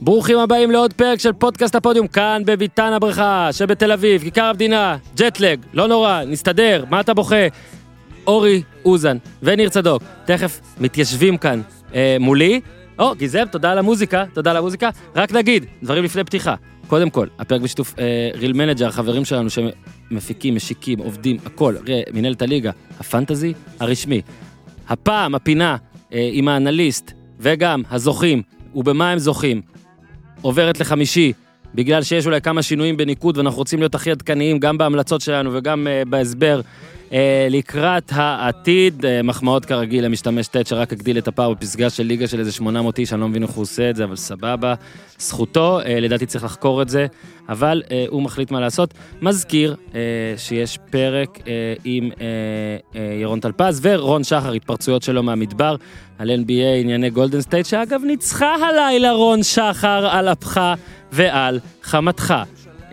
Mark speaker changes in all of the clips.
Speaker 1: ברוכים הבאים לעוד פרק של פודקאסט הפודיום, כאן בביתן הברכה שבתל אביב, כיכר המדינה, ג'טלג, לא נורא, נסתדר, מה אתה בוכה? אורי אוזן וניר צדוק, תכף מתיישבים כאן אה, מולי. או, גיזם, תודה על המוזיקה, תודה על המוזיקה. רק נגיד, דברים לפני פתיחה. קודם כל, הפרק בשיתוף אה, ריל מנג'ר, החברים שלנו שמפיקים, משיקים, עובדים, הכל, ראה, מנהלת הליגה, הפנטזי הרשמי. הפעם הפינה אה, עם האנליסט וגם הזוכים, ובמה הם זוכים, עוברת לחמישי, בגלל שיש אולי כמה שינויים בניקוד ואנחנו רוצים להיות הכי עדכניים גם בהמלצות שלנו וגם אה, בהסבר אה, לקראת העתיד. אה, מחמאות כרגיל למשתמש ט' שרק הגדיל את הפער בפסגה של ליגה של איזה 800 איש, אני לא מבין איך הוא עושה את זה, אבל סבבה. זכותו, אה, לדעתי צריך לחקור את זה, אבל אה, הוא מחליט מה לעשות. מזכיר אה, שיש פרק אה, עם אה, אה, ירון טלפז ורון שחר, התפרצויות שלו מהמדבר, על NBA ענייני גולדן סטייט, שאגב ניצחה הלילה רון שחר על אפך ועל חמתך.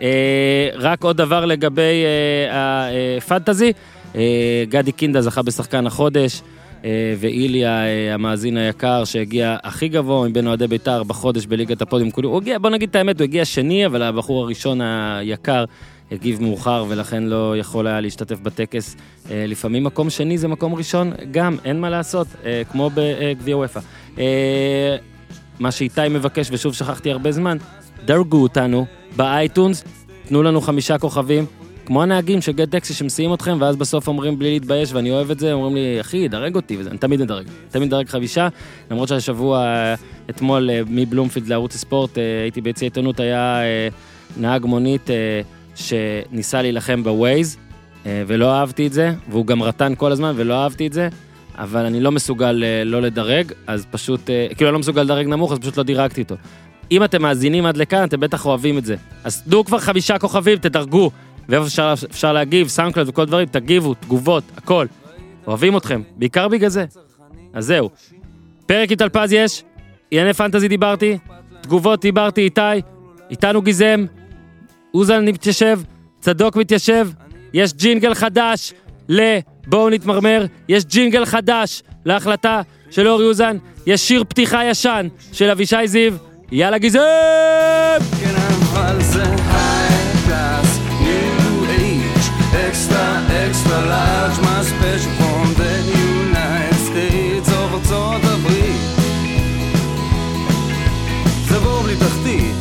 Speaker 1: אה, רק עוד דבר לגבי אה, הפנטזי, אה, גדי קינדה זכה בשחקן החודש. אה, ואיליה, אה, המאזין היקר, שהגיע הכי גבוה מבין אוהדי בית"ר בחודש בליגת הפודיום, כולו, הוא הגיע, בוא נגיד את האמת, הוא הגיע שני, אבל הבחור הראשון היקר הגיב מאוחר, ולכן לא יכול היה להשתתף בטקס. אה, לפעמים מקום שני זה מקום ראשון, גם, אין מה לעשות, אה, כמו בגביע וופא. אה, מה שאיתי מבקש, ושוב שכחתי הרבה זמן, דרגו אותנו באייטונס, תנו לנו חמישה כוכבים, כמו הנהגים של גט טקסי שמסיעים אתכם, ואז בסוף אומרים בלי להתבייש, ואני אוהב את זה, אומרים לי, אחי, דרג אותי, וזה, אני תמיד מדרג, תמיד מדרג חמישה, למרות שהשבוע, אה, אתמול, אה, מבלומפילד לערוץ הספורט, אה, הייתי ביציע עיתונות, היה אה, נהג מונית אה, שניסה להילחם בווייז, אה, ולא אהבתי את זה, והוא גם רטן כל הזמן, ולא אהבתי את זה. אבל אני לא מסוגל אה, לא לדרג, אז פשוט, אה, כאילו אני לא מסוגל לדרג נמוך, אז פשוט לא דירגתי אותו. אם אתם מאזינים עד לכאן, אתם בטח אוהבים את זה. אז תנו כבר חמישה כוכבים, תדרגו. ואיפה אפשר, אפשר להגיב, סאונדקלאד וכל דברים, תגיבו, תגובות, הכל. אוהבים אתכם, בעיקר בגלל זה. אז זהו. פרק עם טלפז יש, ענייני פנטזי דיברתי, תגובות דיברתי, איתי, איתנו גיזם, אוזן מתיישב, צדוק מתיישב, יש ג'ינגל חדש ל... בואו נתמרמר, יש ג'ינגל חדש להחלטה של אורי אוזן, יש שיר פתיחה ישן של אבישי זיו, יאללה גיזם!
Speaker 2: כן, אבל זה high class, new age, extra, extra large, my special from the United States, או ארצות הברית. זה בור בלי תחתית,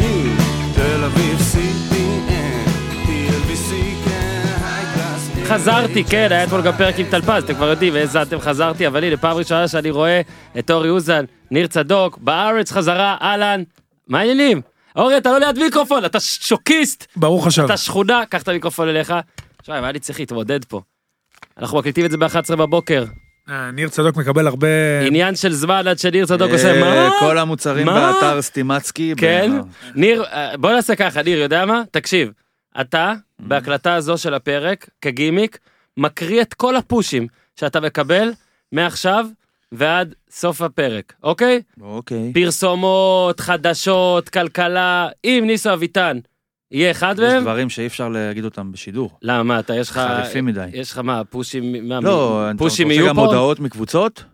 Speaker 2: new, תל אביב, CPN, TLBC, כן, high class, new
Speaker 1: חזרתי,
Speaker 2: age,
Speaker 1: כן, היה אתמול גם
Speaker 2: extra,
Speaker 1: פרק עם טלפז, אתם כבר יודעים, האזנתם, חזרתי, אבל הנה, פעם ראשונה שאני רואה את אורי אוזן, ניר צדוק, בארץ חזרה, אהלן, מה העניינים? אורי, אתה לא ליד מיקרופון, אתה ש- שוקיסט,
Speaker 3: ברוך השם.
Speaker 1: אתה שכונה, קח את המיקרופון אליך. תשמע, אם היה לי צריך להתמודד פה. אנחנו מקליטים את זה ב-11 בבוקר,
Speaker 3: אה, ניר צדוק מקבל הרבה...
Speaker 1: עניין של זמן עד שניר צדוק עושה
Speaker 4: אה,
Speaker 1: לא, מה?
Speaker 4: כל המוצרים
Speaker 1: מה?
Speaker 4: באתר סטימצקי.
Speaker 1: כן?
Speaker 4: ב-
Speaker 1: ניר, אה, בוא נעשה ככה, ניר, יודע מה? תקשיב, אתה, בהקלטה הזו של הפרק, כגימיק, מקריא את כל הפושים שאתה מקבל מעכשיו ועד סוף הפרק, אוקיי?
Speaker 4: אוקיי.
Speaker 1: פרסומות, חדשות, כלכלה, אם ניסו אביטן יהיה אחד
Speaker 4: יש
Speaker 1: מהם,
Speaker 4: דברים שאי אפשר להגיד אותם בשידור.
Speaker 1: למה, מה, אתה, יש לך...
Speaker 4: חריפים מדי.
Speaker 1: יש לך מה, פושים, מה,
Speaker 4: לא, אתה
Speaker 1: פושים
Speaker 4: רוצה
Speaker 1: יהיו
Speaker 4: גם
Speaker 1: פה?
Speaker 4: הודעות מקבוצות?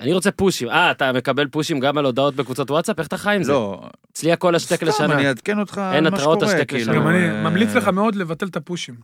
Speaker 1: אני רוצה פושים. אה, אתה מקבל פושים גם על הודעות בקבוצות וואטסאפ? איך אתה חי עם זה?
Speaker 4: לא.
Speaker 1: אצלי הכל השטק
Speaker 4: סתם,
Speaker 1: לשנה.
Speaker 4: אני אעדכן אותך
Speaker 1: אין
Speaker 4: על מה
Speaker 1: התראות
Speaker 4: שקורה.
Speaker 1: השתק
Speaker 4: כאילו,
Speaker 1: לשנה.
Speaker 3: גם אני
Speaker 4: אה,
Speaker 3: ממליץ לך מאוד לבטל את הפושים.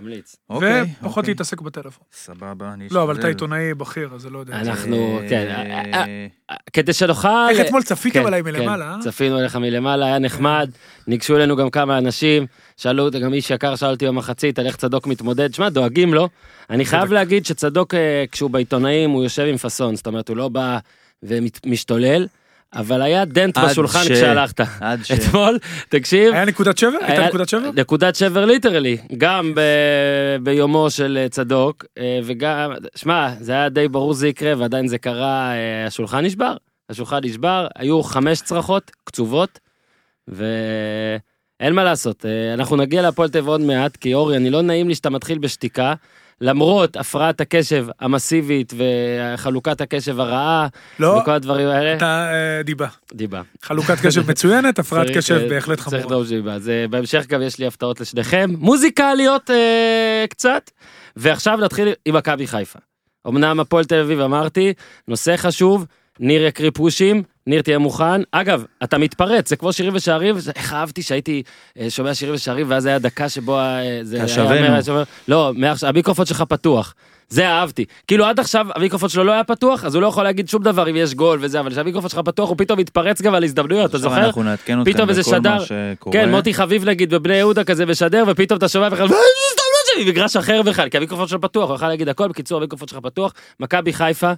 Speaker 1: ממליץ.
Speaker 4: אוקיי,
Speaker 3: ופחות
Speaker 4: אוקיי.
Speaker 3: להתעסק בטלפון.
Speaker 4: סבבה, אני
Speaker 3: לא, אבל אתה
Speaker 4: אשתדל.
Speaker 3: עיתונאי בכיר, אז זה לא יודע.
Speaker 1: אה, אנחנו-
Speaker 4: אה,
Speaker 1: כן, אה, אה, כדי שנוכל...
Speaker 3: איך אתמול
Speaker 1: כן,
Speaker 3: צפיתם עליי מלמעלה, אה?
Speaker 1: צפינו עליך מלמעלה, היה נחמד. ניגשו אלינו גם כמה אנשים, שאלו, אותי, גם איש יקר שאל אותי במחצית על איך צדוק מתמודד. שמע, דואגים לו. אני חייב להגיד שצדוק, אה, כשהוא בעיתונאים, הוא יושב עם פאסון, זאת אומרת, הוא לא בא ומשתולל, אבל היה דנט
Speaker 4: עד
Speaker 1: בשולחן
Speaker 4: ש-
Speaker 1: כשהלכת.
Speaker 4: עד ש...
Speaker 1: אתמול, תקשיב,
Speaker 3: היה נקודת שבר? הייתה
Speaker 1: היה- לא,
Speaker 3: נקודת שבר?
Speaker 1: נקודת שבר ליטרלי, גם ב... ביומו של אה, צדוק, אה, וגם, שמע, זה היה די ברור זה יקרה, ועדיין זה קרה, אה, השולחן נשבר, השולחן נשבר, היו חמש צרחות קצובות, ואין מה לעשות, אה, אנחנו נגיע להפועל טבע עוד מעט, כי אורי, אני לא נעים לי שאתה מתחיל בשתיקה. למרות הפרעת הקשב המסיבית וחלוקת הקשב הרעה
Speaker 3: לא,
Speaker 1: וכל הדברים האלה,
Speaker 3: אתה אה, דיבה.
Speaker 1: דיבה.
Speaker 3: חלוקת קשב מצוינת, הפרעת
Speaker 1: צריך,
Speaker 3: קשב
Speaker 1: אה,
Speaker 3: בהחלט
Speaker 1: צריך
Speaker 3: חמורה.
Speaker 1: דוב ז'יבה. אז אה, בהמשך גם יש לי הפתעות לשניכם. מוזיקליות אה, קצת. ועכשיו נתחיל עם מכבי חיפה. אמנם הפועל תל אביב אמרתי, נושא חשוב, ניר יקריא פושים, ניר, תהיה מוכן. אגב, אתה מתפרץ, זה כמו שירים ושערים, וזה- איך אהבתי שהייתי אה, שומע שירים ושערים, ואז היה דקה שבו אה, זה היה
Speaker 4: השבנו.
Speaker 1: אומר, היה שומע- לא, מעכשיו, המיקרופון שלך פתוח. זה אהבתי. כאילו עד עכשיו המיקרופון שלו לא היה פתוח, אז הוא לא יכול להגיד שום דבר אם יש גול וזה, אבל כשהמיקרופון שלך פתוח, הוא פתאום מתפרץ גם על הזדמנויות, אתה
Speaker 4: עכשיו
Speaker 1: זוכר?
Speaker 4: אנחנו נעדכן אתכם
Speaker 1: פתאום איזה
Speaker 4: בכל מה
Speaker 1: שדר,
Speaker 4: שקורה.
Speaker 1: כן, מוטי חביב נגיד בבני יהודה כזה משדר, ופתאום אתה שומע בכלל, "אה, זה הזדמנות שלי, מגרש אחר בכלל, כי המיקרופון שלך פתוח, הוא יכול להגיד הכל, בקיצור המיקרופון שלך פתוח, מכבי חיפה,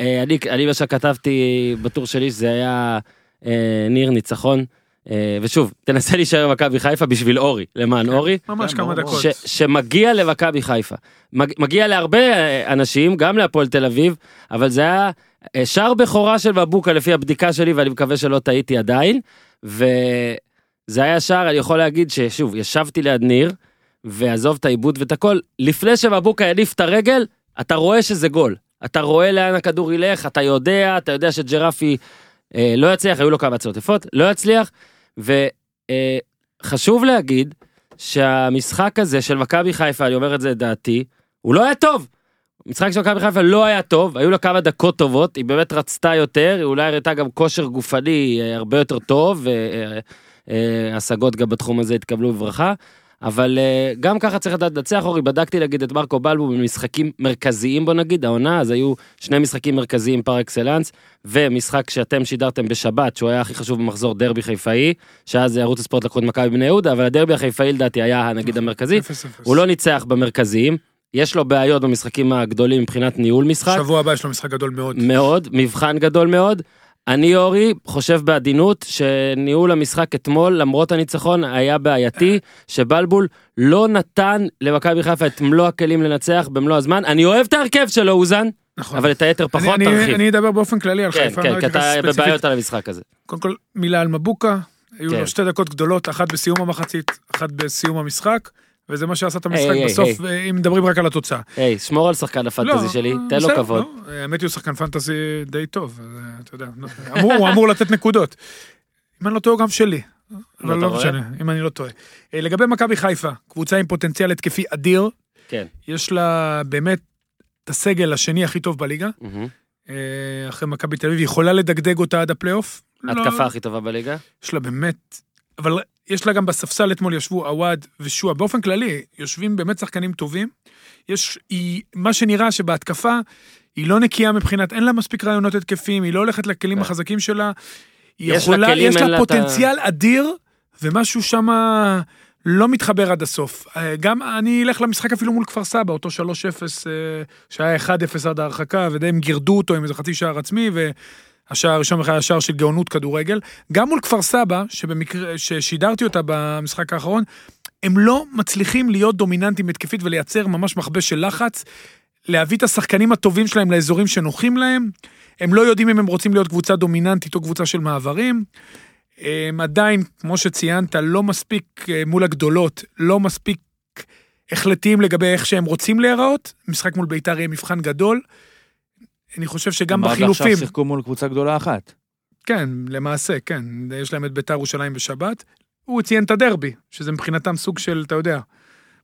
Speaker 1: אה, אני, אני מה שכתבתי בטור שלי, שזה היה אה, ניר ניצחון, אה, ושוב, תנסה להישאר במכבי חיפה בשביל אורי, למען אורי,
Speaker 3: ממש
Speaker 4: כן,
Speaker 3: כמה
Speaker 4: ברור.
Speaker 3: דקות.
Speaker 1: אה, ש, שמגיע למכבי חיפה. מג, מגיע להרבה אה, אנשים, גם להפועל תל אביב, אבל זה היה אה, שער בכורה של מבוקה לפי הבדיקה שלי, ואני מקווה שלא טעיתי עדיין. וזה היה שער, אני יכול להגיד ששוב, ישבתי ליד ניר, ועזוב את העיבוד ואת הכל, לפני שמבוקה יניף את הרגל, אתה רואה שזה גול. אתה רואה לאן הכדור ילך, אתה יודע, אתה יודע שג'רפי אה, לא יצליח, היו לו כמה הצעות יפות, לא יצליח. וחשוב להגיד שהמשחק הזה של מכבי חיפה, אני אומר את זה את דעתי, הוא לא היה טוב. המשחק של מכבי חיפה לא היה טוב, היו לה כמה דקות טובות, היא באמת רצתה יותר, היא אולי הראתה גם כושר גופני אה, הרבה יותר טוב, והשגות גם בתחום הזה התקבלו בברכה, אבל אה, גם ככה צריך לדעת לנצח, אורי, בדקתי נגיד את מרקו בלבו במשחקים מרכזיים בו נגיד, העונה, אז היו שני משחקים מרכזיים פר אקסלנס, ומשחק שאתם שידרתם בשבת, שהוא היה הכי חשוב במחזור דרבי חיפאי, שאז ערוץ הספורט לקחו את מכבי בני יהודה, אבל הדרבי החיפאי לדעתי היה נגיד המרכזי,
Speaker 3: אפס, אפס.
Speaker 1: הוא לא ניצח במרכזיים, יש לו בעיות במשחקים הגדולים מבחינת ניהול משחק,
Speaker 3: שבוע הבא יש לו משחק גדול מאוד.
Speaker 1: מאוד, מבחן גדול מאוד. אני אורי חושב בעדינות שניהול המשחק אתמול למרות הניצחון היה בעייתי שבלבול לא נתן למכבי חיפה את מלוא הכלים לנצח במלוא הזמן אני אוהב את ההרכב שלו אוזן
Speaker 3: נכון.
Speaker 1: אבל את היתר
Speaker 3: אני-
Speaker 1: פחות
Speaker 3: אני-
Speaker 1: תרחיב.
Speaker 3: אני אדבר באופן כללי על
Speaker 1: כן
Speaker 3: חיפה. אני
Speaker 1: כן
Speaker 3: לא
Speaker 1: כי אתה
Speaker 3: אתייחס ספציפית.
Speaker 1: בבעיות על המשחק הזה.
Speaker 3: קודם כל מילה על מבוקה, היו
Speaker 1: כן.
Speaker 3: לו שתי דקות גדולות, אחת בסיום המחצית, אחת בסיום המשחק, וזה מה שעשה את המשחק
Speaker 1: היי,
Speaker 3: בסוף, אה, אם מדברים רק על התוצאה.
Speaker 1: היי שמור על שחקן הפנטזי
Speaker 3: לא,
Speaker 1: שלי תן לו
Speaker 3: בסדר,
Speaker 1: כבוד.
Speaker 3: לא, האמת היא הוא שחקן פנטזי די טוב, אז, אה, אתה יודע, לא, אמור- הוא אמור לתת נקודות. אם אני לא טועה הוא גם שלי, אבל
Speaker 1: אתה
Speaker 3: לא
Speaker 1: רואה?
Speaker 3: משנה, אם אני לא טועה. אה, לגבי מכבי חיפה, קבוצה עם פוטנציאל התקפי אדיר,
Speaker 1: כן.
Speaker 3: יש לה באמת את הסגל השני הכי טוב בליגה,
Speaker 1: מהמם.
Speaker 3: אה, אחרי מכבי תל אביב, היא יכולה לדגדג אותה עד הפלייאוף. לא-
Speaker 1: התקפה הכי טובה בליגה.
Speaker 3: יש לה באמת, אבל יש לה גם בספסל אתמול ישבו עווד ושועה, באופן כללי, יושבים באמת שחקנים טובים. יש, היא, מה שנראה שבהתקפה, היא לא נקייה מבחינת, אין לה מספיק רעיונות התקפים, היא לא הולכת לכלים
Speaker 1: כן.
Speaker 3: החזקים שלה. היא
Speaker 1: יש לה
Speaker 3: יכולה,
Speaker 1: כלים,
Speaker 3: יש
Speaker 1: אין
Speaker 3: לה
Speaker 1: לה את ה-
Speaker 3: פוטנציאל אדיר, ומשהו שם לא מתחבר עד הסוף. אה, גם אני אלך למשחק אפילו מול כפר סבא, אותו 3-0, אה, שהיה 1-0 עד ההרחקה, ודי הם גירדו אותו עם איזה חצי שער עצמי, והשער הראשון בכלל היה שער של גאונות כדורגל. גם מול כפר סבא, שבמקרה, ששידרתי אותה במשחק האחרון, הם לא מצליחים להיות דומיננטים התקפית ולייצר ממש מכבש של לחץ, להביא את השחקנים הטובים שלהם לאזורים שנוחים להם. הם לא יודעים אם הם רוצים להיות קבוצה דומיננטית או קבוצה של מעברים. הם עדיין, כמו שציינת, לא מספיק אה, מול הגדולות, לא מספיק החלטיים לגבי איך שהם רוצים להיראות. משחק מול ביתר יהיה מבחן גדול. אני חושב שגם
Speaker 4: הם עד
Speaker 3: בחילופים,
Speaker 4: עכשיו שיחקו מול קבוצה גדולה אחת.
Speaker 3: כן, למעשה, כן, יש להם את ביתר ירושלים בשבת. הוא ציין את הדרבי, שזה מבחינתם סוג של, אתה יודע,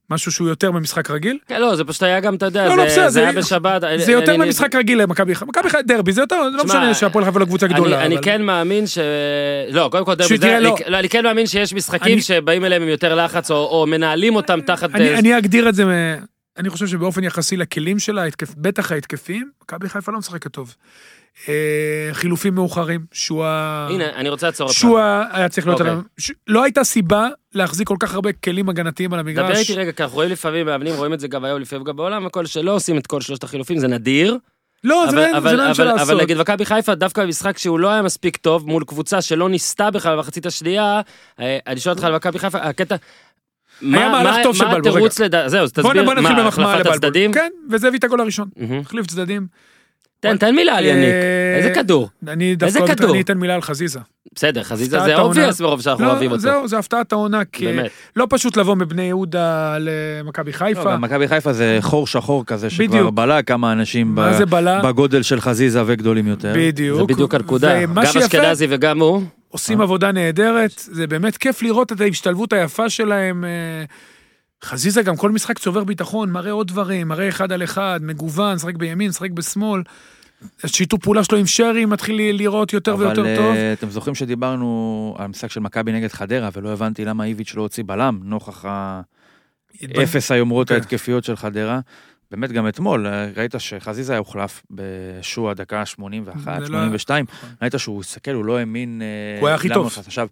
Speaker 3: משהו שהוא יותר ממשחק רגיל.
Speaker 1: כן, לא זה פשוט היה גם אתה יודע
Speaker 3: לא, לא,
Speaker 1: זה-
Speaker 3: בסדר,
Speaker 1: זה
Speaker 3: זה-
Speaker 1: היה בשבת.
Speaker 3: זה יותר
Speaker 1: אני- אני-
Speaker 3: ממשחק רגיל למכבי חיפה. מכבי חיפה דרבי, זה יותר, לא
Speaker 1: תשמע,
Speaker 3: משנה שהפועל חיפה לא קבוצה גדולה.
Speaker 1: אני, אני
Speaker 3: אבל-
Speaker 1: כן מאמין ש... לא, קודם כל דרבי,
Speaker 3: שתראה,
Speaker 1: זה...
Speaker 3: לא.
Speaker 1: אני, לא, אני כן מאמין שיש משחקים
Speaker 3: אני-
Speaker 1: שבאים אליהם עם יותר לחץ, או, או מנהלים אותם תחת...
Speaker 3: אני,
Speaker 1: אה,
Speaker 3: אני אגדיר את זה, מ- אני חושב שבאופן יחסי לכלים שלה, ההתקפ, בטח ההתקפיים, מכבי חיפה לא משחקת טוב. אה, חילופים מאוחרים, שועה...
Speaker 1: הנה, אני רוצה לעצור אותך.
Speaker 3: שועה היה צריך להיות
Speaker 1: אוקיי.
Speaker 3: עליו. ש- לא הייתה סיבה להחזיק כל כך הרבה כלים הגנתיים על המגרש.
Speaker 1: דבר איתי רגע, כי אנחנו רואים לפעמים מאמנים, רואים את זה גם היום, לפעמים גם בעולם, הכל שלא עושים את כל שלושת החילופים, זה נדיר.
Speaker 3: לא, זה
Speaker 1: אבל,
Speaker 3: לא אין- זה לא
Speaker 1: אבל,
Speaker 3: אין של
Speaker 1: אבל, אבל
Speaker 3: לעשות.
Speaker 1: נגד מכבי חיפה, דווקא במשחק שהוא לא היה מספיק טוב, מול קבוצה שלא ניסתה בכלל במחצית השנייה, אה, אני שואל אותך על מכבי חיפה, הקטע... מה-
Speaker 3: מהלך
Speaker 1: מה-
Speaker 3: טוב של
Speaker 1: מה
Speaker 3: בלבול,
Speaker 1: התירוץ לדעת? זהו, אז
Speaker 3: בוא נ-
Speaker 1: תסביר.
Speaker 3: בוא נתחיל
Speaker 1: מה,
Speaker 3: במחמאה
Speaker 1: החלפת
Speaker 3: לבלבול.
Speaker 1: הצדדים?
Speaker 3: כן, וזה הביא את הגול הראשון.
Speaker 1: מהמם.
Speaker 3: החליף צדדים.
Speaker 1: תן, תן מילה על יניק.
Speaker 3: אה,
Speaker 1: איזה כדור.
Speaker 3: אני דווקא
Speaker 1: איזה
Speaker 3: אוהב את-
Speaker 1: כדור?
Speaker 3: אני אתן מילה על חזיזה.
Speaker 1: בסדר, חזיזה
Speaker 3: הפתעת
Speaker 1: זה
Speaker 3: העונה.
Speaker 1: אובייס מרוב שאנחנו
Speaker 3: לא,
Speaker 1: אוהבים אותו.
Speaker 3: זהו, זה הפתעת העונה. כי
Speaker 1: באמת.
Speaker 3: לא פשוט לבוא מבני יהודה למכבי
Speaker 4: לא,
Speaker 3: חיפה.
Speaker 4: גם מכבי חיפה זה חור שחור כזה שכבר
Speaker 3: בדיוק.
Speaker 4: בלע כמה אנשים ב-
Speaker 3: מה זה בלע?
Speaker 4: בגודל של חזיזה וגדולים יותר.
Speaker 3: בדיוק.
Speaker 1: זה בדיוק הנקודה,
Speaker 3: ומה
Speaker 1: גם
Speaker 3: שיפה,
Speaker 1: אשכנזי אה. וגם הוא.
Speaker 3: עושים עבודה נהדרת, זה באמת כיף לראות את ההשתלבות היפה שלהם. אה, חזיזה גם כל משחק צובר ביטחון, מראה עוד דברים, מראה אחד על אחד, מגוון, שחק בימין, שחק בשמאל. השיתוף פעולה שלו עם שרי מתחיל ל- לראות יותר ויותר
Speaker 4: אבל
Speaker 3: טוב.
Speaker 4: אה, אתם זוכרים שדיברנו על המשחק של מכבי נגד חדרה, ולא הבנתי למה איביץ' לא הוציא בלם, נוכח האפס היומרות
Speaker 3: כן.
Speaker 4: ההתקפיות של חדרה. באמת, גם אתמול, אה, ראית שחזיזה היה הוחלף בשוע דקה 81,
Speaker 3: זה לא-
Speaker 4: 82, ראית שהוא הסתכל, הוא לא האמין... אה,
Speaker 3: הוא היה הכי
Speaker 4: למה
Speaker 3: טוב.
Speaker 4: הוא נכנס. עכשיו,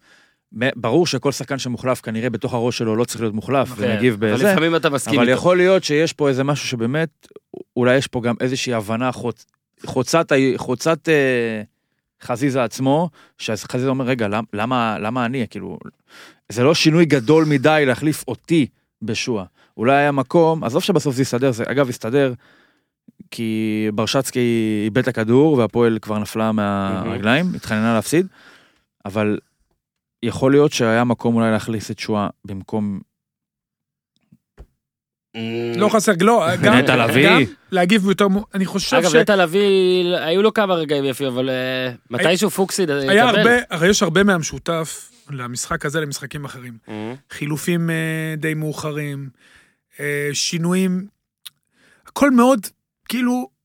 Speaker 4: מ- ברור שכל שחקן שמוחלף, כנראה בתוך הראש שלו לא צריך להיות מוחלף,
Speaker 3: כן.
Speaker 4: ומגיב
Speaker 1: אבל
Speaker 4: בזה.
Speaker 1: לפעמים אתה מסכים
Speaker 4: אבל
Speaker 1: איתו.
Speaker 4: יכול להיות שיש פה איזה משהו שבאמת, אולי יש פה גם איזושהי הבנה חוצ... חוצת, ה- חוצת אה, חזיזה עצמו, שחזיזה אומר, רגע, למ- למה, למה אני, כאילו, זה לא שינוי גדול מדי להחליף אותי בשועה. אולי היה מקום, עזוב שבסוף זה יסתדר, זה אגב יסתדר, כי ברשצקי איבד את הכדור והפועל כבר נפלה מהרגליים, התחננה להפסיד, אבל יכול להיות שהיה מקום אולי להחליף את שועה במקום
Speaker 1: Mm.
Speaker 3: לא חסר, לא, גם,
Speaker 4: נטע
Speaker 3: גם
Speaker 4: לביא.
Speaker 3: להגיב יותר, מו- אני חושב
Speaker 1: אגב,
Speaker 3: ש...
Speaker 1: נטע לביא, היו לו כמה רגעים יפים, אבל אה, מתישהו פוקסי
Speaker 3: היה
Speaker 1: יקבל.
Speaker 3: הרבה, הרי יש הרבה מהמשותף למשחק הזה למשחקים אחרים.
Speaker 1: אה,
Speaker 3: חילופים אה, די מאוחרים, אה, שינויים, הכל מאוד, כאילו,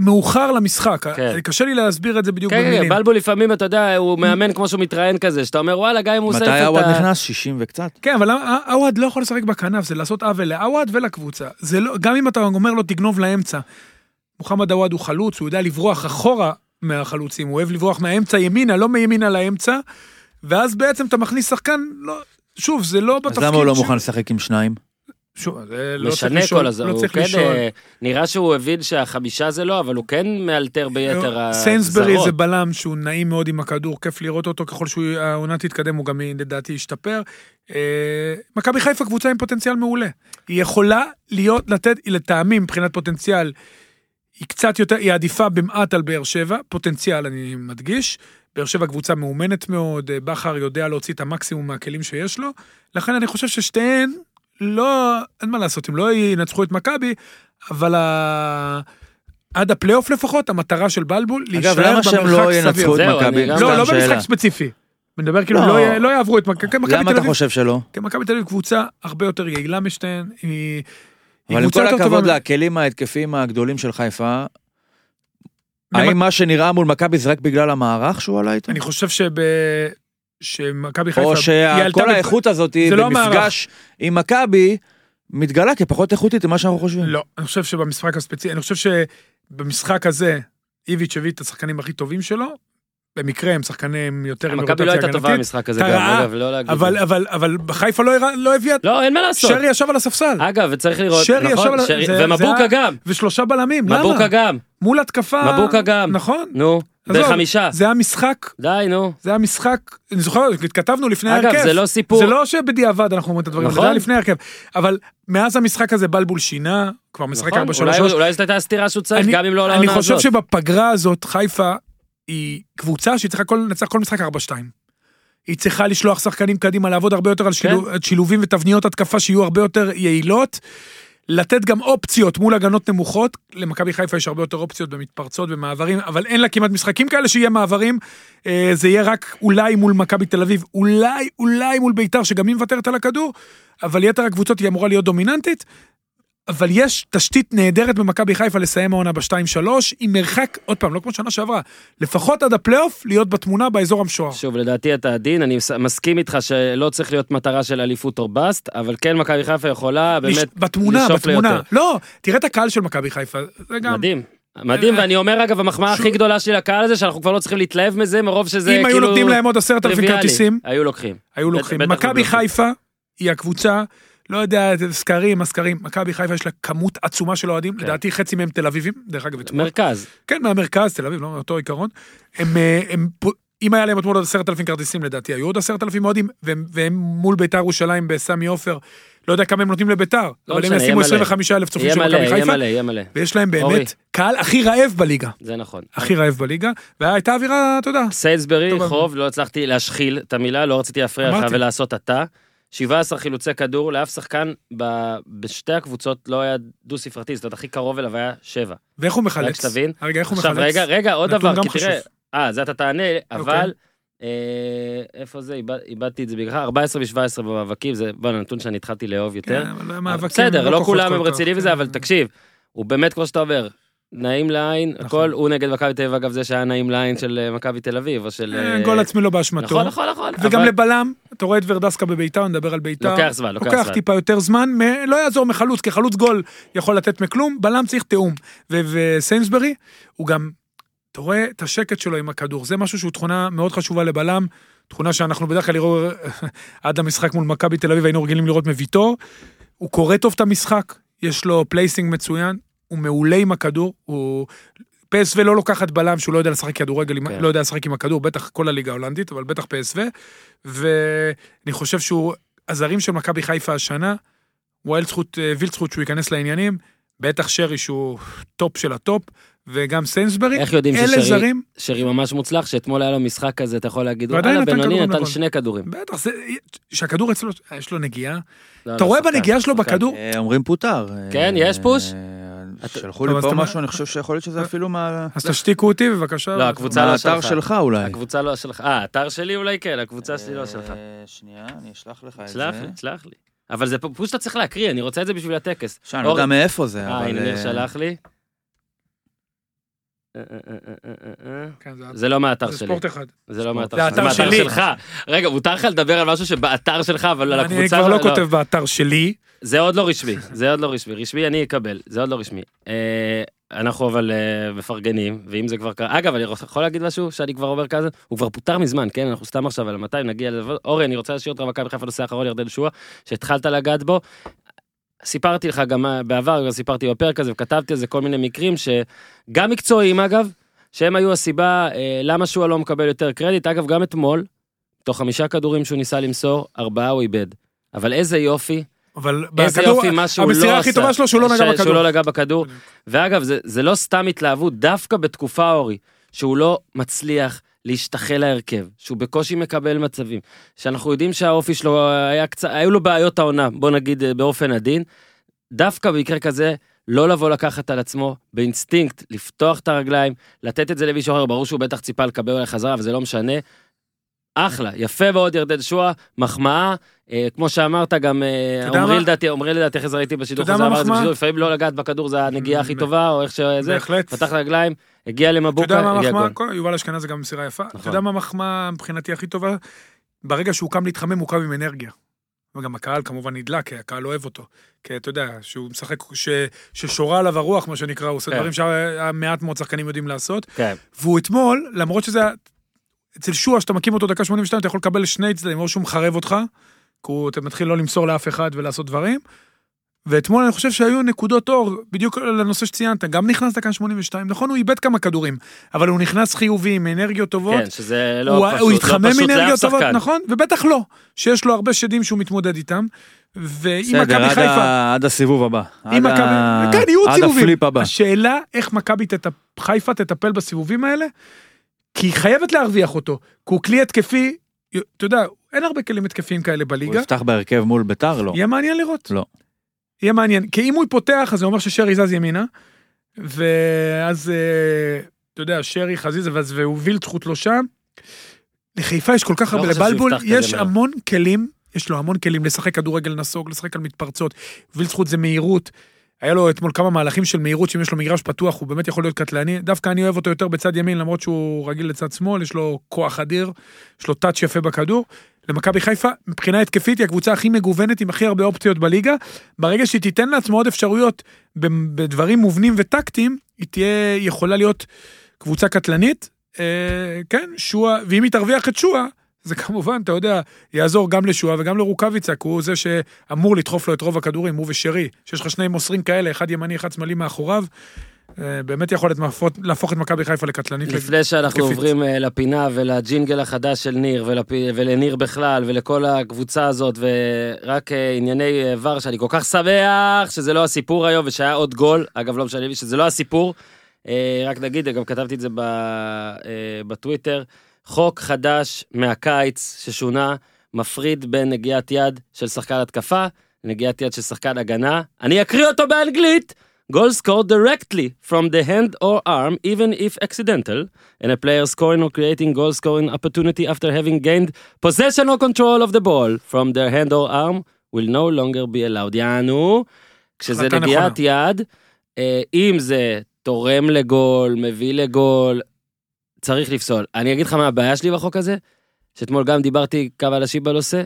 Speaker 3: מאוחר למשחק.
Speaker 1: כן.
Speaker 3: קשה לי להסביר את זה בדיוק
Speaker 1: כן, כן, כן,
Speaker 3: במילים.
Speaker 1: בלבו לפעמים, אתה יודע, הוא מאמן כמו שהוא מתראיין כזה, שאתה אומר, וואלה, גם אם הוא עושה
Speaker 4: מתי
Speaker 1: את
Speaker 4: עווד
Speaker 1: ה-
Speaker 4: נכנס? 60 וקצת?
Speaker 3: כן, אבל למה- ע- עווד לא יכול לשחק בכנף, זה לעשות עוול לעווד ולקבוצה. זה לא, גם אם אתה אומר לו תגנוב לאמצע. מוחמד עווד הוא חלוץ, הוא יודע לברוח אחורה מהחלוצים, הוא אוהב לברוח מהאמצע ימינה, לא מימינה לאמצע, ואז בעצם אתה מכניס שחקן, לא, שוב, זה לא בתפקיד
Speaker 4: אז למה הוא לא
Speaker 3: ש-
Speaker 4: מוכן לשחק עם שניים?
Speaker 3: שוב, זה לא צריך
Speaker 1: משנה
Speaker 3: לשאול,
Speaker 1: כל הזמן,
Speaker 3: לא
Speaker 1: הוא
Speaker 3: צריך
Speaker 1: כן,
Speaker 3: לשאול.
Speaker 1: אה, נראה שהוא הבין שהחמישה זה לא, אבל הוא כן מאלתר ביתר הזרות.
Speaker 3: אה, סיינסברי זה בלם שהוא נעים מאוד עם הכדור, כיף לראות אותו, ככל שהעונה תתקדם הוא גם לדעתי ישתפר. אה, מכבי חיפה קבוצה עם פוטנציאל מעולה. היא יכולה להיות, לתת, לטעמי מבחינת פוטנציאל, היא קצת יותר, היא עדיפה במעט על באר שבע, פוטנציאל אני מדגיש. באר שבע קבוצה מאומנת מאוד, אה, בכר יודע להוציא את המקסימום מהכלים שיש לו, לכן אני חושב ששתיהן, לא, אין מה לעשות, אם לא ינצחו את מכבי, אבל ה... עד הפלייאוף לפחות, המטרה של בלבול,
Speaker 4: אגב,
Speaker 3: להישאר
Speaker 4: למה שהם לא
Speaker 3: במרחק סביר.
Speaker 4: ינצחו את
Speaker 1: זהו,
Speaker 4: מכבי?
Speaker 1: אני גם-
Speaker 3: לא,
Speaker 4: סתם
Speaker 3: לא
Speaker 4: שאלה.
Speaker 3: במשחק ספציפי. מדבר כאילו,
Speaker 4: לא.
Speaker 3: לא י- לא יעברו את מכבי תל אביב.
Speaker 4: למה אתה חושב שלא?
Speaker 3: כי מכבי תל אביב קבוצה הרבה יותר יעילה משתיהן, היא... היא
Speaker 4: אבל עם
Speaker 3: קבוצה
Speaker 4: כל
Speaker 3: יותר
Speaker 4: הכבוד
Speaker 3: טובה
Speaker 4: לכלים ההתקפיים הגדולים של חיפה,
Speaker 3: ממ-
Speaker 4: האם מה שנראה מול מכבי זה רק בגלל המערך שהוא עלה איתו?
Speaker 3: אני חושב שב... שמכבי חיפה...
Speaker 4: או
Speaker 3: היא עלתה
Speaker 4: שכל
Speaker 3: בק-
Speaker 4: האיכות הזאת
Speaker 3: זה לא
Speaker 4: במפגש עם מכבי מתגלה כפחות איכותית ממה שאנחנו חושבים?
Speaker 3: לא, אני חושב שבמשחק הספציפי, אני חושב שבמשחק הזה, איביץ' הביא את השחקנים הכי טובים שלו, במקרה הם שחקנים יותר עם
Speaker 1: מכבי לא הייתה טובה במשחק הזה,
Speaker 3: אתה
Speaker 1: גם,
Speaker 3: רעה,
Speaker 1: אגב, לא להגיד.
Speaker 3: אבל, אבל, אבל בחיפה לא, הראה- לא הביאה...
Speaker 1: לא, אה. אין מה לעשות.
Speaker 3: שרי ישב על הספסל,
Speaker 1: אגב, וצריך לראות,
Speaker 3: שרי ישב
Speaker 1: נכון,
Speaker 3: על-
Speaker 1: שרי-
Speaker 3: זה- זה
Speaker 1: ומבוקה
Speaker 3: היה-
Speaker 1: גם,
Speaker 3: ושלושה בלמים, למה?
Speaker 1: מבוקה גם,
Speaker 3: מול התקפה...
Speaker 1: מבוקה גם.
Speaker 3: נכון.
Speaker 1: נו,
Speaker 3: עזוב,
Speaker 1: בחמישה.
Speaker 3: זה היה משחק,
Speaker 1: די, נו.
Speaker 3: זה היה משחק, אני זוכר, כתבנו לפני
Speaker 1: אגב,
Speaker 3: ההרכב.
Speaker 1: זה לא סיפור.
Speaker 3: זה לא שבדיעבד אנחנו אומרים את הדברים האלה,
Speaker 1: נכון.
Speaker 3: זה היה לפני ההרכב. אבל מאז המשחק הזה בלבול שינה, כבר משחק
Speaker 1: נכון,
Speaker 3: 4
Speaker 1: אולי
Speaker 3: 3
Speaker 1: הוא- אולי זאת הייתה הסתירה שהוא צריך, גם אם לא לעונה
Speaker 3: אני
Speaker 1: הזאת.
Speaker 3: חושב שבפגרה הזאת חיפה היא קבוצה שהיא צריכה כל- לנצח כל משחק 4-2. היא צריכה לשלוח שחקנים קדימה, לעבוד הרבה יותר על
Speaker 1: כן.
Speaker 3: שילוב, שילובים ותבניות התקפה שיהיו הרבה יותר יעילות. לתת גם אופציות מול הגנות נמוכות, למכבי חיפה יש הרבה יותר אופציות במתפרצות, במעברים, אבל אין לה כמעט משחקים כאלה שיהיה מעברים, אה, זה יהיה רק אולי מול מכבי תל אביב, אולי, אולי מול ביתר, שגם היא מוותרת על הכדור, אבל יתר הקבוצות היא אמורה להיות דומיננטית, אבל יש תשתית נהדרת במכבי חיפה לסיים העונה ב-2-3, עם מרחק, עוד פעם, לא כמו שנה שעברה, לפחות עד הפלייאוף, להיות בתמונה באזור המשוער.
Speaker 1: שוב, לדעתי אתה עדין, אני מס- מסכים איתך שלא צריך להיות מטרה של אליפות או באסט, אבל כן מכבי חיפה יכולה
Speaker 3: לש-
Speaker 1: באמת
Speaker 3: בתמונה,
Speaker 1: לשאוף
Speaker 3: בתמונה.
Speaker 1: ליותר.
Speaker 3: לא, תראה את הקהל של מכבי חיפה, זה גם...
Speaker 1: מדהים. מדהים,
Speaker 3: אה,
Speaker 1: ואני אומר אגב, המחמאה
Speaker 3: שוב-
Speaker 1: הכי גדולה שלי לקהל הזה, שאנחנו כבר לא צריכים להתלהב מזה, מרוב שזה
Speaker 3: אם
Speaker 1: כאילו...
Speaker 3: היו נותנים להם עוד עשרת אלפים
Speaker 1: טריוויאלי.
Speaker 3: כרטיסים,
Speaker 1: היו לוקחים.
Speaker 3: היו
Speaker 1: בטח-
Speaker 3: לוקחים.
Speaker 1: בטח
Speaker 3: מכבי
Speaker 1: לוקחים.
Speaker 3: חיפה היא הקבוצה, לא יודע, סקרים, הסקרים, מכבי חיפה יש לה כמות עצומה של אוהדים,
Speaker 1: כן.
Speaker 3: לדעתי חצי מהם תל אביבים, דרך אגב, אתמול.
Speaker 1: מרכז.
Speaker 3: כן, מהמרכז, תל אביב, לא מאותו עיקרון. הם, אה, הם, פו- אם היה להם אתמול עוד עשרת אלפים כרטיסים, לדעתי היו עוד עשרת אלפים אוהדים, והם, והם מול ביתר ירושלים בסמי עופר, לא יודע כמה הם נותנים לביתר,
Speaker 1: לא
Speaker 3: אבל הם
Speaker 1: משנה, יהיה
Speaker 3: ישימו
Speaker 1: מלא.
Speaker 3: 25 אלף צופים
Speaker 1: יהיה
Speaker 3: של
Speaker 1: מלא,
Speaker 3: מכבי
Speaker 1: יהיה
Speaker 3: חיפה,
Speaker 1: מלא, יהיה מלא.
Speaker 3: ויש להם
Speaker 1: אורי.
Speaker 3: באמת קהל הכי רעב בליגה,
Speaker 1: זה נכון.
Speaker 3: הכי רעב בליגה, והייתה אווירה, אתה יודע,
Speaker 1: סיינסברי,
Speaker 3: טוב,
Speaker 1: חוב, לא הצלחתי להשחיל את המילה, לא רציתי להפריע לך
Speaker 3: אמרתי.
Speaker 1: ולעשות אתה. 17 חילוצי כדור, לאף שחקן ב- בשתי הקבוצות לא היה דו-ספרתי, זאת אומרת, הכי קרוב אליו היה שבע.
Speaker 3: ואיך הוא
Speaker 1: רק
Speaker 3: מחלץ? אה,
Speaker 1: שתבין.
Speaker 3: רגע, איך הוא
Speaker 1: עכשיו
Speaker 3: מחלץ?
Speaker 1: רגע, רגע, עוד
Speaker 3: נתון
Speaker 1: דבר,
Speaker 3: גם
Speaker 1: כי תראה,
Speaker 3: חשוב.
Speaker 1: אה, זה אתה תענה, אבל,
Speaker 3: אוקיי.
Speaker 1: אה, איפה זה, איבד- איבדתי את זה בגללך, 14 ו-17 במאבקים, זה, בוא'נה, נתון שאני התחלתי לאהוב יותר.
Speaker 3: כן, אבל המאבקים
Speaker 1: בסדר,
Speaker 3: לא
Speaker 1: לא
Speaker 3: כוחות
Speaker 1: כולם
Speaker 3: כל
Speaker 1: הם
Speaker 3: כך,
Speaker 1: רציניים
Speaker 3: כן.
Speaker 1: וזה, אבל תקשיב, הוא באמת, כמו שאתה אומר, נעים לעין,
Speaker 3: נכון.
Speaker 1: הכל הוא נגד מכבי תל אביב, אגב זה שהיה נעים לעין של אה, מכבי תל אביב, או של...
Speaker 3: אה,
Speaker 1: אה,
Speaker 3: גול עצמי לא באשמתו.
Speaker 1: נכון, נכון, נכון.
Speaker 3: וגם
Speaker 1: אבל
Speaker 3: לבלם, אתה רואה את ורדסקה בביתר, נדבר על ביתר.
Speaker 1: לוקח זמן, לוקח
Speaker 3: לוקח
Speaker 1: זמן.
Speaker 3: טיפה יותר זמן, מ- לא יעזור מחלוץ, כי חלוץ גול יכול לתת מכלום, בלם צריך תיאום. ו- וסיינסברי, הוא גם, אתה רואה את השקט שלו עם הכדור, זה משהו שהוא תכונה מאוד חשובה לבלם, תכונה שאנחנו בדרך כלל נראה, עד המשחק מול מכבי תל אביב היינו רגילים לראות מוויטור, הוא קורא טוב את המשחק, יש לו פלייסינג מצוין, הוא מעולה עם הכדור, הוא... PSV לא לוקחת בלם שהוא לא יודע לשחק כדורגל, עם-
Speaker 1: כן.
Speaker 3: לא יודע לשחק עם הכדור, בטח כל הליגה ההולנדית, אבל בטח PSV, ואני חושב שהוא, הזרים של מכבי חיפה השנה, וואל זכות, אה, וילד זכות שהוא ייכנס לעניינים, בטח שרי שהוא טופ של הטופ, וגם סיינסברי,
Speaker 1: איך יודעים
Speaker 3: אלה
Speaker 1: ששרי-
Speaker 3: זרים,
Speaker 1: שרי ממש מוצלח, שאתמול היה לו משחק כזה, אתה יכול להגיד,
Speaker 3: ועדיין
Speaker 1: וואלה,
Speaker 3: נתן
Speaker 1: בינוני
Speaker 3: כדורים
Speaker 1: נתן
Speaker 3: נכון."
Speaker 1: שני כדורים.
Speaker 3: בטח, זה, שהכדור אצלו, אה, יש לו נגיעה,
Speaker 1: לא,
Speaker 3: אתה
Speaker 1: לא,
Speaker 3: רואה
Speaker 1: שחקן,
Speaker 3: בנגיעה שלו
Speaker 1: שחקן.
Speaker 3: בכדור,
Speaker 4: אה, אומרים פוטר.
Speaker 1: כן,
Speaker 4: אה,
Speaker 1: יש פוש?
Speaker 4: אה,
Speaker 1: אתה-
Speaker 4: שלחו
Speaker 3: טוב,
Speaker 4: לי
Speaker 3: אז
Speaker 4: פה
Speaker 3: אתה- אה,
Speaker 4: משהו, אני חושב שיכול להיות שזה אפילו מה-
Speaker 3: אז תשתיקו אותי בבקשה.
Speaker 1: לא, הקבוצה לא
Speaker 4: מהאתר
Speaker 1: שלך.
Speaker 4: שלך אולי.
Speaker 1: הקבוצה לא שלך. אה, האתר שלי אולי כן, הקבוצה שלי לא שלך.
Speaker 4: אה, שנייה, אני אשלח לך את זה.
Speaker 1: תסלח לי, תסלח לי. אבל זה פ- פשוט שאתה צריך להקריא, אני רוצה את זה בשביל הטקס.
Speaker 4: שאני לא יודע מאיפה זה,
Speaker 1: אה,
Speaker 4: אבל...
Speaker 1: הנה ניר
Speaker 4: אה,
Speaker 1: שלח לי. אה, אה, אה, אה, אה, אה.
Speaker 3: כן, זה-
Speaker 1: זה לא מהאתר
Speaker 3: זה
Speaker 1: שלי,
Speaker 3: ספורט אחד.
Speaker 1: זה לא מהאתר
Speaker 3: זה
Speaker 1: שלי, זה
Speaker 3: האתר
Speaker 1: מהאתר
Speaker 3: שלי.
Speaker 1: שלך. רגע, מותר לך לדבר על משהו שבאתר שלך, אבל על הקבוצה...
Speaker 3: אני כבר לא
Speaker 1: לא.
Speaker 3: כותב באתר שלי,
Speaker 1: זה עוד לא רשמי, זה עוד לא רשמי. רשמי אני אקבל, זה עוד לא רשמי. אה, אנחנו אבל אה, מפרגנים, ואם זה כבר קרה... אגב, אני רוצה- יכול להגיד משהו שאני כבר אומר כזה? הוא כבר פוטר מזמן, כן? אנחנו סתם עכשיו על 200, נגיע לזה. אורי, אני רוצה להשאיר אותך במכבי חיפה נושא האחרון, ירדן שועה, שהתחלת לגעת בו. סיפרתי לך גם אה, בעבר, גם סיפרתי בפרק הזה, וכתבתי על זה כל מיני מקרים, שגם מקצועיים אגב, שהם היו הסיבה אה, למה שועה לא מקבל יותר קרדיט. אגב, גם אתמול, תוך חמישה כדורים שהוא ניסה למסור, ארבעה הוא איבד. אבל איזה יופי
Speaker 3: אבל
Speaker 1: איזה
Speaker 3: אה, בכדור-
Speaker 1: יופי מה שהוא לא עשה.
Speaker 3: המסירה הכי טובה שלו שהוא לא
Speaker 1: ש-
Speaker 3: נגע
Speaker 1: שהוא
Speaker 3: בכדור.
Speaker 1: לא נגע בכדור. ואגב, זה, זה לא סתם התלהבות, דווקא בתקופה אורי, שהוא לא מצליח להשתחל להרכב, שהוא בקושי מקבל מצבים, שאנחנו יודעים שהאופי שלו היה קצת, היו לו בעיות העונה, בוא נגיד אה, באופן עדין, דווקא במקרה כזה, לא לבוא לקחת על עצמו באינסטינקט, לפתוח את הרגליים, לתת את זה למישהו אחר, ברור שהוא בטח ציפה לקבל אולי חזרה, אבל זה לא משנה. אחלה, יפה מאוד ירדן שואה, מחמאה, אה, כמו שאמרת, גם אה,
Speaker 3: אתה יודע
Speaker 1: עומרי
Speaker 3: מה?
Speaker 1: לדעתי, עומרי לדעתי אחרי זה ראיתי בשידור
Speaker 3: אתה יודע
Speaker 1: חוזר,
Speaker 3: מה
Speaker 1: אמר את זה
Speaker 3: מחמאה?
Speaker 1: בשידור, לפעמים לא לגעת בכדור זה הנגיעה הכי
Speaker 3: מ-
Speaker 1: טובה, או איך שזה,
Speaker 3: בהחלט.
Speaker 1: פתח רגליים, הגיע
Speaker 3: אתה יודע
Speaker 1: למבוקה,
Speaker 3: מה
Speaker 1: הגיע
Speaker 3: המחמאה?
Speaker 1: גול.
Speaker 3: כל- יובל אשכנזי גם מסירה יפה.
Speaker 1: נכון.
Speaker 3: אתה יודע מה המחמאה מבחינתי הכי טובה? ברגע שהוא קם להתחמם, הוא קם עם אנרגיה. וגם הקהל כמובן נדלק, כי הקהל אוהב אותו. כי אתה יודע, שהוא משחק, ש- ששורה עליו הרוח, מה שנקרא, הוא עושה
Speaker 1: כן.
Speaker 3: דברים שמעט מאוד שחקנים יודעים לעשות.
Speaker 1: כן,
Speaker 3: והוא אתמול, למרות שזה היה... אצל שועה, שאתה מקים אותו דקה 82, אתה יכול לקבל שני צדדים, או שהוא מחרב אותך, כי הוא- אתה מתחיל לא למסור לאף אחד ולעשות דברים. ואתמול אני חושב שהיו נקודות אור, בדיוק לנושא שציינת, גם נכנס דקה 82, נכון, הוא איבד כמה כדורים, אבל הוא נכנס חיובי, עם אנרגיות טובות.
Speaker 1: כן, שזה
Speaker 3: הוא,
Speaker 1: לא
Speaker 3: הוא
Speaker 1: פשוט,
Speaker 3: התחמם
Speaker 1: לא פשוט לאף
Speaker 3: אנרגיות טובות,
Speaker 1: שחקן.
Speaker 3: נכון? ובטח לא, שיש לו הרבה שדים שהוא מתמודד איתם. ואם
Speaker 4: בסדר,
Speaker 3: מכבי
Speaker 4: עד
Speaker 3: חיפה...
Speaker 4: ה- עד הסיבוב הבא.
Speaker 3: אם
Speaker 4: עד ה-
Speaker 3: מכבי, כן, יהיו סיבובים.
Speaker 4: עד הפליפ הבא.
Speaker 3: השאלה איך מכבי תטפ- חיפה תטפל בסיבובים האלה, כי היא חייבת להרוויח אותו, כי הוא כלי התקפי, אתה יודע, אין הרבה כלים התקפיים כאלה
Speaker 4: הוא
Speaker 3: בליגה,
Speaker 4: יפתח בהרכב מול ביתר? לא.
Speaker 3: יהיה מעניין לראות.
Speaker 4: לא.
Speaker 3: יהיה מעניין, כי אם הוא פותח, אז זה אומר ששרי זז ימינה, ואז, אה, אתה יודע, שרי חזיזה, ואז- והוא וילדחוט לא שם. לחיפה יש כל כך
Speaker 1: לא
Speaker 3: הרבה,
Speaker 1: חושב שהוא
Speaker 3: לבלבול
Speaker 1: יפתח כזה
Speaker 3: יש
Speaker 1: מהר.
Speaker 3: המון כלים, יש לו המון כלים לשחק כדורגל נסוג, לשחק על מתפרצות, וילדחוט זה מהירות. היה לו אתמול כמה מהלכים של מהירות, שאם יש לו מגרש פתוח הוא באמת יכול להיות קטלני. דווקא אני אוהב אותו יותר בצד ימין, למרות שהוא רגיל לצד שמאל, יש לו כוח אדיר, יש לו טאץ' יפה בכדור. למכבי חיפה, מבחינה התקפית, היא הקבוצה הכי מגוונת עם הכי הרבה אופציות בליגה. ברגע שהיא תיתן לעצמה עוד אפשרויות ב- בדברים מובנים וטקטיים, היא תהיה יכולה להיות קבוצה קטלנית. אה, כן, שועה, ואם היא תרוויח את שועה, זה כמובן, אתה יודע, יעזור גם לשועה וגם לרוקאביצה, כי הוא זה שאמור לדחוף לו את רוב הכדורים, הוא ושרי, שיש לך שני מוסרים כאלה, אחד ימני, אחד שמאלי מאחוריו, אה, באמת יכול להיות להפוך, להפוך את מכבי חיפה לקטלנית.
Speaker 1: לפני שאנחנו
Speaker 3: התקפית.
Speaker 1: עוברים אה, לפינה ולג'ינגל החדש של ניר ולפ... ולניר בכלל ולכל הקבוצה הזאת ורק אה, ענייני אה, ור שאני כל כך שמח שזה לא הסיפור היום ושהיה עוד גול אגב לא משנה לי שזה לא הסיפור אה, רק נגיד גם כתבתי את זה ב... אה, בטוויטר חוק חדש מהקיץ ששונה מפריד בין נגיעת יד של שחקן התקפה לנגיעת יד של שחקן הגנה אני אקריא אותו באנגלית Goal scored directly from the hand or arm, even if accidental, and a player scoring or creating goal scoring opportunity after having gained possession or control of the ball from their hand or arm will no longer be allowed. יענו, כשזה
Speaker 3: החלטה
Speaker 1: נגיעת יד, אה, אם זה תורם לגול, מביא לגול, צריך לפסול. אני אגיד לך מה הבעיה שלי בחוק הזה, שאתמול גם דיברתי כמה אנשים בנושא,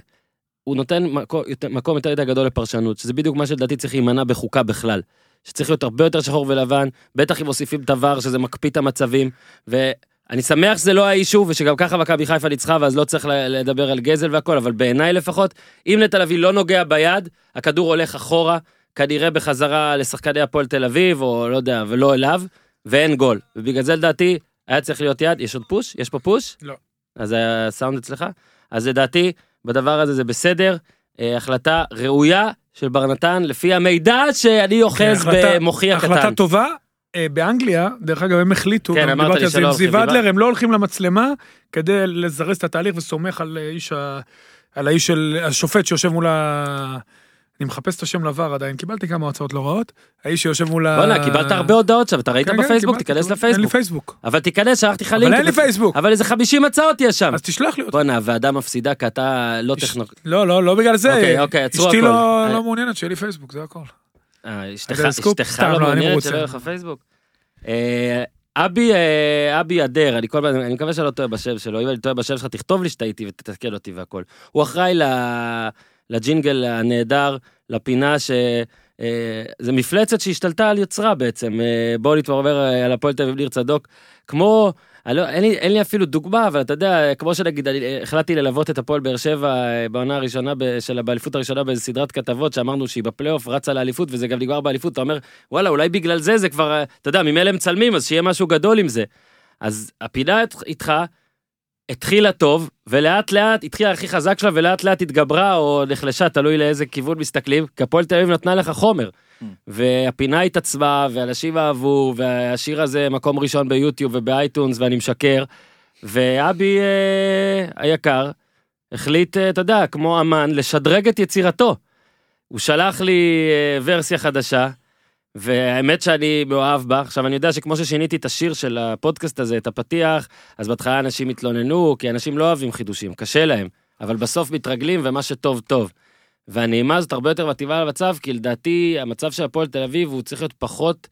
Speaker 1: הוא נותן מקום יותר, מקום יותר מדי גדול לפרשנות, שזה בדיוק מה שלדעתי צריך להימנע בחוקה בכלל. שצריך להיות הרבה יותר שחור ולבן, בטח אם מוסיפים דבר שזה מקפיא את המצבים, ואני שמח שזה לא האישו, ושגם ככה מכבי חיפה ניצחה, ואז לא צריך ל- לדבר על גזל והכל, אבל בעיניי לפחות, אם לתל אביב לא נוגע ביד, הכדור הולך אחורה, כנראה בחזרה לשחקני הפועל תל אביב, או לא יודע, ולא אליו, ואין גול. ובגלל זה לדעתי, היה צריך להיות יד, יש עוד פוש? יש פה פוש?
Speaker 3: לא.
Speaker 1: אז הסאונד אצלך? אז לדעתי, בדבר הזה זה בסדר. אה, החלטה ראויה של בר נתן, לפי המידע שאני אוחז
Speaker 3: כן, החלטה-
Speaker 1: במוחי הקטן.
Speaker 3: החלטה טובה. אה, באנגליה, דרך אגב, הם החליטו,
Speaker 1: כן,
Speaker 3: גם
Speaker 1: אמרת
Speaker 3: דיברתי
Speaker 1: לי
Speaker 3: על זה
Speaker 1: שלא
Speaker 3: עם
Speaker 1: הולכים,
Speaker 3: זיו אדלר,
Speaker 1: דיברתי.
Speaker 3: הם לא הולכים למצלמה כדי לזרז את התהליך, וסומך על אה, איש ה... על האיש של השופט שיושב מול ה... אני מחפש את השם לבר עדיין, קיבלתי כמה הצעות לא רעות. האיש שיושב מול ה...
Speaker 1: בואנה, קיבלת הרבה הודעות שם, אתה ראית
Speaker 3: אה, כן, כן,
Speaker 1: בפייסבוק?
Speaker 3: קיבלתי,
Speaker 1: תיכנס
Speaker 3: קיבלתי. אין לי
Speaker 1: לפייסבוק.
Speaker 3: פייסבוק.
Speaker 1: אבל תיכנס, שלחתי לך לינק.
Speaker 3: אבל אין לי פייסבוק,
Speaker 1: אבל איזה 50 הצעות יש שם.
Speaker 3: אז תשלח לי אותו.
Speaker 1: בואנה, הוועדה מפסידה כי אתה לא
Speaker 3: יש-
Speaker 1: טכנוק...
Speaker 3: לא, לא, לא בגלל זה.
Speaker 1: אוקיי, אוקיי, עצרו
Speaker 3: אשתי
Speaker 1: הכל.
Speaker 3: לא
Speaker 1: אה.
Speaker 3: לא מעוניינת שיהיה לי פייסבוק, זה הכל.
Speaker 1: אה, אשתך
Speaker 3: זה סקופ?
Speaker 1: אשתך
Speaker 3: סתם,
Speaker 1: לא
Speaker 3: לא, אני
Speaker 1: מעוניינת
Speaker 3: מרוצה.
Speaker 1: שלא יהיה לך פייסבוק? אה, אבי אה, אבי אדר, אני כל הזמן, אני מקווה שאני לא טועה בשם שלו, אם אני טועה בשם שלך, תכתוב לי שטעיתי ותתקן אותי והכל. הוא אחראי ל- לג'ינגל הנהדר, לפינה ש... אה, זה מפלצת שהשתלטה על יוצרה בעצם, אה, בואו נתמרמר אה, על הפועל תל אביב ניר צדוק, כמו, אני לא, אין, לי, אין לי אפילו דוגמה, אבל אתה יודע, אה, כמו שנגיד, אני, אה, החלטתי ללוות את הפועל באר שבע אה, בעונה הראשונה, ב, של, באליפות הראשונה באיזה סדרת כתבות, שאמרנו שהיא בפלייאוף, רצה לאליפות, וזה גם נגמר באליפות, אתה אומר, וואלה, אולי בגלל זה זה כבר, אה, אתה יודע, ממילא מצלמים, אז שיהיה משהו גדול עם זה. אז הפינה את- איתך, התחילה טוב, ולאט לאט התחילה הכי חזק שלה, ולאט לאט התגברה או נחלשה, תלוי לאיזה כיוון מסתכלים, כי הפועל תל אביב נתנה לך חומר. והפינה התעצבה, ואנשים אהבו, והשיר הזה מקום ראשון ביוטיוב ובאייטונס, ואני משקר. ואבי אה, היקר החליט, אה, אתה יודע, כמו אמן, לשדרג את יצירתו. הוא שלח לי אה, ורסיה חדשה, והאמת שאני מאוהב בה. עכשיו, אני יודע שכמו ששיניתי את השיר של הפודקאסט הזה, את הפתיח, אז בהתחלה אנשים התלוננו, כי אנשים לא אוהבים חידושים, קשה להם. אבל בסוף מתרגלים, ומה שטוב, טוב. והנעימה הזאת הרבה יותר מתאימה למצב, כי לדעתי המצב של הפועל תל אביב הוא צריך להיות פחות,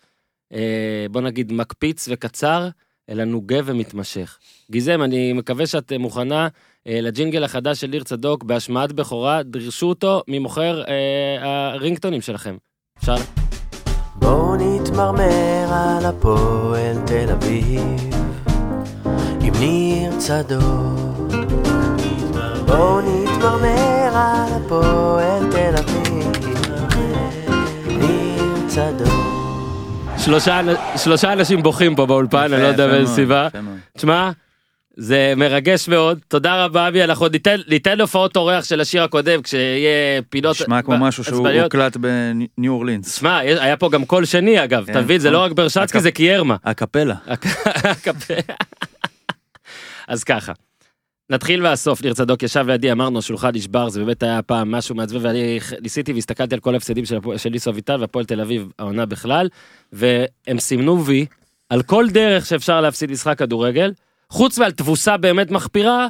Speaker 1: אה, בוא נגיד, מקפיץ וקצר, אלא נוגה ומתמשך. גיזם, אני מקווה שאת אה, מוכנה אה, לג'ינגל החדש של ניר צדוק, בהשמעת בכורה, דרשו אותו ממוכר אה, הרינגטונים שלכם. אפשר?
Speaker 5: בואו נתמרמר על הפועל תל אביב עם ניר צדוק בואו נתמרמר על הפועל תל אביב ניר צדוק
Speaker 1: שלושה, אנ- שלושה אנשים בוכים פה באולפן, אני לא יודע באיזה סיבה. תשמע, זה מרגש מאוד, תודה רבה אבי, אנחנו ניתן, ניתן הופעות אורח של השיר הקודם, כשיהיה פינות...
Speaker 4: נשמע כמו
Speaker 1: ב-
Speaker 4: משהו שהוא
Speaker 1: עצבניות.
Speaker 4: הוקלט בניו אורלינס.
Speaker 1: שמע, יש- היה פה גם קול שני אגב,
Speaker 4: כן,
Speaker 1: אתה מבין, זה
Speaker 4: נכון.
Speaker 1: לא רק ברשצקי,
Speaker 4: הקפ-
Speaker 1: זה קיירמה.
Speaker 4: הקפלה.
Speaker 1: אה, הקפה. אז ככה. נתחיל מהסוף, ניר צדוק ישב לידי, אמרנו, השולחן נשבר, זה באמת היה פעם משהו מעצבן, ואני ח- ניסיתי והסתכלתי על כל ההפסדים של, הפועל- של ניסו אביטל והפועל תל אביב, העונה בכלל, והם סימנו וי על כל דרך שאפשר להפסיד משחק כדורגל, חוץ מעל תבוסה באמת מחפירה,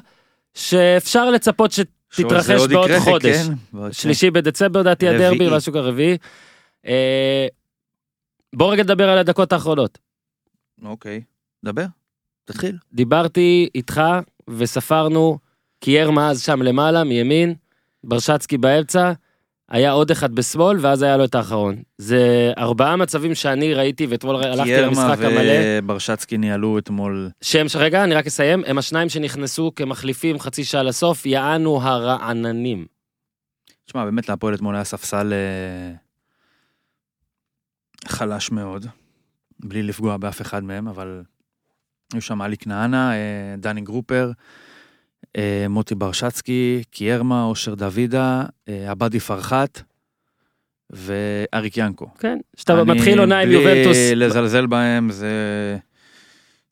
Speaker 1: שאפשר לצפות
Speaker 4: שזה
Speaker 1: שתתרחש
Speaker 4: עוד
Speaker 1: בעוד
Speaker 4: יקרה,
Speaker 1: חודש.
Speaker 4: כן, ועוד-
Speaker 1: שלישי בדצמבר דעתי
Speaker 4: רביעי.
Speaker 1: הדרבי, משהו כזה רביעי. אה, בואו רגע נדבר על הדקות האחרונות.
Speaker 4: אוקיי. דבר. תתחיל.
Speaker 1: דיברתי איתך וספרנו קייר מאז שם למעלה, מימין, ברשצקי באמצע, היה עוד אחד בשמאל ואז היה לו את האחרון. זה ארבעה מצבים שאני ראיתי ואתמול הלכתי
Speaker 4: קיירמה
Speaker 1: למשחק המלא.
Speaker 4: וברשצקי ניהלו אתמול.
Speaker 1: שהם, ש- רגע, אני רק אסיים, הם השניים שנכנסו כמחליפים חצי שעה לסוף, יענו הרעננים.
Speaker 4: תשמע, באמת להפועל אתמול היה ספסל אה, חלש מאוד, בלי לפגוע באף אחד מהם, אבל היו שם עלי כנענה, אה, דני גרופר, אה, מוטי ברשצקי, קיירמה, אושר דוידה, אה, עבדי פרחת ואריק ינקו.
Speaker 1: כן, שאתה
Speaker 4: אני,
Speaker 1: מתחיל עונה עם יובנטוס.
Speaker 4: בלי לזלזל בהם, זה...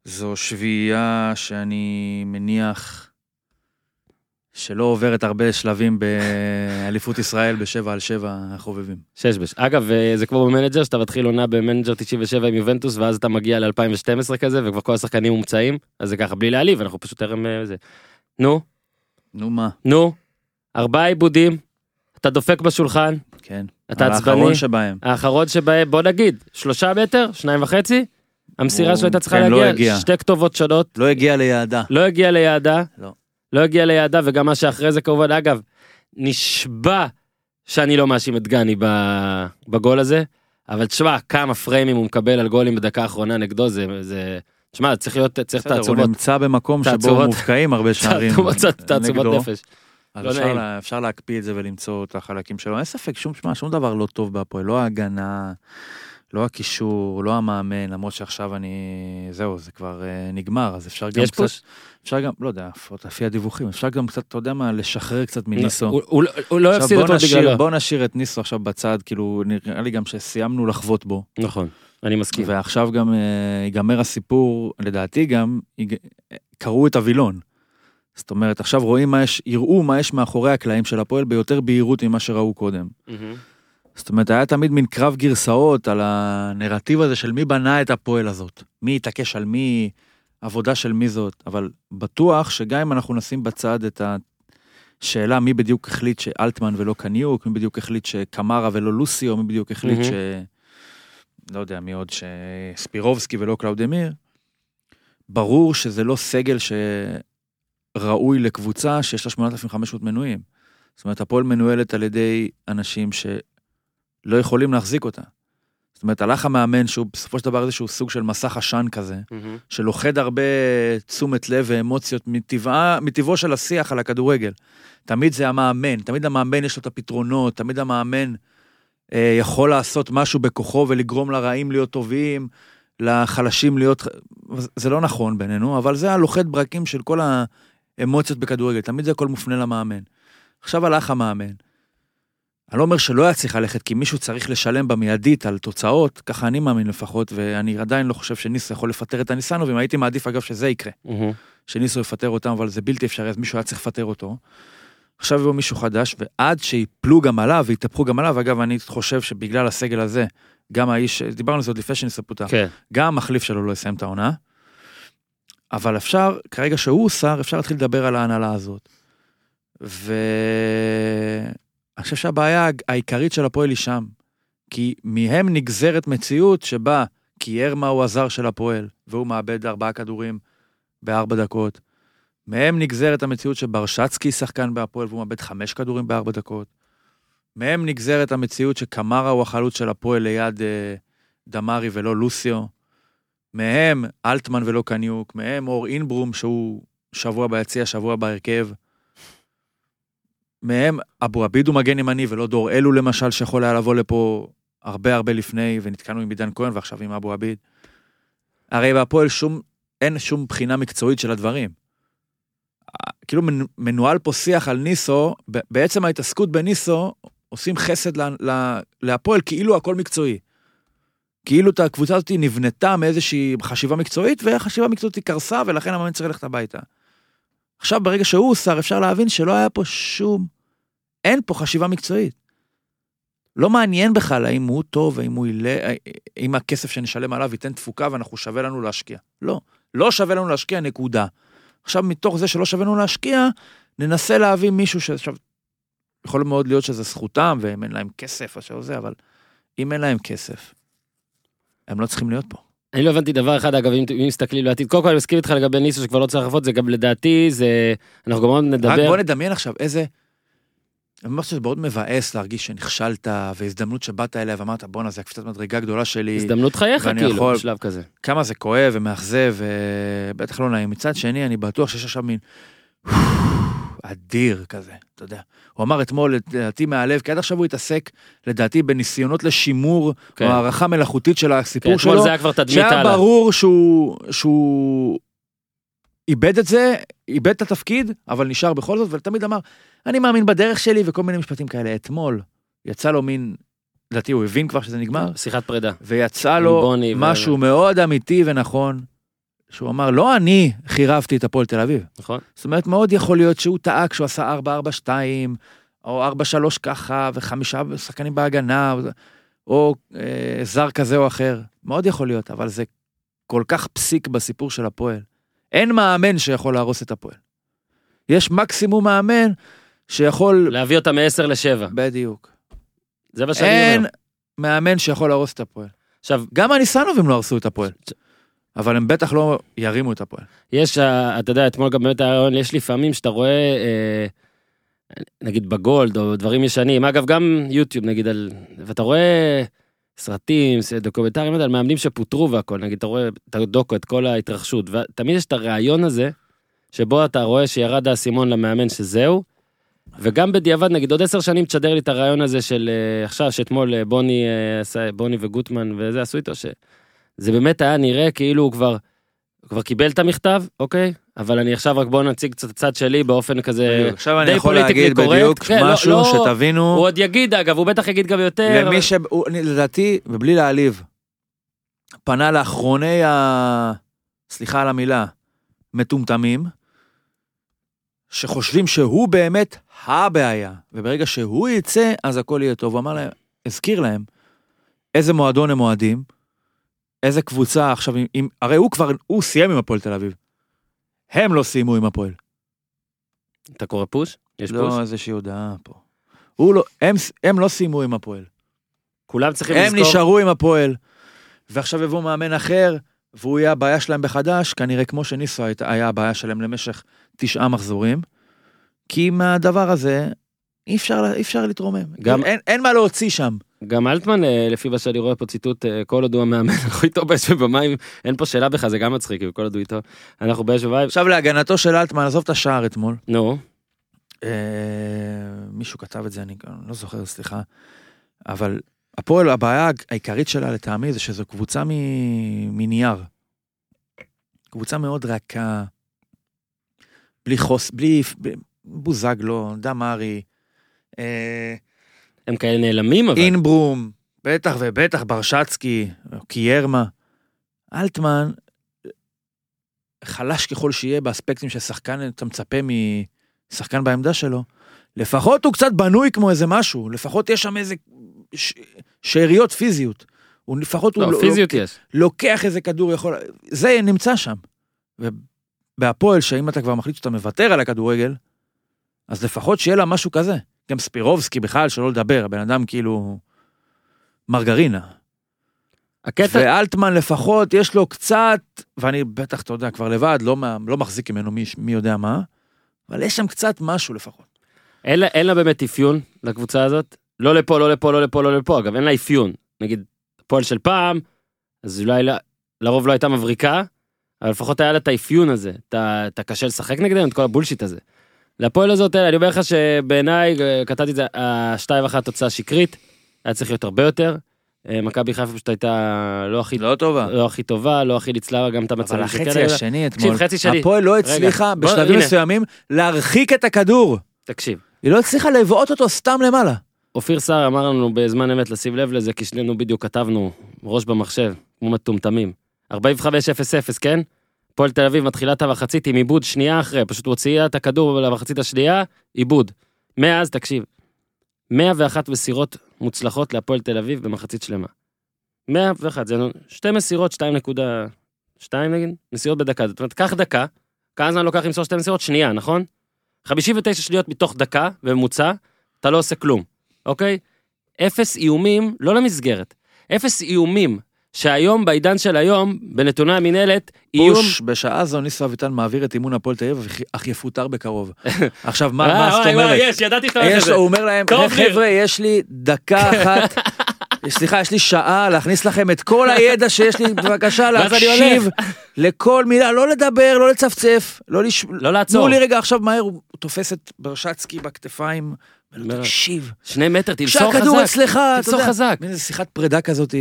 Speaker 4: זו שביעייה שאני מניח שלא עוברת הרבה שלבים באליפות ישראל בשבע על שבע חובבים.
Speaker 1: שש בש. אגב, אה, זה כמו במנג'ר, שאתה מתחיל עונה במנג'ר 97 עם יובנטוס, ואז אתה מגיע ל-2012 כזה, וכבר כל השחקנים מומצאים, אז זה ככה, בלי להעליב, אנחנו פשוט טרם אה, זה. נו,
Speaker 4: נו מה,
Speaker 1: נו, ארבעה עיבודים, אתה דופק בשולחן,
Speaker 4: כן.
Speaker 1: אתה
Speaker 4: על האחרון
Speaker 1: עצבני,
Speaker 4: שבהם.
Speaker 1: האחרון שבהם, בוא נגיד, שלושה מטר, שניים וחצי, המסירה
Speaker 4: הוא-
Speaker 1: שלו הייתה צריכה
Speaker 4: כן, לא
Speaker 1: להגיע
Speaker 4: הגיע.
Speaker 1: שתי כתובות שונות,
Speaker 4: לא הגיע ליעדה.
Speaker 1: לא הגיע ליעדה.
Speaker 4: לא.
Speaker 1: לא הגיע ליעדה, וגם מה שאחרי זה כמובן, אגב, נשבע שאני לא מאשים את דגני ב- בגול הזה, אבל תשמע, כמה פריימים הוא מקבל על גולים בדקה האחרונה נגדו, זה... זה... תשמע, צריך להיות, צריך
Speaker 4: בסדר, הוא
Speaker 1: תעצומות,
Speaker 4: נמצא במקום שבו
Speaker 1: תעצומות.
Speaker 4: מובקעים הרבה שערים
Speaker 1: תעצומות- תעצומות
Speaker 4: נגדו.
Speaker 1: נפש.
Speaker 4: אז
Speaker 1: לא
Speaker 4: אפשר,
Speaker 1: נעים.
Speaker 4: לה, אפשר להקפיא את זה ולמצוא את החלקים שלו. אין ספק, שום, שמה, שום דבר לא טוב בהפועל, לא ההגנה, לא הקישור, לא המאמן, למרות שעכשיו אני... זהו, זה כבר אה, נגמר, אז אפשר גם
Speaker 1: יש
Speaker 4: קצת...
Speaker 1: פוש.
Speaker 4: אפשר גם, לא יודע, לפחות לפי הדיווחים, אפשר גם קצת, אתה יודע מה, לשחרר קצת מניסו.
Speaker 1: הוא- הוא לא- הוא לא
Speaker 4: עכשיו
Speaker 1: יפסיד
Speaker 4: בוא
Speaker 1: אותו
Speaker 4: נשאיר,
Speaker 1: בגללו.
Speaker 4: בוא נשאיר את ניסו עכשיו בצד, כאילו, נראה לי גם שסיימנו לחבוט בו.
Speaker 1: נכון, אני מסכים.
Speaker 4: ועכשיו גם אה, ייגמר הסיפור, לדעתי גם, ייג- קרעו את הווילון. זאת אומרת, עכשיו רואים מה יש, יראו מה יש מאחורי הקלעים של הפועל ביותר בהירות ממה שראו קודם.
Speaker 1: מהמם.
Speaker 4: זאת אומרת, היה תמיד מין קרב גרסאות על הנרטיב הזה של מי בנה את הפועל הזאת. מי התעקש על מי, עבודה של מי זאת. אבל בטוח שגם אם אנחנו נשים בצד את השאלה מי בדיוק החליט שאלטמן ולא קניוק, מי בדיוק החליט שקמרה ולא לוסיו, מי בדיוק החליט ש... לא יודע, מי עוד שספירובסקי ולא קלאודמיר, ברור שזה לא סגל שראוי לקבוצה שיש לה 8,500 מנויים. זאת אומרת, הפועל מנוהלת על ידי אנשים שלא לא יכולים להחזיק אותה. זאת אומרת, הלך המאמן, שהוא בסופו של דבר איזשהו סוג של מסך עשן כזה,
Speaker 1: מהמם.
Speaker 4: שלוכד הרבה תשומת לב ואמוציות מטבעה, מטבעו של השיח על הכדורגל. תמיד זה המאמן, תמיד המאמן יש לו את הפתרונות, תמיד המאמן אה, יכול לעשות משהו בכוחו ולגרום לרעים להיות טובים, לחלשים להיות... זה לא נכון בינינו, אבל זה הלוכד ברקים של כל האמוציות בכדורגל, תמיד זה הכל מופנה למאמן. עכשיו הלך המאמן. אני לא אומר שלא היה צריך ללכת, כי מישהו צריך לשלם במיידית על תוצאות, ככה אני מאמין לפחות, ואני עדיין לא חושב שניסו יכול לפטר את הניסנובים, הייתי מעדיף אגב שזה יקרה,
Speaker 1: מהמם.
Speaker 4: כן. שניסו יפטר אותם, אבל זה בלתי אפשרי, אז מישהו היה צריך לפטר אותו. עכשיו יבוא מישהו חדש, ועד שיפלו גם עליו, ויתהפכו גם עליו, אגב, אני חושב שבגלל הסגל הזה, גם האיש, דיברנו על זה עוד לפני שניסו פוטר,
Speaker 1: כן.
Speaker 4: גם המחליף שלו לא יסיים את העונה. אבל אפשר, כרגע שהוא שר, אפשר להתחיל לדבר על ההנהלה הזאת. ואני חושב שהבעיה העיקרית של הפועל היא שם. כי מהם נגזרת מציאות שבה קיירמה הוא הזר של הפועל, והוא מאבד ארבעה כדורים בארבע דקות. מהם נגזרת המציאות שברשצקי שחקן בהפועל והוא מאבד חמש כדורים בארבע דקות. מהם נגזרת המציאות שקמרה הוא החלוץ של הפועל ליד אה, דמארי ולא לוסיו. מהם אלטמן ולא קניוק, מהם אור אינברום שהוא שבוע ביציע, שבוע בהרכב. מהם אבו עביד הוא מגן ימני ולא דור אלו למשל, שיכול היה לבוא לפה הרבה הרבה לפני, ונתקענו עם עידן כהן ועכשיו עם אבו עביד. הרי בהפועל שום, אין שום בחינה מקצועית של הדברים. אה, כאילו מנ- מנוהל פה שיח על ניסו, ב- בעצם ההתעסקות בניסו עושים חסד ל- ל- להפועל כאילו הכל מקצועי. כאילו את הקבוצה הזאת נבנתה מאיזושהי חשיבה מקצועית, והחשיבה המקצועית היא קרסה, ולכן המאמן צריך ללכת הביתה. עכשיו, ברגע שהוא שר, אפשר להבין שלא היה פה שום... אין פה חשיבה מקצועית. לא מעניין בכלל האם הוא טוב, האם הוא ילה... אם הכסף שנשלם עליו ייתן תפוקה ואנחנו שווה לנו להשקיע. לא. לא שווה לנו להשקיע, נקודה. עכשיו, מתוך זה שלא שווה לנו להשקיע, ננסה להביא מישהו ש... עכשיו, יכול מאוד להיות שזה זכותם, ואם אין להם כסף או שזה, אבל אם אין להם כסף, הם לא צריכים להיות פה.
Speaker 1: אני לא הבנתי דבר אחד אגב אם אם מסתכלים לעתיד קודם כל אני מסכים איתך לגבי ניסו שכבר לא צריך לחפות זה גם לדעתי זה אנחנו גם עוד
Speaker 4: רק
Speaker 1: נדבר
Speaker 4: בוא נדמיין עכשיו איזה... אני אומר שזה מאוד מבאס להרגיש שנכשלת, והזדמנות שבאת אליה ואמרת, בואנה, זו הקפיצת מדרגה גדולה שלי,
Speaker 1: הזדמנות חייך
Speaker 4: ואני
Speaker 1: כאילו
Speaker 4: יכול-
Speaker 1: בשלב כזה.
Speaker 4: כמה זה כואב ומאכזב, ובטח לא נעים. מצד שני, אני בטוח שיש עכשיו מין... אדיר כזה, אתה יודע. הוא אמר אתמול, לדעתי מהלב, כי עד עכשיו הוא התעסק, לדעתי, בניסיונות לשימור
Speaker 1: כן.
Speaker 4: או הערכה מלאכותית של
Speaker 1: כן,
Speaker 4: הסיפור שלו.
Speaker 1: אתמול זה היה כבר תדמית
Speaker 4: שהיה
Speaker 1: הלאה.
Speaker 4: ברור שהוא, שהוא איבד את זה, איבד את התפקיד, אבל נשאר בכל זאת, ותמיד אמר, אני מאמין בדרך שלי, וכל מיני משפטים כאלה. אתמול יצא לו מין, לדעתי הוא הבין כבר שזה נגמר,
Speaker 1: שיחת פרידה.
Speaker 4: ויצא
Speaker 1: עם
Speaker 4: לו
Speaker 1: בוני ו-
Speaker 4: משהו מאוד אמיתי ונכון, שהוא אמר, לא אני חירבתי את הפועל תל אביב.
Speaker 1: נכון?
Speaker 4: זאת אומרת, מאוד יכול להיות שהוא טעה כשהוא עשה 4-4-2, או 4-3 ככה, וחמישה שחקנים בהגנה, או זה- או אה, זר כזה או אחר. מאוד יכול להיות, אבל זה כל כך פסיק בסיפור של הפועל. אין מאמן שיכול להרוס את הפועל. יש מקסימום מאמן שיכול...
Speaker 1: להביא אותה מ-10 ל-7.
Speaker 4: בדיוק.
Speaker 1: זה מה שאני
Speaker 4: אין
Speaker 1: אומר.
Speaker 4: מאמן שיכול להרוס את הפועל.
Speaker 1: עכשיו,
Speaker 4: גם הניסנובים לא הרסו את הפועל. אבל הם בטח לא ירימו את הפועל.
Speaker 1: יש, אה, אתה יודע, אתמול גם באמת היה רעיון, יש לפעמים שאתה רואה, אה, נגיד בגולד או דברים ישנים, אגב, גם יוטיוב נגיד, על, ואתה רואה סרטים, ס- דוקומנטרים על מאמנים שפוטרו והכל, נגיד, אתה רואה את הדוקו, את כל ההתרחשות, ותמיד יש את הרעיון הזה, שבו אתה רואה שירד האסימון למאמן שזהו, וגם בדיעבד, נגיד, עוד עשר שנים תשדר לי את הרעיון הזה של אה, עכשיו, שאתמול אה, בוני, אה, עשה- בוני וגוטמן וזה עשו איתו, ש... זה באמת היה נראה כאילו הוא כבר, הוא כבר קיבל את המכתב, אוקיי? אבל אני עכשיו רק בוא נציג קצת הצד שלי באופן כזה...
Speaker 4: עכשיו אני
Speaker 1: אה, די
Speaker 4: יכול
Speaker 1: פוליטיקלי
Speaker 4: להגיד
Speaker 1: קורקט,
Speaker 4: בדיוק
Speaker 1: כן, לא-
Speaker 4: משהו
Speaker 1: לא- הוא
Speaker 4: שתבינו,
Speaker 1: עוד יגיד אגב, הוא בטח יגיד גם יותר. אבל-
Speaker 4: למי ש... הוא- אני- לדעתי, ובלי להעליב, פנה לאחרוני ה... סליחה על המילה, מטומטמים, שחושבים שהוא באמת הבעיה, וברגע שהוא יצא, אז הכל יהיה טוב. הוא אמר להם, הזכיר להם, איזה מועדון הם אוהדים, איזה קבוצה עכשיו, אם, אם, הרי הוא כבר, הוא סיים עם הפועל תל אביב. הם לא סיימו עם הפועל.
Speaker 1: אתה קורא פוש? יש פוש?
Speaker 4: לא איזושהי הודעה פה. הוא לא, הם, הם לא סיימו עם הפועל.
Speaker 1: כולם צריכים
Speaker 4: הם
Speaker 1: לזכור.
Speaker 4: נשארו עם הפועל. ועכשיו יבוא מאמן אחר, והוא יהיה הבעיה שלהם בחדש, כנראה כמו שניסו היית- היה הבעיה שלהם למשך תשעה מחזורים. כי מהדבר הזה אי אפשר, אי אפשר להתרומם.
Speaker 1: גם-
Speaker 4: גם... אין, אין מה להוציא שם.
Speaker 1: גם אלטמן, אה, לפי מה שאני רואה פה ציטוט, אה, כל עוד הוא המאמן, אנחנו איתו באש ובמים, אין פה שאלה בכלל, זה גם מצחיק, כי כל עוד הוא איתו, אנחנו באש ובמים.
Speaker 4: עכשיו להגנתו של אלטמן, עזוב את השער אתמול.
Speaker 1: נו,
Speaker 4: אה, מישהו כתב את זה, אני לא זוכר, סליחה. אבל הפועל, הבעיה העיקרית שלה לטעמי זה שזו קבוצה מ... מנייר. קבוצה מאוד רכה, בלי חוס, בלי ב- בוזגלו, דמארי, אה,
Speaker 1: הם כאלה נעלמים אבל.
Speaker 4: אינברום, בטח ובטח ברשצקי, קיירמה. אלטמן, חלש ככל שיהיה באספקטים ששחקן, אתה מצפה משחקן בעמדה שלו, לפחות הוא קצת בנוי כמו איזה משהו, לפחות יש שם איזה ש... שאריות פיזיות. הוא לפחות הוא
Speaker 1: לא,
Speaker 4: לא-
Speaker 1: פיזיות יש.
Speaker 4: לוקח איזה כדור, יכול... זה נמצא שם. ובהפועל, שאם אתה כבר מחליט שאתה מוותר על הכדורגל, אז לפחות שיהיה לה משהו כזה. גם ספירובסקי בכלל, שלא לדבר, הבן אדם כאילו מרגרינה.
Speaker 1: הקטע,
Speaker 4: ואלטמן לפחות, יש לו קצת, ואני בטח, אתה יודע, כבר לבד, לא, מה- לא מחזיק ממנו מי, מי יודע מה, אבל יש שם קצת משהו לפחות.
Speaker 1: אין לה, אין לה באמת אפיון לקבוצה הזאת. לא לפה, לא לפה, לא לפה, לא לפה. אגב, אין לה אפיון. נגיד, הפועל של פעם, אז אולי לה- לרוב לא הייתה מבריקה, אבל לפחות היה לה את האפיון הזה. אתה אתה קשה לשחק נגדם, את כל הבולשיט הזה. להפועל הזאת, אני אומר לך שבעיניי, אה, קטעתי את זה, השתיים אחת תוצאה שקרית, היה צריך להיות הרבה יותר. אה, מכבי חיפה פשוט הייתה לא הכי,
Speaker 4: לא טובה.
Speaker 1: לא הכי טובה, לא הכי ניצלה גם את המצבים.
Speaker 4: אבל
Speaker 1: שכן
Speaker 4: החצי
Speaker 1: היה לה.
Speaker 4: השני אתמול,
Speaker 1: תקשיב, חצי שני.
Speaker 4: הפועל לא
Speaker 1: רגע,
Speaker 4: הצליחה
Speaker 1: בוא,
Speaker 4: בשלבים
Speaker 1: הנה.
Speaker 4: מסוימים להרחיק את הכדור.
Speaker 1: תקשיב,
Speaker 4: היא לא הצליחה לבעוט אותו סתם למעלה.
Speaker 1: אופיר סער אמר לנו בזמן אמת לשים לב לזה, כי שנינו בדיוק כתבנו ראש במחשב, כמו מטומטמים. 45-0-0, כן? הפועל תל אביב מתחילה את המחצית עם עיבוד שנייה אחרי, פשוט הוציאה את הכדור למחצית השנייה, עיבוד. מאז, תקשיב, 101 מסירות מוצלחות להפועל תל אביב במחצית שלמה. 101, זה שתי מסירות, 2.2 נגיד, מסירות בדקה. זאת אומרת, קח דקה, כמה זמן לוקח למסור שתי מסירות? שנייה, נכון? 59 שניות מתוך דקה, בממוצע, אתה לא עושה כלום, אוקיי? אפס איומים, לא למסגרת, אפס איומים, שהיום, בעידן של היום, בנתוני המינהלת, איום...
Speaker 4: פוש, בשעה זו ניסו אביטן מעביר את אימון הפועל תל אביב, אך- אך יפוטר בקרוב. עכשיו, מה
Speaker 1: אה,
Speaker 4: מה זאת
Speaker 1: וואי, וואי,
Speaker 4: אומרת?
Speaker 1: יש, ידעתי שאתה הולך
Speaker 4: יש-
Speaker 1: לזה.
Speaker 4: הוא אומר להם,
Speaker 1: טוב לי.
Speaker 4: חבר'ה, יש לי דקה אחת, סליחה, יש לי שעה להכניס לכם את כל הידע שיש לי, בבקשה,
Speaker 1: ואז אני
Speaker 4: להקשיב
Speaker 1: הולך.
Speaker 4: לכל מילה, לא לדבר, לא לצפצף, לא לש...
Speaker 1: לא לעצור.
Speaker 4: תנו לי רגע עכשיו מהר, הוא תופס את ברשצקי בכתפיים, אומר לו,
Speaker 1: אומר לו,
Speaker 4: תקשיב,
Speaker 1: שני מטר, תמסור
Speaker 4: כשהכדור
Speaker 1: חזק.
Speaker 4: אצלך, אתה
Speaker 1: תמסור
Speaker 4: יודע,
Speaker 1: חזק.
Speaker 4: מין איזה שיחת פרידה כזאת,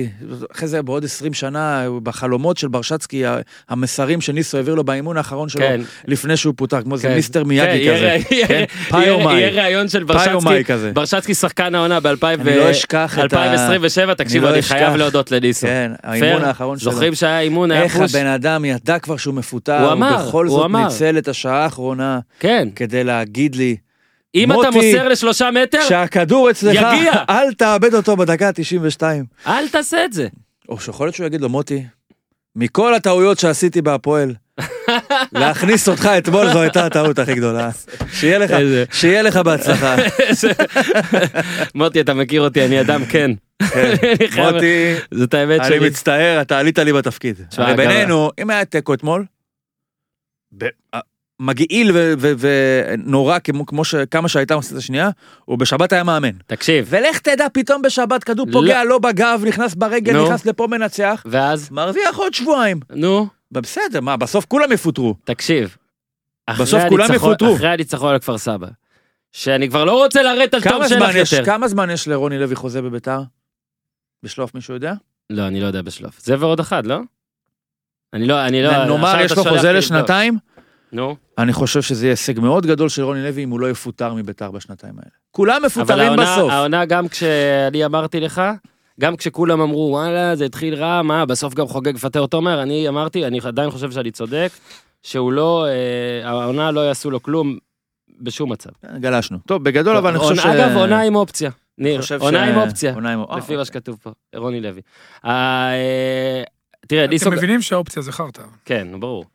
Speaker 4: אחרי זה בעוד 20 שנה, בחלומות של ברשצקי, ה- המסרים שניסו העביר לו באימון האחרון שלו,
Speaker 1: כן.
Speaker 4: לפני שהוא פוטר, כמו איזה
Speaker 1: כן.
Speaker 4: מיסטר
Speaker 1: כן,
Speaker 4: מיאגי
Speaker 1: יהיה
Speaker 4: כזה,
Speaker 1: רא- יהיה-
Speaker 4: כן,
Speaker 1: יהיה- יהיה
Speaker 4: פיומאי.
Speaker 1: ראיון של
Speaker 4: פיומאי
Speaker 1: ברשצקי,
Speaker 4: כזה.
Speaker 1: ברשצקי שחקן העונה
Speaker 4: אני לא אשכח את ה-
Speaker 1: ב-2027, תקשיבו,
Speaker 4: לא
Speaker 1: אני חייב
Speaker 4: אשכח.
Speaker 1: להודות לניסו.
Speaker 4: כן,
Speaker 1: פר,
Speaker 4: האימון האחרון שלו.
Speaker 1: זוכרים שהיה אימון, היה
Speaker 4: איך
Speaker 1: פוש?
Speaker 4: הבן אדם ידע כבר שהוא מפוטר,
Speaker 1: הוא אמר,
Speaker 4: בכל
Speaker 1: הוא
Speaker 4: זאת
Speaker 1: אמר.
Speaker 4: ניצל את השעה האחרונה
Speaker 1: כן.
Speaker 4: כדי להגיד לי,
Speaker 1: אם אתה
Speaker 4: מוטי,
Speaker 1: מוסר לשלושה מטר,
Speaker 4: כשהכדור אצלך,
Speaker 1: כן. יגיע.
Speaker 4: אל תאבד אותו בדקה ה-92.
Speaker 1: אל תעשה את זה.
Speaker 4: או שיכול להיות שהוא יגיד לו, מוטי, מכל הטעויות שעשיתי בהפועל, להכניס אותך אתמול זו הייתה הטעות הכי גדולה. שיהיה לך,
Speaker 1: איזה-
Speaker 4: שיהיה לך בהצלחה.
Speaker 1: מוטי, אתה מכיר אותי, אני אדם כן. אני חייב-
Speaker 4: מוטי,
Speaker 1: זאת האמת
Speaker 4: אני
Speaker 1: שלי.
Speaker 4: מצטער, אתה עלית לי בתפקיד.
Speaker 1: תשמע,
Speaker 4: הרי
Speaker 1: גם-
Speaker 4: בינינו, אם היה תיקו אתמול, ב- אה, מגעיל ו- ו- ונורא כמו- כמו ש- כמה שהייתה במחצית השנייה, הוא בשבת היה מאמן.
Speaker 1: תקשיב,
Speaker 4: ולך תדע, פתאום בשבת כדור
Speaker 1: לא.
Speaker 4: פוגע לו בגב, נכנס ברגל,
Speaker 1: נו.
Speaker 4: נכנס לפה מנצח,
Speaker 1: ואז,
Speaker 4: מרוויח עוד שבועיים.
Speaker 1: נו,
Speaker 4: בסדר, מה, בסוף כולם יפוטרו.
Speaker 1: תקשיב. אחרי
Speaker 4: בסוף כולם
Speaker 1: הניצחון-
Speaker 4: יפוטרו.
Speaker 1: אחרי הניצחון על כפר סבא, שאני כבר לא רוצה לרדת על
Speaker 4: כמה
Speaker 1: תום
Speaker 4: זמן
Speaker 1: שלך
Speaker 4: יש-
Speaker 1: יותר.
Speaker 4: כמה זמן יש לרוני לוי חוזה בביתר? בשלוף מישהו יודע?
Speaker 1: לא, אני לא יודע בשלוף. זה ועוד אחד, לא? אני לא, אני לא...
Speaker 4: נאמר
Speaker 1: עכשיו
Speaker 4: יש
Speaker 1: אתה
Speaker 4: לו
Speaker 1: שולח
Speaker 4: חוזה
Speaker 1: לי לבדוק.
Speaker 4: לשנתיים,
Speaker 1: נו,
Speaker 4: אני חושב שזה יהיה הישג מאוד גדול של רוני לוי אם הוא לא יפוטר מביתר בשנתיים האלה. כולם
Speaker 1: אבל
Speaker 4: מפוטרים
Speaker 1: העונה,
Speaker 4: בסוף.
Speaker 1: העונה גם כשאני אמרתי לך, גם כשכולם אמרו וואלה זה התחיל רע, מה בסוף גם חוגג פטר תומר, אני אמרתי, אני עדיין חושב שאני צודק, שהוא לא, אה, העונה לא יעשו לו כלום בשום מצב.
Speaker 4: כן, גלשנו. טוב, בגדול לא, אבל אני חושב ש...
Speaker 1: עונה- אגב, עונה עם אופציה, ניר,
Speaker 4: אני חושב ש-
Speaker 1: עונה עם אופציה,
Speaker 4: עונה עם
Speaker 3: אה,
Speaker 4: אה, אופציה.
Speaker 1: לפי
Speaker 3: אוקיי.
Speaker 1: מה שכתוב פה, רוני לוי. אה, אה, תראה,
Speaker 3: אתם
Speaker 1: ניסו,
Speaker 3: מבינים שהאופציה זה חרטא.
Speaker 1: כן, ברור.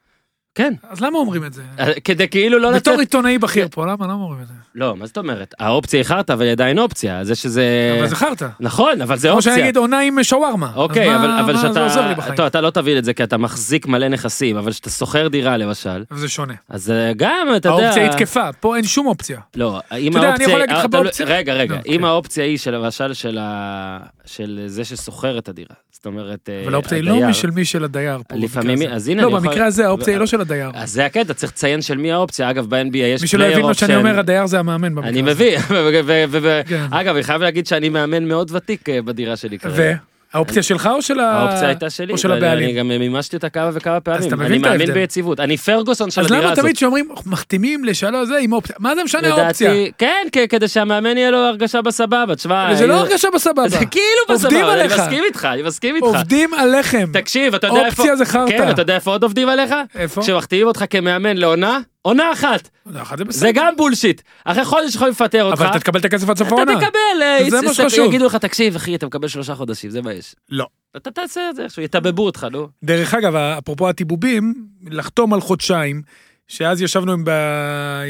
Speaker 1: כן,
Speaker 3: אז למה אומרים את זה?
Speaker 1: אה, כדי כאילו לא לתת...
Speaker 3: בתור עיתונאי בכיר פה, למה למה אומרים את זה?
Speaker 1: לא, מה זאת אומרת? האופציה היא חרטא, אבל היא עדיין אופציה, זה שזה...
Speaker 3: אבל זה חרטא.
Speaker 1: נכון, אבל זה
Speaker 3: כמו
Speaker 1: אופציה.
Speaker 3: שאני אגיד עונה עם שווארמה. אז
Speaker 1: אוקיי,
Speaker 3: מה-
Speaker 1: אבל, אבל
Speaker 3: מה
Speaker 1: שאתה...
Speaker 3: זה עוזר לי בחיים.
Speaker 1: טוב, אתה לא תבין את זה כי אתה מחזיק מלא נכסים, אבל כשאתה שוכר דירה למשל,
Speaker 3: אבל זה שונה.
Speaker 1: אז אה, גם, אתה יודע...
Speaker 3: האופציה היא תקפה, פה אין שום אופציה.
Speaker 1: לא, אם
Speaker 3: אתה יודע, אני
Speaker 1: האופציה...
Speaker 3: יכול להגיד
Speaker 1: אה,
Speaker 3: לך
Speaker 1: אתה לא-
Speaker 3: באופציה-
Speaker 1: רגע, רגע,
Speaker 3: לא,
Speaker 1: אם
Speaker 3: כן.
Speaker 1: האופציה היא של למשל של ה... של זה ששוכר את הדירה, זאת אומרת... אה,
Speaker 3: אבל האופציה היא לא
Speaker 1: הדייר.
Speaker 3: מי של מי של הדייר פה. במקרה
Speaker 1: לפעמים,
Speaker 3: הזה.
Speaker 1: אז הנה,
Speaker 3: לא,
Speaker 1: אני יכול-
Speaker 3: במקרה הזה האופציה היא לא של הדייר.
Speaker 1: אז זה הקטע, צריך לציין של מי האופציה. אגב, ב-NBA יש...
Speaker 3: מי שלא
Speaker 1: player
Speaker 3: הבין מה שאני
Speaker 1: option.
Speaker 3: אומר, הדייר זה המאמן במקרה הזה.
Speaker 1: אני מבין, ו- ו- ו- ו-
Speaker 3: כן.
Speaker 1: אגב, אני חייב להגיד שאני מאמן מאוד ותיק אה, בדירה שלי כרגע.
Speaker 3: והאופציה שלך או של ה...
Speaker 1: האופציה הייתה שלי,
Speaker 3: אה, או של
Speaker 1: ואני אני
Speaker 3: הבעלים.
Speaker 1: גם מימשתי אותה כמה וכמה פעמים,
Speaker 3: אתה
Speaker 1: אני
Speaker 3: מבין את
Speaker 1: מאמין
Speaker 3: ההבדל.
Speaker 1: ביציבות, אני פרגוסון של
Speaker 3: אז
Speaker 1: הדירה
Speaker 3: למה
Speaker 1: הזאת.
Speaker 3: תמיד כשאומרים, מחתימים לשלוש זה עם אופציה, מה זה משנה האופציה?
Speaker 1: לדעתי, כן, כ- כדי שהמאמן יהיה לו הרגשה בסבבה, תשמע,
Speaker 3: זה
Speaker 1: היו-
Speaker 3: לא הרגשה בסבבה.
Speaker 1: אה, זה כאילו
Speaker 3: עובדים
Speaker 1: בסבבה, אני
Speaker 3: עליך.
Speaker 1: מסכים איתך, אני מסכים איתך.
Speaker 3: עובדים עליכם.
Speaker 1: תקשיב, אתה יודע איפה...
Speaker 3: אופציה זה חרטא.
Speaker 1: כן, אתה יודע איפה עוד עובדים עליך?
Speaker 3: איפה?
Speaker 1: כשמחתימים אותך כמאמן לעונה, עונה אחת.
Speaker 3: לא, אחד זה בסדר.
Speaker 1: זה גם בולשיט. אחרי חודש יכולים לפטר אותך.
Speaker 3: אבל אתה תקבל את הכסף עד סוף
Speaker 1: אתה
Speaker 3: העונה.
Speaker 1: תקבל, אה,
Speaker 3: זה
Speaker 1: יצ-
Speaker 3: מה
Speaker 1: יצ-
Speaker 3: שחשוב.
Speaker 1: יגידו לך, תקשיב אחי, אתה מקבל שלושה חודשים, זה מה יש.
Speaker 3: לא.
Speaker 1: אתה תעשה את זה איכשהו, יתבבו אותך, נו.
Speaker 3: דרך אגב, אפרופו הטיבובים, לחתום על חודשיים, שאז ישבנו עם, ב...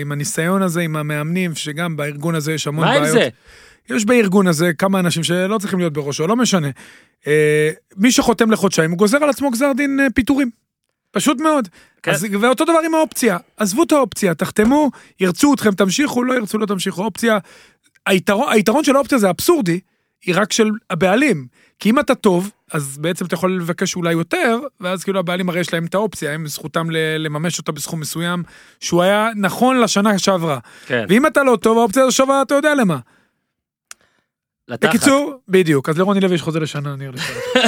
Speaker 3: עם הניסיון הזה, עם המאמנים, שגם בארגון הזה יש המון
Speaker 1: מה עם
Speaker 3: בעיות.
Speaker 1: זה?
Speaker 3: יש בארגון הזה כמה אנשים שלא צריכים להיות בראשו, לא משנה. אה, מי שחותם לחודשיים, הוא גוזר על עצמו גזר דין אה, פיטורים. פשוט מאוד.
Speaker 1: כן.
Speaker 3: אז, ואותו דבר עם האופציה. עזבו את האופציה, תחתמו, ירצו אתכם, תמשיכו, לא ירצו, לא תמשיכו. אופציה... היתרון, היתרון של האופציה זה אבסורדי, היא רק של הבעלים. כי אם אתה טוב, אז בעצם אתה יכול לבקש אולי יותר, ואז כאילו הבעלים הרי יש להם את האופציה, הם זכותם ל- לממש אותה בסכום מסוים, שהוא היה נכון לשנה שעברה.
Speaker 1: כן.
Speaker 3: ואם אתה לא טוב, האופציה הזו שווה, אתה יודע למה.
Speaker 1: לתחת.
Speaker 3: בקיצור, בדיוק, אז לרוני לוי יש חוזה לשנה, ניר לשנה.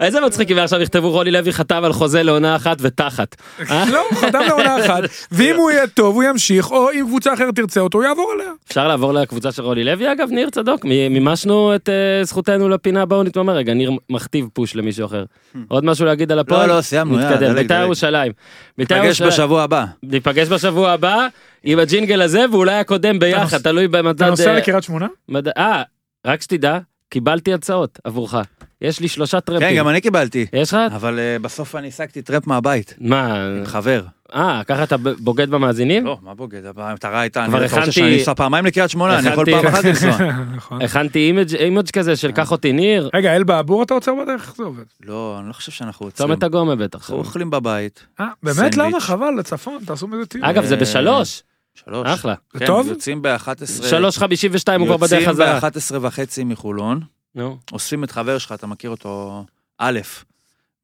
Speaker 1: איזה מצחיק אם עכשיו יכתבו רוני לוי חתם על חוזה לעונה אחת ותחת. אה? לא.
Speaker 3: לא, הוא חתם לעונה אחת, ואם הוא יהיה טוב, הוא ימשיך, או אם קבוצה אחרת תרצה אותו, הוא יעבור עליה.
Speaker 1: אפשר לעבור לקבוצה של רוני לוי אגב, ניר צדוק, מ- מימשנו את אה, זכותנו לפינה בואו נתממר רגע, ניר מכתיב פוש למישהו אחר.
Speaker 3: Hmm.
Speaker 1: עוד משהו להגיד על הפועל?
Speaker 4: לא, סיימנו, יאללה,
Speaker 1: נתקדם,
Speaker 4: דלג,
Speaker 1: בית"ר
Speaker 4: דלג.
Speaker 1: ירושלים. בית"ר
Speaker 4: ניפגש
Speaker 1: ירושלים-
Speaker 4: בשבוע הבא.
Speaker 1: ניפגש בשבוע הבא עם הג'ינגל הזה ואולי הקודם ביחד,
Speaker 3: נוס-
Speaker 1: תלוי במדד...
Speaker 3: אתה נוסע
Speaker 1: אה,
Speaker 3: לקריית שמונה?
Speaker 1: מדד- אה, רק שתדע, קיבלתי הצעות עבורך. יש לי שלושה טרמפים.
Speaker 4: כן, גם אני קיבלתי.
Speaker 1: יש לך?
Speaker 4: אבל אה, בסוף אני השגתי טרמפ מהבית.
Speaker 1: מה?
Speaker 4: עם חבר.
Speaker 1: אה, ככה אתה ב- בוגד במאזינים?
Speaker 4: לא, מה בוגד, המטרה הייתה,
Speaker 1: כבר
Speaker 4: אני אתה
Speaker 1: הכנתי-
Speaker 4: רוצה שאני אסע פעמיים לקריית שמונה, אני יכול
Speaker 1: הכנתי-
Speaker 4: פעם אחת לנסוע.
Speaker 3: נכון.
Speaker 1: הכנתי אימג' אימג' כזה של קח אותי ניר,
Speaker 3: רגע, אל בעבור אתה עוצר בדרך? איך זה עובד?
Speaker 4: לא, אני לא חושב שאנחנו עוצרים.
Speaker 1: צומת הגומה בטח.
Speaker 4: אנחנו אוכלים בבית.
Speaker 3: אה, באמת?
Speaker 4: סנדוויץ'.
Speaker 3: למה? חבל, לצפון, תעשו מזה טיול.
Speaker 1: אגב זה
Speaker 4: אה,
Speaker 1: בשלוש,
Speaker 4: שלוש.
Speaker 1: אחלה.
Speaker 3: זה טוב?
Speaker 4: כן, יוצאים ב-11.
Speaker 1: שלוש חמישים ושתיים הוא כבר בדרך חזרה.
Speaker 4: יוצאים ב-11 וחצי מחולון,
Speaker 1: נו,
Speaker 4: אוספים את חבר שלך, אתה מכיר אותו, א',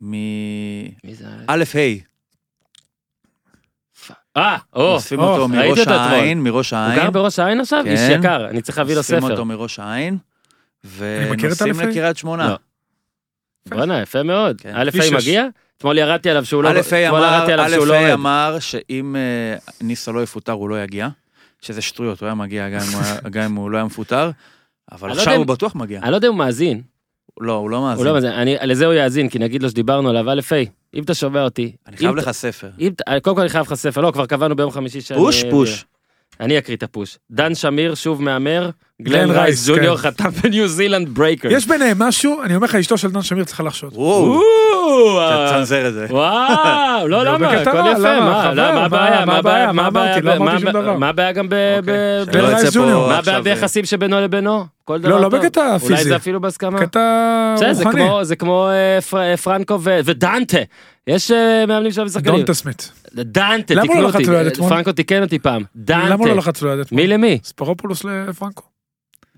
Speaker 4: מ...
Speaker 1: מי זה?
Speaker 4: א', ה',
Speaker 1: אה, או,
Speaker 4: אוספים
Speaker 3: או,
Speaker 4: אותו
Speaker 1: ראיתי
Speaker 4: מראש
Speaker 1: אותו אתמול.
Speaker 4: העין, מראש
Speaker 1: הוא
Speaker 4: העין.
Speaker 1: גר בראש העין עכשיו?
Speaker 4: כן.
Speaker 1: איש יקר, אני צריך להביא לו
Speaker 4: אוספים
Speaker 1: ספר.
Speaker 4: אותו מראש העין,
Speaker 3: מכיר את א',
Speaker 4: ונוסעים
Speaker 3: ה'?
Speaker 4: לקריית שמונה.
Speaker 1: לא. בואנה, יפה מאוד.
Speaker 4: כן.
Speaker 1: א'
Speaker 3: איש
Speaker 1: איי
Speaker 3: יש.
Speaker 1: מגיע? אתמול ירדתי עליו שהוא לא...
Speaker 4: א', ה'
Speaker 1: אתמול
Speaker 4: אמר,
Speaker 1: ירדתי עליו שהוא
Speaker 4: א',
Speaker 1: לא
Speaker 4: ה'
Speaker 1: אוהב.
Speaker 4: אמר שאם אה, ניסה לא יפוטר הוא לא יגיע, שזה שטויות, הוא היה מגיע גם אם הוא היה- גם אם הוא לא היה מפוטר, אבל
Speaker 1: אני לא
Speaker 4: עכשיו
Speaker 1: יודע
Speaker 4: הוא
Speaker 1: אם-
Speaker 4: בטוח מגיע.
Speaker 1: אני לא יודע אם הוא מאזין,
Speaker 4: לא, הוא לא
Speaker 1: הוא
Speaker 4: מאזין.
Speaker 1: לא מאזין, אני- לזה הוא יאזין, כי נגיד לו שדיברנו עליו, א' איי, אם אתה שומע אותי,
Speaker 4: אני
Speaker 1: אם
Speaker 4: חייב
Speaker 1: אתה-
Speaker 4: לך ספר.
Speaker 1: אם אתה- קודם כל אני חייב לך ספר, לא, כבר קבענו ביום חמישי שאני...
Speaker 4: פוש, פוש.
Speaker 1: אני אקריא את הפוש. דן שמיר שוב מהמר, גלן
Speaker 3: גלן
Speaker 1: רייס
Speaker 3: רייס,
Speaker 1: ג'וניור
Speaker 3: כן.
Speaker 1: חתם בניו זילנד ברייקר.
Speaker 3: יש ביניהם משהו, אני אומר לך, אשתו של דן שמיר צריכה לחשוד.
Speaker 4: וואו. תצנזר את זה.
Speaker 1: וואו, לא,
Speaker 3: לא
Speaker 1: למה? הכל
Speaker 3: בכתבה,
Speaker 1: יפה,
Speaker 3: למה?
Speaker 1: מה
Speaker 3: חבר,
Speaker 1: למה? מה
Speaker 3: מה-
Speaker 1: הבעיה?
Speaker 3: מה
Speaker 1: מה הבעיה?
Speaker 3: הבעיה?
Speaker 1: מה
Speaker 3: מה
Speaker 1: הבעיה?
Speaker 3: אמרתי? לא אמרתי
Speaker 1: מה-
Speaker 3: שום דבר. אוקיי.
Speaker 1: מה הבעיה גם ב... אה, ב-
Speaker 4: אוקיי. שלא
Speaker 1: ב-
Speaker 3: רייס
Speaker 4: יצא פה
Speaker 3: ג'וניור.
Speaker 1: מה
Speaker 4: עכשיו, אה,
Speaker 1: הבעיה ביחסים שבינו לבינו? כל דבר
Speaker 3: אה, לא, לא
Speaker 1: טוב.
Speaker 3: בקטע
Speaker 1: אולי
Speaker 3: פיזי.
Speaker 1: זה אפילו בהסכמה.
Speaker 3: קטע
Speaker 1: בסדר, זה
Speaker 3: רוחני.
Speaker 1: כמו- זה כמו אה, פר- אה, פרנקו ו- ודנטה. יש אה, מאמנים שם משחקנים.
Speaker 3: דונטה סמית.
Speaker 1: דנטה,
Speaker 3: למה הוא
Speaker 1: תיקנו
Speaker 3: לא
Speaker 1: אותי.
Speaker 3: לחץ לו יד אתמול?
Speaker 1: פרנקו תיקן אותי פעם. דנטה.
Speaker 3: למה הוא לא לחץ לו יד אתמול?
Speaker 1: מי למי?
Speaker 3: ספרופולוס לפרנקו.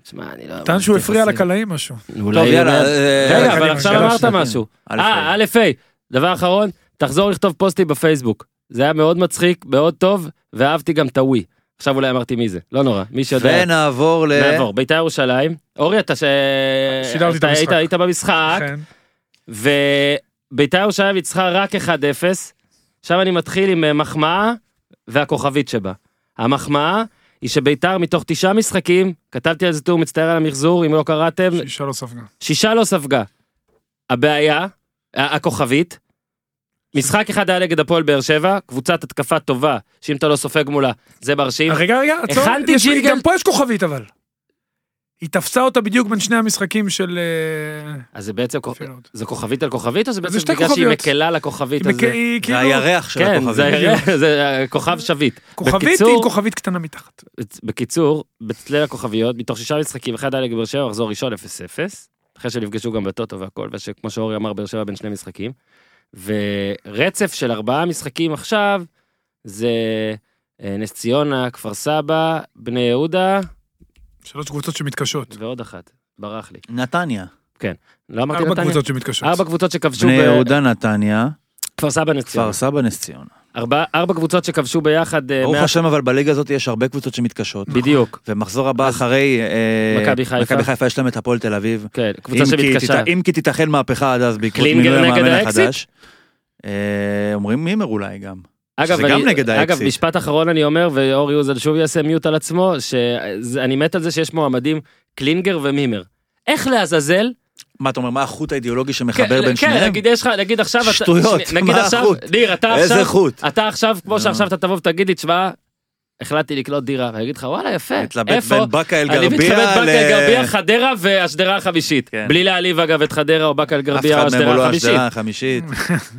Speaker 1: שמע, אני לא...
Speaker 3: טען שהוא הפריע לקלעים משהו.
Speaker 1: אולי...
Speaker 4: טוב, יאללה.
Speaker 1: אולי-
Speaker 4: אה,
Speaker 1: רגע,
Speaker 3: יאללה,
Speaker 1: אבל
Speaker 3: קדימה,
Speaker 1: עכשיו
Speaker 3: שאלה
Speaker 1: אמרת
Speaker 3: שנייה.
Speaker 1: משהו.
Speaker 4: א',
Speaker 1: אה, א', היי. דבר אחרון, תחזור לכתוב פוסטים בפייסבוק. זה היה מאוד מצחיק, מאוד טוב, ואהבתי גם את הווי. עכשיו אולי אמרתי מי זה, לא נורא, מי שיודע.
Speaker 4: ונעבור ל...
Speaker 1: נעבור, בית"ר ירושלים. אורי, אתה ש...
Speaker 3: שידרתי את
Speaker 1: אתה היית-
Speaker 3: המשחק.
Speaker 1: היית במשחק,
Speaker 3: כן.
Speaker 1: ובית"ר ירושלים ניצחה רק 1-0. עכשיו אני מתחיל עם אה, מחמאה והכוכבית שבה. המחמאה היא שבית"ר מתוך תשעה משחקים, כתבתי על זה טור מצטער על המחזור, אם לא קראתם,
Speaker 3: שישה לא ספגה.
Speaker 1: שישה לא ספגה. הבעיה, ה- הכוכבית, משחק אחד היה נגד הפועל באר שבע, קבוצת התקפה טובה, שאם אתה לא סופג מולה, זה מרשים.
Speaker 3: אה, רגע, רגע, עצור.
Speaker 1: הכנתי
Speaker 3: יש לי-
Speaker 1: ג'ינגל.
Speaker 3: גם פה יש כוכבית אבל. היא תפסה אותה בדיוק בין שני המשחקים של... אה,
Speaker 1: אז זה בעצם, כוכ-
Speaker 3: אפילו עוד.
Speaker 1: זה כוכבית על כוכבית, או זה בעצם
Speaker 3: שתי
Speaker 1: בגלל שהיא
Speaker 3: כוכביות.
Speaker 1: מקלה על הכוכבית
Speaker 3: היא מכ-
Speaker 1: הזה?
Speaker 3: היא
Speaker 4: זה
Speaker 3: כאילו...
Speaker 4: הירח של
Speaker 1: כן, זה
Speaker 4: הכוכבים.
Speaker 1: היה- זה אה, כוכב שביט.
Speaker 3: כוכבית
Speaker 1: בקיצור-
Speaker 3: היא כוכבית קטנה מתחת.
Speaker 1: בקיצור, בצליל הכוכביות, מתוך שישה משחקים, אחד היה לבאר שבע, מחזור ראשון 0-0, אחרי שנפגשו גם בטוטו והכל, וכמו שאורי אמר, באר שבע בין שני משחקים. ורצף של ארבעה משחקים עכשיו, זה אה, נס ציונה, כפר סבא, בני יהודה,
Speaker 3: שלוש קבוצות שמתקשות.
Speaker 1: ועוד אחת, ברח לי.
Speaker 4: נתניה.
Speaker 1: לא אמרתי
Speaker 3: ארבע
Speaker 1: נתניה?
Speaker 3: קבוצות שמתקשות.
Speaker 1: ארבע קבוצות שכבשו,
Speaker 4: בני
Speaker 1: ב-
Speaker 4: יהודה, נתניה,
Speaker 1: כפר סבא, נס ציונה.
Speaker 4: כפר סבא, נס ציונה.
Speaker 1: ארבע- ארבע קבוצות שכבשו ביחד, אה,
Speaker 4: ברוך
Speaker 1: מאה-
Speaker 4: השם, אבל בליגה הזאת יש הרבה קבוצות שמתקשות.
Speaker 1: בדיוק,
Speaker 4: ומחזור הבא אחרי... אה,
Speaker 1: מכבי חיפה.
Speaker 4: מכבי חיפה יש להם את הפועל תל אביב.
Speaker 1: כן, קבוצה
Speaker 4: אם כי
Speaker 1: שמתקשה.
Speaker 4: תת- אם כי תיתכן מהפכה עד אז בעקבות
Speaker 1: קלינגר
Speaker 4: מינוי
Speaker 1: נגד
Speaker 4: המאמן
Speaker 1: האקסיט?
Speaker 4: החדש. אה, אומרים מימר אולי גם.
Speaker 1: אגב,
Speaker 4: שזה
Speaker 1: אני,
Speaker 4: גם נגד האקסיט.
Speaker 1: אגב, משפט אחרון אני אומר, ואורי אוזן שוב יעשה מיוט על עצמו, שאני מת על זה שיש מועמדים קלינגר ומימר. איך לעזאזל?
Speaker 4: מה אתה אומר, מה החוט האידיאולוגי שמחבר
Speaker 1: כן, כן,
Speaker 4: בין שניהם?
Speaker 1: נגיד יש לך, נגיד עכשיו... אתה-
Speaker 4: שטויות,
Speaker 1: שני- נגיד
Speaker 4: מה
Speaker 1: עכשיו-
Speaker 4: החוט?
Speaker 1: ניר, אתה עכשיו...
Speaker 4: איזה חוט? אה.
Speaker 1: אתה עכשיו, כמו
Speaker 4: נו.
Speaker 1: שעכשיו אתה תבוא ותגיד לי, תשמע, החלטתי לקנות דירה, ואני אגיד לך, וואלה, יפה,
Speaker 4: מתלבט
Speaker 1: איפה?
Speaker 4: בין באקה אל
Speaker 1: אני
Speaker 4: גרבייה
Speaker 1: מתחבט
Speaker 4: ל-
Speaker 1: באקה אל גרבייה, חדרה והשדרה החמישית.
Speaker 4: כן.
Speaker 1: בלי להעליב אגב את חדרה או באקה אל
Speaker 4: אף
Speaker 1: גרבייה או
Speaker 4: אחד מהם הוא
Speaker 1: השדרה
Speaker 4: לא
Speaker 1: החמישית.
Speaker 4: השדרה החמישית.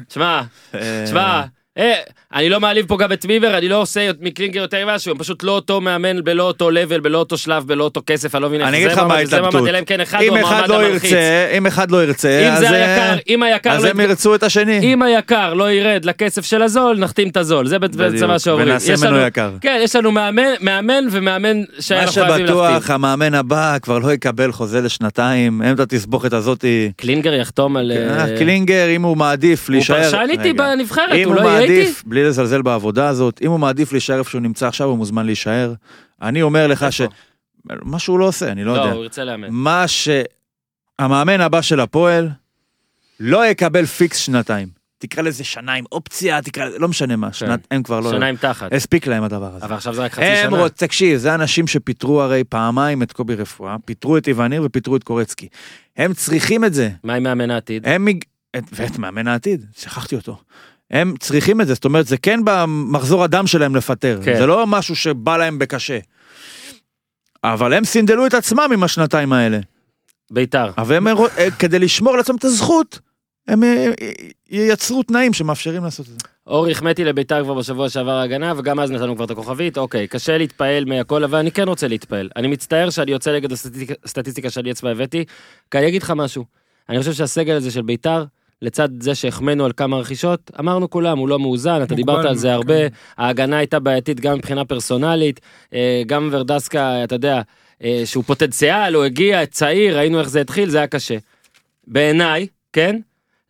Speaker 1: תשמע,
Speaker 4: אה,
Speaker 1: תשמע, אה, אני לא מעליב פה גם את מיבר, אני לא עושה מקלינגר יותר משהו, הם פשוט לא אותו מאמן, בלא אותו לבל, בלא אותו שלב, בלא אותו כסף, אני לא מבין איך
Speaker 4: אני אגיד
Speaker 1: זה
Speaker 4: לך מה
Speaker 1: מעמד, זה מעמד,
Speaker 4: ההתלבטות.
Speaker 1: אלא אם כן אחד הוא
Speaker 4: אם אחד
Speaker 1: המעמד
Speaker 4: לא
Speaker 1: המלחיץ.
Speaker 4: ירצה, אם אחד לא ירצה,
Speaker 1: אם
Speaker 4: אז,
Speaker 1: זה
Speaker 4: אה,
Speaker 1: היקר, אם היקר
Speaker 4: אז
Speaker 1: לא
Speaker 4: הם ירצו את השני.
Speaker 1: אם היקר לא ירד לכסף של הזול, נחתים את הזול, זה בעצם
Speaker 4: בדיוק,
Speaker 1: מה שאומרים.
Speaker 4: ונעשה
Speaker 1: יש
Speaker 4: ממנו
Speaker 1: לנו-
Speaker 4: יקר.
Speaker 1: כן, יש לנו מאמן- מאמן ומאמן
Speaker 4: מה
Speaker 1: שאנחנו חייבים
Speaker 4: שבטוח,
Speaker 1: להחתים.
Speaker 4: המאמן הבא כבר לא יקבל חוזה לשנתיים, אין את התסבוכת הזאתי.
Speaker 1: קלינגר יחתום על...
Speaker 4: אה,
Speaker 1: אה,
Speaker 4: קלינגר, אם הוא מעדיף
Speaker 1: הוא
Speaker 4: להישאר...
Speaker 1: פרשן איתי
Speaker 4: רגע.
Speaker 1: בנבחרת,
Speaker 4: אם
Speaker 1: הוא
Speaker 4: הוא
Speaker 1: לא יהיה איתי.
Speaker 4: מעדיף, בלי לזלזל בעבודה הזאת, אם הוא מעדיף להישאר איפה שהוא נמצא עכשיו, הוא מוזמן להישאר. אני אומר לך ש... מה שהוא לא עושה, אני לא
Speaker 1: לא,
Speaker 4: יודע.
Speaker 1: הוא ירצה לאמן.
Speaker 4: מה שהמאמן הבא של הפועל לא יקבל פיקס שנתיים. תקרא לזה שנה עם אופציה, תקרא לזה, לא משנה מה, שנת, הם כבר לא...
Speaker 1: כן. שניים תחת.
Speaker 4: הספיק להם הדבר הזה.
Speaker 1: אבל עכשיו זה רק חצי
Speaker 4: הם
Speaker 1: שנה.
Speaker 4: רוצ... תקשיב, זה אנשים שפיטרו הרי פעמיים את קובי רפואה, פיטרו את איווניר ופיטרו את קורצקי. הם צריכים את זה.
Speaker 1: מה עם מאמן העתיד?
Speaker 4: הם... מג- את- ואת מאמן העתיד, שכחתי אותו. הם צריכים את זה, זאת אומרת, זה כן במחזור הדם שלהם לפטר.
Speaker 1: כן.
Speaker 4: זה לא משהו שבא להם בקשה. אבל הם סינדלו את עצמם עם השנתיים האלה.
Speaker 1: ביתר.
Speaker 4: אבל הם, אה, כדי לשמור לעצמם את הזכות, הם אה, ייצרו תנאים שמאפשרים לעשות את זה.
Speaker 6: Mm-hmm.
Speaker 1: אורי החמאתי לביתר כבר בשבוע שעבר ההגנה, וגם אז נתנו כבר את הכוכבית, אוקיי, קשה להתפעל מהכל, אבל אני כן רוצה להתפעל. אני מצטער שאני יוצא נגד הסטטיסטיקה- הסטטיסטיקה שאני עצמה הבאתי, כי אני אגיד לך משהו, אני חושב שהסגל הזה של ביתר, לצד זה שהחמאנו על כמה רכישות, אמרנו כולם, הוא לא מאוזן, אתה
Speaker 3: מוגבל
Speaker 1: דיברת על זה
Speaker 3: מאוד,
Speaker 1: הרבה,
Speaker 3: כן.
Speaker 1: ההגנה הייתה בעייתית גם מבחינה פרסונלית, אה, גם ורדסקה, אתה יודע, אה, שהוא פוטנציאל, הוא הגיע, צעיר, ראינו איך זה התחיל, זה היה קשה. בעיניי, כן?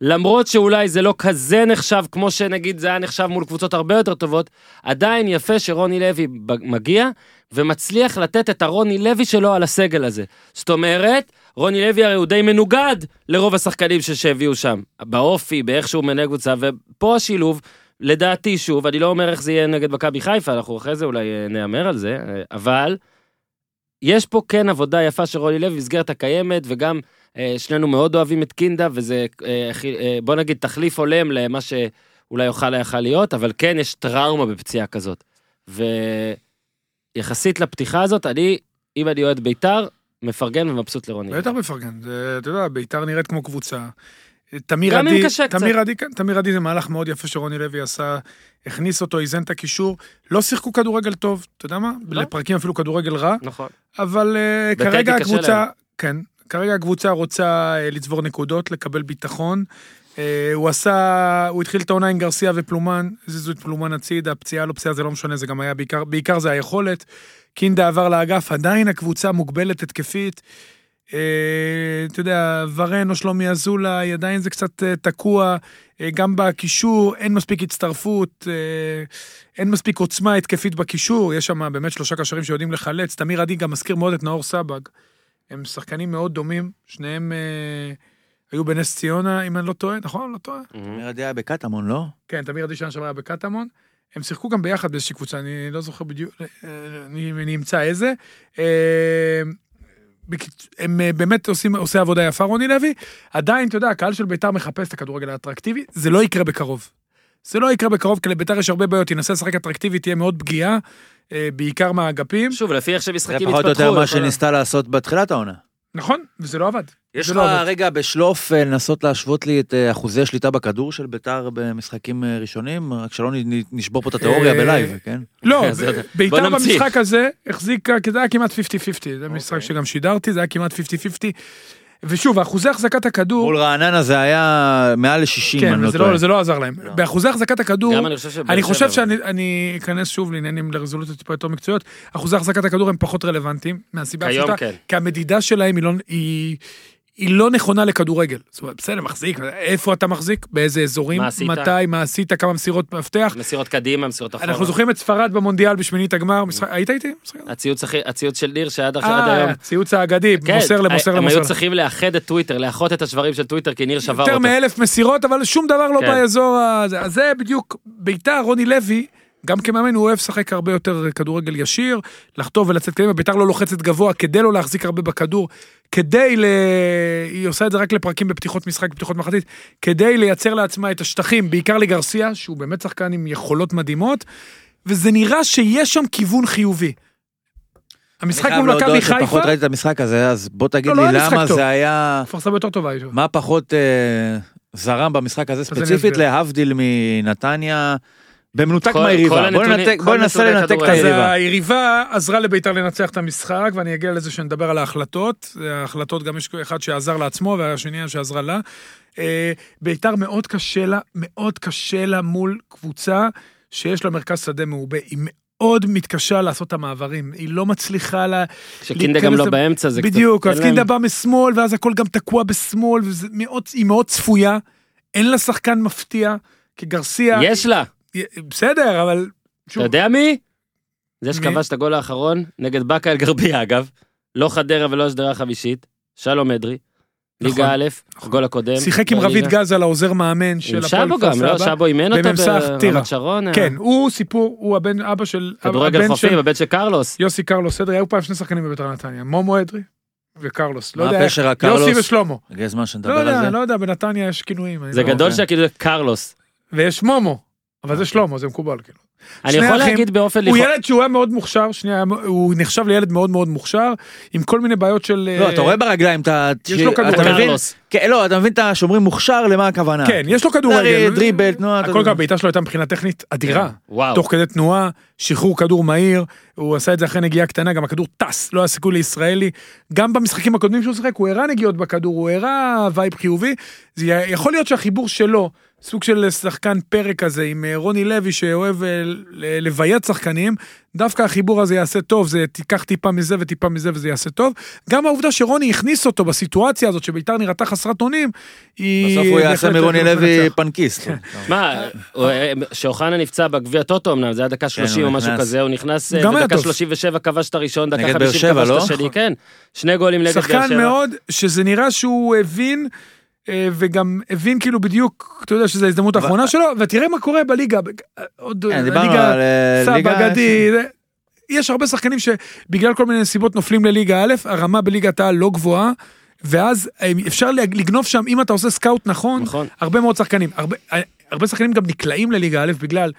Speaker 1: למרות שאולי זה לא כזה נחשב כמו שנגיד זה היה נחשב מול קבוצות הרבה יותר טובות, עדיין יפה שרוני לוי ב- מגיע ומצליח לתת את הרוני לוי שלו על הסגל הזה. זאת אומרת, רוני לוי הרי הוא די מנוגד לרוב השחקנים ש- שהביאו שם, באופי, באיך שהוא מנהל קבוצה, ופה השילוב, לדעתי שוב, אני לא אומר איך זה יהיה נגד מכבי חיפה, אנחנו אחרי זה אולי אה, נהמר על זה, אה, אבל יש פה כן עבודה יפה של רוני לוי במסגרת הקיימת, וגם אה, שנינו מאוד אוהבים את קינדה, וזה, אה, הכי- אה, בוא נגיד, תחליף הולם למה שאולי יוכל יכל להיות, אבל כן, יש טראומה בפציעה כזאת. ויחסית לפתיחה הזאת, אני, אם אני
Speaker 3: לא
Speaker 1: אוהד בית"ר, מפרגן ומבסוט לרוני.
Speaker 3: בטח מפרגן. זה, אתה יודע, ביתר נראית כמו קבוצה. תמיר
Speaker 1: גם אם
Speaker 3: עדי,
Speaker 1: קשה קצת.
Speaker 3: תמיר עדי, כן, תמיר עדי זה מהלך מאוד יפה שרוני לוי עשה, הכניס אותו, איזן את הקישור, לא שיחקו כדורגל טוב, אתה יודע מה?
Speaker 1: לא.
Speaker 3: לפרקים אפילו כדורגל רע,
Speaker 1: נכון.
Speaker 3: אבל אה,
Speaker 1: בטדי
Speaker 3: כרגע
Speaker 1: קשה
Speaker 3: הקבוצה,
Speaker 1: להם.
Speaker 3: כן, כרגע הקבוצה רוצה אה, לצבור נקודות, לקבל ביטחון. אה, הוא עשה, הוא התחיל את העונה עם גרסיה ופלומן, הזיזו את פלומן הצידה, פציעה לא פציעה זה לא משנה, זה גם היה בעיקר, בעיקר זה היכולת. קינדה עבר לאגף, עדיין הקבוצה מוגבלת התקפית. אה, אתה יודע, ורן או שלומי אזולאי, עדיין זה קצת אה, תקוע. אה, גם בקישור, אין מספיק הצטרפות, אה, אין מספיק עוצמה התקפית בקישור, יש שם באמת שלושה קשרים שיודעים לחלץ. תמיר עדי גם מזכיר מאוד את נאור סבג. הם שחקנים מאוד דומים, שניהם אה, היו בנס ציונה, אם אני לא טועה, נכון? לא טועה?
Speaker 6: תמיר עדי היה בקטמון, לא?
Speaker 3: כן, תמיר עדי שנה שעברה היה בקטמון. הם שיחקו גם ביחד באיזושהי קבוצה, אני לא זוכר בדיוק, אה, אני, אני אמצא איזה. אה, בקיצ- הם אה, באמת עושים, עושה עבודה יפה, רוני לוי. עדיין, אתה יודע, הקהל של ביתר מחפש את הכדורגל האטרקטיבי, זה לא יקרה בקרוב. זה לא יקרה בקרוב, כי לביתר יש הרבה בעיות, ינסה לשחק אטרקטיבי, תהיה מאוד פגיעה, אה, בעיקר מהאגפים.
Speaker 1: שוב, לפי איך
Speaker 6: זה
Speaker 1: שמשחקים
Speaker 6: פחות או
Speaker 1: התפתחו.
Speaker 6: יותר מה
Speaker 1: יכול להיות.
Speaker 6: שניסתה לעשות בתחילת העונה.
Speaker 3: נכון, וזה לא עבד.
Speaker 4: כן,
Speaker 6: יש
Speaker 3: זה
Speaker 6: לך
Speaker 3: לא עובד.
Speaker 6: רגע בשלוף אה, לנסות להשוות לי את אה, אחוזי השליטה בכדור של ביתר במשחקים אה, ראשונים? רק שלא נ- נ- נשבור פה את התיאוריה
Speaker 3: אה,
Speaker 6: בלייב, כן?
Speaker 3: לא,
Speaker 1: אז עוד- בוא
Speaker 3: ביתר
Speaker 1: נמציא.
Speaker 3: במשחק הזה החזיקה, כי זה היה כמעט 50-50, זה משחק שגם שידרתי, זה היה כמעט 50-50. ושוב, אחוזי החזקת הכדור,
Speaker 6: מול רעננה זה היה מעל 60,
Speaker 3: כן,
Speaker 6: אני לא
Speaker 3: וזה לא-
Speaker 6: טועה.
Speaker 3: זה לא עזר להם. באחוזי החזקת הכדור,
Speaker 1: גם אני חושב שבאר
Speaker 3: אני חושב
Speaker 1: שבע-
Speaker 3: שאני אני אכנס שוב לעניינים לרזולוציות טיפה יותר מקצועיות, אחוזי החזקת הכדור הם פחות רלוונטיים, מהסיבה
Speaker 1: כיום
Speaker 3: הפשוטה,
Speaker 1: כן.
Speaker 3: כי המדידה שלהם היא לא- היא... היא לא נכונה לכדורגל, זאת אומרת, בסדר, מחזיק, איפה אתה מחזיק, באיזה אזורים,
Speaker 1: מה עשית?
Speaker 3: מתי, מה עשית, כמה מסירות מפתח.
Speaker 1: מסירות קדימה, מסירות אחורה.
Speaker 3: אנחנו זוכרים את ספרד במונדיאל בשמינית הגמר, משחק- היית איתי? משחק-
Speaker 1: הציוץ הכי- הציוץ של ניר שעד עכשיו- אה, עד
Speaker 3: אה,
Speaker 1: היום.
Speaker 3: הציוץ האגדי,
Speaker 1: כן,
Speaker 3: מוסר למוסר
Speaker 1: הם היו
Speaker 3: למוסר.
Speaker 1: צריכים לאחד את טוויטר, לאחות את השברים של טוויטר, כי ניר שבר
Speaker 3: יותר
Speaker 1: אותו.
Speaker 3: מאלף מסירות, אבל שום דבר לא
Speaker 1: כן.
Speaker 3: באזור הזה. אז זה בדיוק, ביתר, רוני לוי, גם כמאמן הוא אוהב לשחק הרבה יותר כדורגל ישיר, לחטוף ולצאת קדימה, ביתר לא לוחצת גבוה כדי לא להחזיק הרבה בכדור, כדי, ל... היא עושה את זה רק לפרקים בפתיחות משחק, בפתיחות מחצית, כדי לייצר לעצמה את השטחים, בעיקר לגרסיה, שהוא באמת שחקן עם יכולות מדהימות, וזה נראה שיש שם כיוון חיובי. המשחק
Speaker 6: אני חייב
Speaker 3: מול מכבי
Speaker 6: להודות
Speaker 3: חיפה,
Speaker 6: שפחות ראיתי את המשחק הזה, אז בוא תגיד
Speaker 3: לא, לא
Speaker 6: לי
Speaker 3: היה משחק
Speaker 6: למה
Speaker 3: טוב.
Speaker 6: זה היה...
Speaker 3: כפר סבא יותר טובה. יש-
Speaker 6: מה פחות אה, זרם במשחק הזה
Speaker 3: אני
Speaker 6: ספציפית,
Speaker 3: אסביר.
Speaker 6: להבדיל מנתניה, במנותק
Speaker 1: כל-
Speaker 6: מהיריבה.
Speaker 1: כל
Speaker 6: בוא
Speaker 1: הנתונים-
Speaker 6: ננתק-
Speaker 1: כל
Speaker 6: בוא ננסה
Speaker 1: נתוני
Speaker 6: לנתק את
Speaker 1: הכדורגל.
Speaker 3: אז
Speaker 6: היריבה.
Speaker 3: היריבה עזרה לביתר לנצח את המשחק, ואני אגיע לזה שנדבר על ההחלטות. ההחלטות, גם יש אחד שעזר לעצמו והשני שעזרה לה. אה, ביתר מאוד קשה לה, מאוד קשה לה מול קבוצה שיש לה מרכז שדה מעובה. היא מאוד מתקשה לעשות את המעברים, היא לא מצליחה לה...
Speaker 1: שקינדה
Speaker 3: להיכנס
Speaker 1: גם לא
Speaker 3: למ-
Speaker 1: באמצע, זה קצת...
Speaker 3: בדיוק,
Speaker 1: אין
Speaker 3: אז
Speaker 1: להם-
Speaker 3: קינדה בא משמאל, ואז הכל גם תקוע בשמאל, והיא מאוד צפויה, אין לה שחקן מפתיע, כי גרסיה...
Speaker 1: יש לה,
Speaker 3: בסדר, אבל...
Speaker 1: אתה
Speaker 3: שוב,
Speaker 1: יודע מי? זה
Speaker 3: מי?
Speaker 1: שכבש את הגול האחרון, נגד באקה אל גרבייה אגב, לא חדרה ולא השדרה חמישית, שלום אדרי,
Speaker 3: נכון,
Speaker 1: ליגה א', גול הקודם.
Speaker 3: שיחק עם רביד
Speaker 1: בליגה.
Speaker 3: גז על העוזר מאמן של
Speaker 1: עם
Speaker 3: הפועל
Speaker 1: שבו
Speaker 3: כפר
Speaker 1: גם, לא?
Speaker 3: סבא.
Speaker 1: שבו אימן אותו
Speaker 3: בממסך טירה.
Speaker 1: ברמת שרון? אה?
Speaker 3: כן, הוא סיפור, הוא הבן, אבא של,
Speaker 1: כדורגל
Speaker 3: הבן
Speaker 1: חופים,
Speaker 3: של
Speaker 1: הבן של קרלוס.
Speaker 3: יוסי קרלוס אדרי, היו פעם שני שחקנים בביתר נתניה, מומו אדרי וקרלוס, לא
Speaker 6: מה
Speaker 3: יודע, איך.
Speaker 6: הפשר הקרלוס?
Speaker 3: יוסי ושלמה,
Speaker 6: הגיע הזמן שנדבר
Speaker 3: לא
Speaker 6: על
Speaker 3: יודע,
Speaker 6: זה.
Speaker 3: לא יודע, בנתניה יש כינויים, אני
Speaker 1: זה
Speaker 3: לא-
Speaker 1: גדול
Speaker 6: אוקיי.
Speaker 1: שהכאילו זה קרלוס.
Speaker 3: ויש מומו, אבל זה שלמה, זה מקובל, כאילו.
Speaker 1: אני
Speaker 3: שני
Speaker 1: יכול
Speaker 3: אחים.
Speaker 1: להגיד באופן
Speaker 3: הוא
Speaker 1: לכאורה-
Speaker 3: ילד שהוא היה מאוד מוכשר, שנייה, הוא נחשב לילד מאוד מאוד מוכשר, עם כל מיני בעיות של...
Speaker 6: לא,
Speaker 3: אה,
Speaker 6: אתה רואה ברגליים, אתה...
Speaker 3: יש לו
Speaker 6: אתה
Speaker 3: כדור.
Speaker 6: מבין?
Speaker 1: קרלוס.
Speaker 6: כן, לא, אתה מבין את ה- שאומרים מוכשר, למה הכוונה?
Speaker 3: כן, יש לו
Speaker 6: הרי
Speaker 3: כדורגל.
Speaker 6: דריבל, תנועה. אתה כן.
Speaker 3: הכל
Speaker 6: יודע.
Speaker 3: גם בעיטה שלו הייתה מבחינה טכנית אדירה.
Speaker 1: וואו.
Speaker 3: תוך כדי תנועה, שחרור כדור מהיר, הוא עשה את זה אחרי נגיעה קטנה, גם הכדור טס, לא היה סיכוי לישראלי. גם במשחקים הקודמים שהוא שיחק, הוא הראה נגיעות בכדור, הוא הראה וייב חיובי. זה י- יכול להיות שהחיבור שלו, סוג של שחקן פרק כזה עם אה, רוני לוי שאוהב אה, ל- לביית שחקנים, דווקא החיבור הזה יעשה טוב, זה תיקח טיפה מזה וטיפה מזה וזה יעשה טוב. גם העובדה שרוני הכניס אותו בסיטואציה הזאת, שביתר נראתה חסרת אונים, היא...
Speaker 6: בסוף הוא יעשה
Speaker 3: אה, בהחלט
Speaker 6: מרוני
Speaker 3: תלך
Speaker 6: לוי
Speaker 3: לנצח.
Speaker 6: פנקיסט.
Speaker 1: מה, הוא- שאוחנה נפצע בגביע טוטו אמנם, זה היה דקה 30 או
Speaker 6: כן, הוא
Speaker 1: משהו
Speaker 6: נכנס.
Speaker 1: כזה, הוא נכנס, אה,
Speaker 3: גם היה
Speaker 1: דקה
Speaker 3: טוב.
Speaker 1: 37 כבש את הראשון, דקה
Speaker 6: נגד באר
Speaker 1: 50
Speaker 6: שבע,
Speaker 1: כבש את
Speaker 6: לא?
Speaker 1: השני, כן. שני גולים נגד באר שבע.
Speaker 3: שחקן מאוד, שזה נראה שהוא הבין, אה, וגם הבין כאילו בדיוק, אתה יודע שזו ההזדמנות האחרונה שלו, ותראה מה קורה בליגה. ב- עוד
Speaker 6: כן, דיברנו על,
Speaker 3: ליגה,
Speaker 6: אה, ליגה-
Speaker 3: סבא, גדי, זה- יש הרבה שחקנים שבגלל כל מיני סיבות נופלים לליגה א', הרמה בליגת העל לא גבוהה. ואז אה, אפשר לג- לגנוב שם, אם אתה עושה סקאוט נכון,
Speaker 1: נכון.
Speaker 3: הרבה מאוד שחקנים. הרבה, אה, הרבה שחקנים גם נקלעים לליגה א' בגלל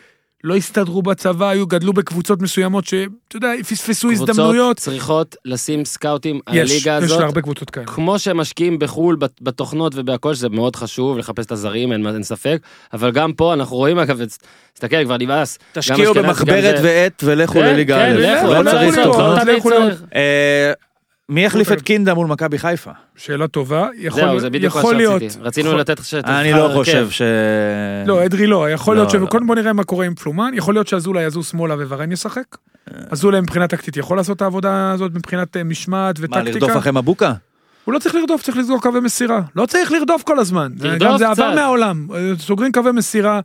Speaker 3: לא הסתדרו בצבא, היו, גדלו בקבוצות מסוימות שאתה יודע, פספסו
Speaker 1: קבוצות
Speaker 3: הזדמנויות.
Speaker 1: צריכות לשים סקאוטים על
Speaker 3: יש,
Speaker 1: הליגה
Speaker 3: יש
Speaker 1: הזאת.
Speaker 3: להרבה קבוצות כאלה.
Speaker 1: כמו שמשקיעים בחו"ל בת- בתוכנות ובהכל, שזה מאוד חשוב לחפש את הזרים, אין, אין ספק, אבל גם פה אנחנו רואים, אגב, את- תסתכל, כבר נמאס. גם
Speaker 4: תשקיעו
Speaker 1: אשכנזי,
Speaker 4: במחברת
Speaker 1: גם זה.
Speaker 4: ועט ולכו
Speaker 1: כן,
Speaker 4: לליגה
Speaker 1: כן,
Speaker 4: א'.
Speaker 1: לכו,
Speaker 4: לא
Speaker 1: לא
Speaker 4: צריך
Speaker 1: צריך,
Speaker 3: לראות,
Speaker 1: לא תמיד
Speaker 3: לכו לראות.
Speaker 1: צריך.
Speaker 4: אה, מי יחליף
Speaker 3: אוקיי.
Speaker 4: את קינדה מול מכבי חיפה?
Speaker 3: שאלה טובה. יכול,
Speaker 1: זהו, זה בדיוק מה
Speaker 3: יכול להיות.
Speaker 1: שרציתי. רצינו
Speaker 3: יכול-
Speaker 1: לתת כן. לך שתבחר
Speaker 4: אני לא
Speaker 1: הרכב.
Speaker 4: חושב ש...
Speaker 3: לא, אדרי לא, יכול
Speaker 4: לא,
Speaker 3: להיות ש...
Speaker 4: לא.
Speaker 3: קודם בוא נראה מה קורה עם פלומן, יכול להיות שאזולאי יזוז שמאלה וורן ישחק. אזולאי מבחינה טקטית יכול לעשות את העבודה הזאת מבחינת אה, משמעת
Speaker 4: מה,
Speaker 3: וטקטיקה.
Speaker 4: לרדוף אחרי מבוקה?
Speaker 3: הוא לא צריך לרדוף, צריך לסגור קווי מסירה. לא צריך לרדוף כל הזמן.
Speaker 1: לרדוף
Speaker 3: גם זה
Speaker 1: קצת.
Speaker 3: עבר מהעולם. אה, סוגרים קווי מסירה.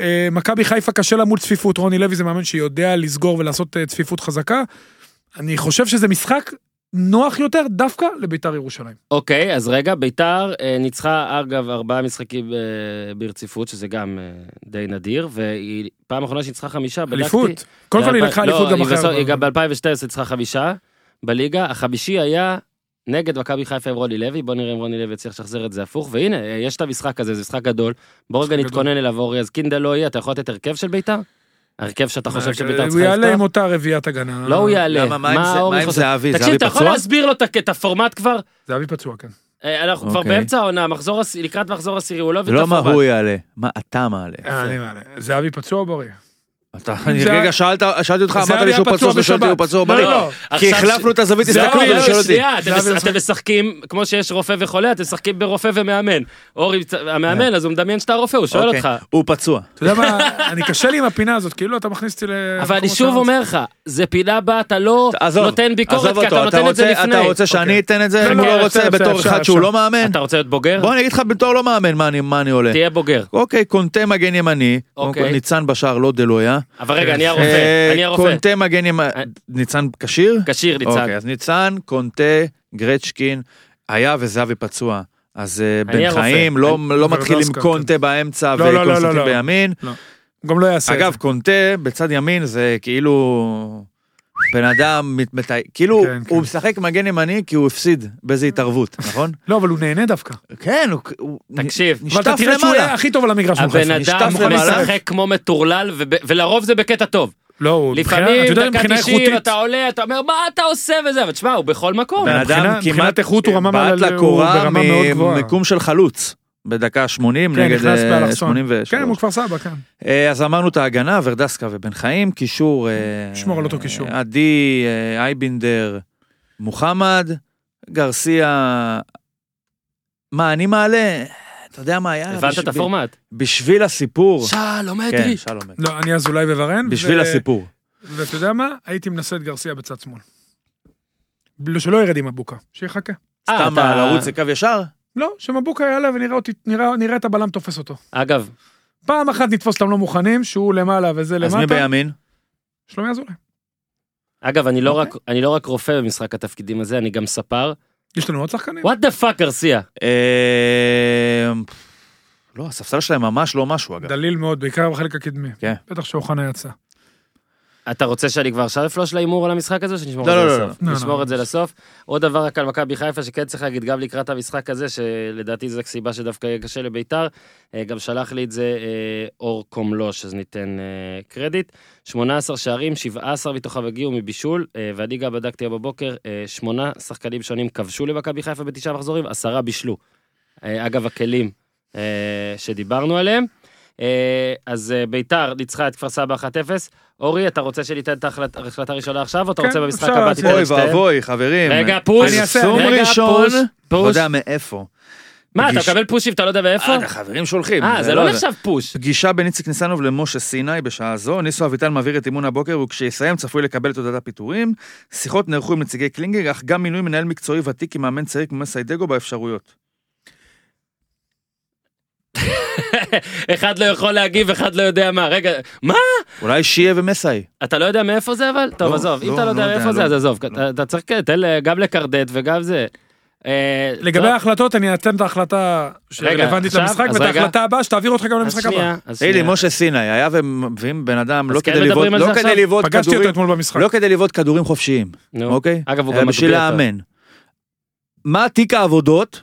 Speaker 3: אה, מכבי חיפה קשה לה מול צפיפות, רוני לוי זה מאמן שיודע לסגור ולעשות אה, צפיפות חזקה. אני חושב שזה משחק נוח יותר דווקא לביתר ירושלים.
Speaker 1: אוקיי, אז רגע, ביתר אה, ניצחה, אגב, ארבעה משחקים אה, ברציפות, שזה גם אה, די נדיר, והיא פעם אחרונה שניצחה חמישה, בדקתי.
Speaker 3: אליפות. קודם כל היא
Speaker 1: ב-
Speaker 3: לקחה
Speaker 1: לא,
Speaker 3: אליפות גם
Speaker 1: היא
Speaker 3: אחרי
Speaker 1: בסוף- היא
Speaker 3: ארבע.
Speaker 1: גם ב-2012 ניצחה חמישה בליגה, החמישי היה נגד מכבי חיפה עם רוני לוי, בוא נראה אם רוני לוי יצליח לשחזר את זה הפוך, והנה, אה, יש את המשחק הזה, זה משחק גדול. בוא רגע
Speaker 3: משחק
Speaker 1: נתכונן אליו, אורי, אז קינדה לא יהיה, אתה יכול לתת הרכב של ביתר? הרכב שאתה
Speaker 4: אה,
Speaker 1: חושב שביתר
Speaker 3: אה, הוא
Speaker 1: צריכה
Speaker 3: יעלה עם
Speaker 1: לפתוח?
Speaker 3: אותה רביעיית הגנה.
Speaker 1: לא, הוא יעלה.
Speaker 4: למה, מה עם זה-
Speaker 1: אורי
Speaker 4: מה עם
Speaker 1: חושב?
Speaker 4: זהבי?
Speaker 1: תקשיב,
Speaker 4: זהבי
Speaker 1: אתה יכול
Speaker 4: פצוע?
Speaker 1: להסביר לו את הק- את הפורמט כבר?
Speaker 3: זהבי פצוע, כן.
Speaker 1: אה, אנחנו כבר
Speaker 4: אוקיי.
Speaker 1: באמצע העונה, מחזור הס- לקראת מחזור עשירי, הוא לא הביא את
Speaker 4: לא מה
Speaker 1: הפורמט.
Speaker 4: הוא יעלה, מה אתה מעלה.
Speaker 3: אה, אני מעלה. זהבי פצוע או בריא?
Speaker 4: אתה- אני
Speaker 3: זה-
Speaker 4: רגע, שאלת- שאלתי אותך,
Speaker 3: זה
Speaker 4: אמרת לי
Speaker 3: היה
Speaker 4: שהוא
Speaker 3: פצוע
Speaker 4: פצוע ושאלתי הוא
Speaker 3: בשבת.
Speaker 4: פצוע
Speaker 3: לא,
Speaker 4: בריא.
Speaker 1: לא,
Speaker 4: כי
Speaker 1: עכשיו ש-
Speaker 4: החלפנו את הזווית
Speaker 1: לא,
Speaker 4: הסתכלות,
Speaker 1: אבל
Speaker 4: שואל אותי. לא,
Speaker 1: שנייה, אתם
Speaker 3: זהבי
Speaker 1: מש-
Speaker 3: משחק.
Speaker 1: אתם משחקים, כמו שיש רופא וחולה, אתם משחקים ברופא ומאמן. אורי, צ- המאמן, אז הוא מדמיין שאתה רופא, הוא שואל
Speaker 4: אה. אוקיי,
Speaker 1: אותך.
Speaker 4: הוא פצוע.
Speaker 3: אתה יודע מה, אני קשה לי עם הפינה הזאת, כאילו אתה מכניס אותי ל...
Speaker 1: אבל אני שוב אומר לך, זה פינה בה אתה לא
Speaker 4: עזוב,
Speaker 1: נותן ביקורת,
Speaker 4: עזוב
Speaker 1: כי אתה
Speaker 4: אותו,
Speaker 1: נותן את זה
Speaker 4: רוצה- אתה
Speaker 1: לפני. אה,
Speaker 4: רוצה שאני
Speaker 3: אוקיי.
Speaker 4: אתן את זה?
Speaker 3: לא,
Speaker 4: אם הוא
Speaker 3: לא,
Speaker 4: לא רוצה,
Speaker 3: אפשר,
Speaker 4: בתור
Speaker 3: אפשר,
Speaker 4: אחד שהוא
Speaker 3: אפשר.
Speaker 4: לא מאמן?
Speaker 1: אתה רוצה להיות בוגר?
Speaker 4: בוא אני אגיד לך בתור לא מאמן מה אני- מה אני עולה.
Speaker 1: תהיה בוגר.
Speaker 4: אוקיי, קונטה מגן ימני, קודם
Speaker 1: אוקיי.
Speaker 4: כל ניצן בשער לא דלויה.
Speaker 1: אבל רגע, אני הרופא,
Speaker 4: אה,
Speaker 1: אני הרופא. אה.
Speaker 4: קונטה מגן ימני, ניצן כשיר?
Speaker 1: כשיר ניצן.
Speaker 4: אוקיי, אז ניצן, קונטה, גרצ'קין, היה וזהבי פצוע. אז אה,
Speaker 1: אני
Speaker 4: בן
Speaker 1: הרופא.
Speaker 4: חיים לא לא
Speaker 3: ורדסקה,
Speaker 4: מתחיל עם
Speaker 3: כן.
Speaker 4: קונטה באמצע
Speaker 3: לא, לא, לא, לא,
Speaker 4: וקונסטנטין
Speaker 3: לא.
Speaker 4: בימין.
Speaker 3: הוא גם לא יעשה את זה.
Speaker 4: אגב, קונטה בצד ימין זה כאילו... בן אדם, מת- מת- כאילו,
Speaker 3: כן,
Speaker 4: הוא
Speaker 3: כן. אה.
Speaker 4: משחק מגן ימני כי הוא הפסיד באיזה התערבות, נכון?
Speaker 3: לא, אבל הוא נהנה דווקא.
Speaker 4: כן, הוא- הוא...
Speaker 1: תקשיב,
Speaker 3: אבל אתה
Speaker 4: נשטף
Speaker 3: תראה שהוא יהיה
Speaker 4: למעלה.
Speaker 3: הכי טוב על המגרש מול
Speaker 1: הבן
Speaker 3: חיפה.
Speaker 1: אדם
Speaker 4: נשטף למעלה.
Speaker 1: משחק כמו מטורלל, וב- ולרוב זה בקטע טוב.
Speaker 3: לא, הוא מבחינה, אתה
Speaker 1: לפעמים
Speaker 3: יודע,
Speaker 1: דקה
Speaker 3: מבחינה
Speaker 1: 90
Speaker 3: איכותית.
Speaker 1: אתה עולה, אתה אומר, מה אתה עושה וזה, אבל תשמע, הוא בכל מקום.
Speaker 4: בן
Speaker 3: מבחינה-
Speaker 4: אדם
Speaker 3: מבחינת
Speaker 4: כמעט
Speaker 3: איכות הוא רמה מעל-
Speaker 4: בעט
Speaker 3: הוא
Speaker 4: לקורה
Speaker 3: ברמה מאוד גבוהה.
Speaker 4: ממקום של חלוץ. בדקה 80
Speaker 3: כן,
Speaker 4: נגד
Speaker 3: נכנס
Speaker 4: אה,
Speaker 3: באלכסון.
Speaker 4: 83.
Speaker 3: כן, הוא כפר סבא, כן.
Speaker 4: אה, אז אמרנו את ההגנה, ורדסקה ובן חיים, קישור... אה,
Speaker 3: שמור על אותו קישור.
Speaker 4: אה, עדי, אה, אייבינדר, מוחמד, גרסיה... מה, אני מעלה... אתה יודע מה היה?
Speaker 1: הבנת את הפורמט?
Speaker 4: בשביל הסיפור.
Speaker 1: שלום
Speaker 4: כן, שלום. אדרי.
Speaker 3: לא, אני אזולאי וורן.
Speaker 4: בשביל
Speaker 3: ו-
Speaker 4: הסיפור.
Speaker 3: ואתה יודע מה? הייתי מנסה את גרסיה בצד שמאל. לא, שלא ירד עם מבוקה, שיחכה.
Speaker 1: אה,
Speaker 4: סתם
Speaker 1: אתה-
Speaker 4: מה, לרוץ לקו ישר?
Speaker 3: לא, שמבוקה יעלה ונראה אותי- נראה- נראה את הבלם תופס אותו.
Speaker 1: אגב,
Speaker 3: פעם אחת נתפוס אותם לא מוכנים, שהוא למעלה וזה
Speaker 4: אז מי
Speaker 3: למטה.
Speaker 4: בימין?
Speaker 3: שלומי אזולאי.
Speaker 1: אגב, אני
Speaker 3: אוקיי.
Speaker 1: לא רק- אני לא רק רופא במשחק התפקידים הזה, אני גם ספר.
Speaker 3: יש לנו עוד שחקנים?
Speaker 1: וואט דה פאק, גרסיה.
Speaker 4: אה, לא, הספסל שלהם ממש לא משהו, אגב.
Speaker 3: דליל מאוד, בעיקר בחלק הקדמי.
Speaker 4: כן.
Speaker 3: בטח שאוחנה יצא.
Speaker 1: אתה רוצה שאני כבר עכשיו אפלוש להימור על המשחק הזה, או שנשמור
Speaker 4: לא,
Speaker 1: את
Speaker 4: לא,
Speaker 1: זה
Speaker 4: לא,
Speaker 1: לסוף?
Speaker 3: לא. לא,
Speaker 1: נשמור
Speaker 3: לא.
Speaker 1: את זה לסוף. עוד דבר רק על מכבי חיפה, שכן צריך להגיד, גם לקראת המשחק הזה, שלדעתי זו סיבה שדווקא יהיה קשה לביתר, אה, גם שלח לי את זה אה, אור קומלוש, אז ניתן אה, קרדיט. 18 שערים, 17 מתוכם הגיעו מבישול, אה, והליגה בדקתי היום בבוקר, אה, שמונה שחקנים שונים כבשו למכבי חיפה בתשעה מחזורים, עשרה בישלו. אה, אגב, הכלים אה, שדיברנו עליהם. אה, אז אה, ביתר ניצחה את כפר סבא 1-0. אורי, אתה רוצה שניתן את ההחלט- ההחלטה הראשונה עכשיו, או אתה
Speaker 3: כן,
Speaker 1: רוצה במשחק
Speaker 3: אפשר
Speaker 1: הבא
Speaker 3: לעשות.
Speaker 1: תיתן
Speaker 4: אוי
Speaker 1: את שתיהן?
Speaker 4: ואבוי, חברים.
Speaker 1: רגע, פוש.
Speaker 4: אני אעשה-
Speaker 1: פרסום
Speaker 4: רגע,
Speaker 1: ראשון.
Speaker 4: פוש.
Speaker 1: פוש.
Speaker 4: לא יודע מאיפה.
Speaker 1: מה, אתה
Speaker 4: פגיש-
Speaker 1: מקבל פוש אם אתה לא יודע מאיפה?
Speaker 4: אה, חברים שולחים.
Speaker 1: אה, זה לא נחשב פוש.
Speaker 4: פגישה בין איציק ניסנוב למשה סיני בשעה זו, ניסו אביטן מעביר את אימון הבוקר וכשיסיים צפוי לקבל את הודעת הפיטורים. שיחות נערכו עם נציגי קלינגר, אך גם מינוי מנהל מקצועי ותיק עם מאמן צעיר כמו סיידגו באפשרויות.
Speaker 1: אחד לא יכול להגיב, אחד לא יודע מה. רגע, מה?
Speaker 4: אולי שיה ומסאי.
Speaker 1: אתה לא יודע מאיפה זה אבל? טוב,
Speaker 4: לא,
Speaker 1: עזוב, אם
Speaker 4: לא,
Speaker 1: אתה לא יודע
Speaker 4: לא יודע,
Speaker 1: מאיפה זה,
Speaker 4: לא.
Speaker 1: אז עזוב.
Speaker 4: לא.
Speaker 1: אתה- אתה צריך כן, תן ל- גם לקרדט וגם זה. אה,
Speaker 3: לגבי
Speaker 1: טוב,
Speaker 3: ההחלטות, אני אתן את ההחלטה שרלוונטית
Speaker 1: עכשיו,
Speaker 3: למשחק,
Speaker 1: אז
Speaker 3: ואת
Speaker 1: רגע.
Speaker 3: ההחלטה הבאה שתעביר אותך גם
Speaker 1: אז
Speaker 3: למשחק הבא.
Speaker 1: שנייה, אז
Speaker 4: תגיד לי,
Speaker 1: שנייה.
Speaker 4: משה סיני, היה ומביאים בן אדם
Speaker 1: אז
Speaker 4: לא
Speaker 1: כן
Speaker 4: כדי
Speaker 1: מדברים
Speaker 4: לבעוט-
Speaker 1: על זה
Speaker 4: לא
Speaker 1: עכשיו.
Speaker 4: כדי לבעוט
Speaker 3: פגשתי אותו
Speaker 4: כדורים,
Speaker 3: אתמול במשחק.
Speaker 4: לא כדי לבעוט כדורים חופשיים.
Speaker 1: נו.
Speaker 4: אוקיי?
Speaker 1: אגב, הוא
Speaker 4: אלא
Speaker 1: גם
Speaker 4: בשביל
Speaker 1: מגביר אותו.
Speaker 4: לאמן. מה תיק העבודות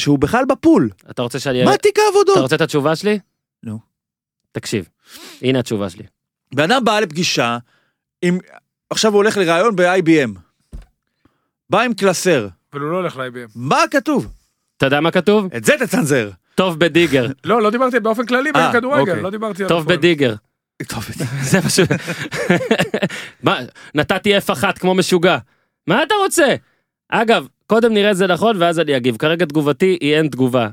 Speaker 4: שהוא בכלל בפול?
Speaker 1: אתה רוצה שאני...
Speaker 4: מה תיק
Speaker 1: אתה
Speaker 4: העבודות?
Speaker 1: רוצה את התשובה שלי?
Speaker 4: נו.
Speaker 1: תקשיב, הנה התשובה שלי.
Speaker 4: בן אדם בא לפגישה, עם... עכשיו הוא הולך לראיון ב-IBM. בא עם קלסר,
Speaker 3: אבל הוא לא הולך ל-IBM.
Speaker 4: מה כתוב?
Speaker 1: אתה יודע מה כתוב?
Speaker 4: את זה תצנזר.
Speaker 1: טוב בדיגר,
Speaker 3: לא, לא דיברתי באופן כללי
Speaker 4: אה,
Speaker 3: בכדורגל,
Speaker 4: אוקיי.
Speaker 3: לא דיברתי על...
Speaker 1: טוב
Speaker 3: הפועל.
Speaker 1: בדיגר.
Speaker 4: טוב,
Speaker 1: זה פשוט... מה, נתתי F1 כמו משוגע. מה אתה רוצה? אגב, קודם נראה את זה נכון ואז אני אגיב. כרגע תגובתי היא אין תגובה.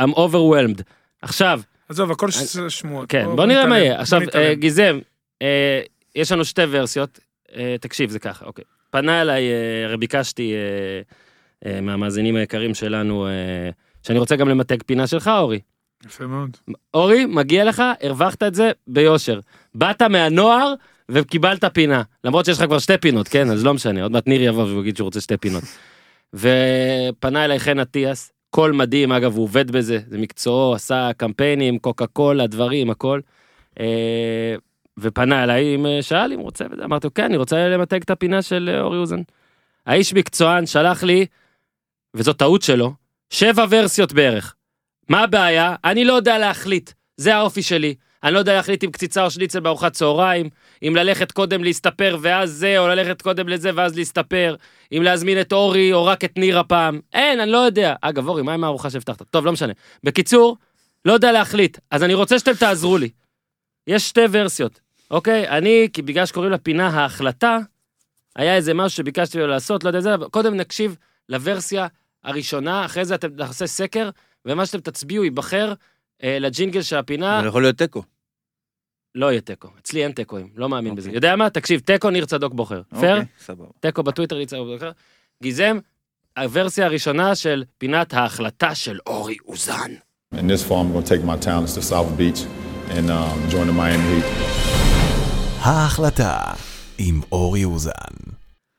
Speaker 1: I'm overwhelmed. עכשיו,
Speaker 3: עזוב, הכל ש- שמועות.
Speaker 1: כן, בוא נראה מה
Speaker 3: נתעלם,
Speaker 1: יהיה. עכשיו,
Speaker 3: נתעלם.
Speaker 1: אה, גיזם, אה, יש לנו שתי ורסיות. אה, תקשיב, זה ככה, אוקיי. פנה אליי, אה, הרי ביקשתי אה, אה, מהמאזינים היקרים שלנו, אה, שאני רוצה גם למתג פינה שלך, אורי.
Speaker 3: יפה מאוד.
Speaker 1: אה, אורי, מגיע לך, הרווחת את זה ביושר. באת מהנוער וקיבלת פינה. למרות שיש לך כבר שתי פינות, כן? אז לא משנה, עוד מעט ניר יבוא והוא יגיד שהוא רוצה שתי פינות. ופנה אליי חן אטיאס, קול מדהים, אגב, הוא עובד בזה, זה מקצועו, עשה קמפיינים, קוקה קולה, דברים, הכל. אה, ופנה אליי, עם, אה, שאל אם הוא רוצה, וזה. אמרתי לו, כן, אני רוצה למתג את הפינה של אה, אורי אוזן. האיש מקצוען שלח לי, וזו טעות שלו, שבע ורסיות בערך. מה הבעיה? אני לא יודע להחליט. זה האופי שלי. אני לא יודע להחליט אם קציצה או שניצל בארוחת צהריים, אם ללכת קודם להסתפר ואז זה, או ללכת קודם לזה ואז להסתפר, אם להזמין את אורי או רק את ניר הפעם. אין, אני לא יודע. אגב, אורי, מה עם הארוחה שהבטחת? טוב, לא משנה. בקיצור, לא יודע להחליט. אז אני רוצה שאתם תעזרו לי. יש שתי ורסיות, אוקיי? אני, כי בגלל שקוראים לפינה ההחלטה, היה איזה משהו שביקשתי לו לעשות, לא יודע זה, אבל קודם נקשיב לוורסיה הראשונה, אחרי זה אתם נעשה סקר, ומה שאתם תצביעו ייבחר אה, לג'ינגל של הפינה,
Speaker 4: אבל יכול להיות תיקו.
Speaker 1: לא יהיה תיקו. אצלי אין תיקואים, לא מאמין בזה.
Speaker 4: אוקיי.
Speaker 1: יודע מה? תקשיב, תיקו ניר צדוק בוחר. פייר?
Speaker 4: אוקיי, סבבה.
Speaker 1: תיקו בטוויטר ניר צדוק בוחר. גיזם, הוורסיה הראשונה של פינת ההחלטה של אורי אוזן.
Speaker 7: In this fall, I'm going to take my talents to South Beach and um, join the Miami Heat.
Speaker 8: ההחלטה עם אורי אוזן.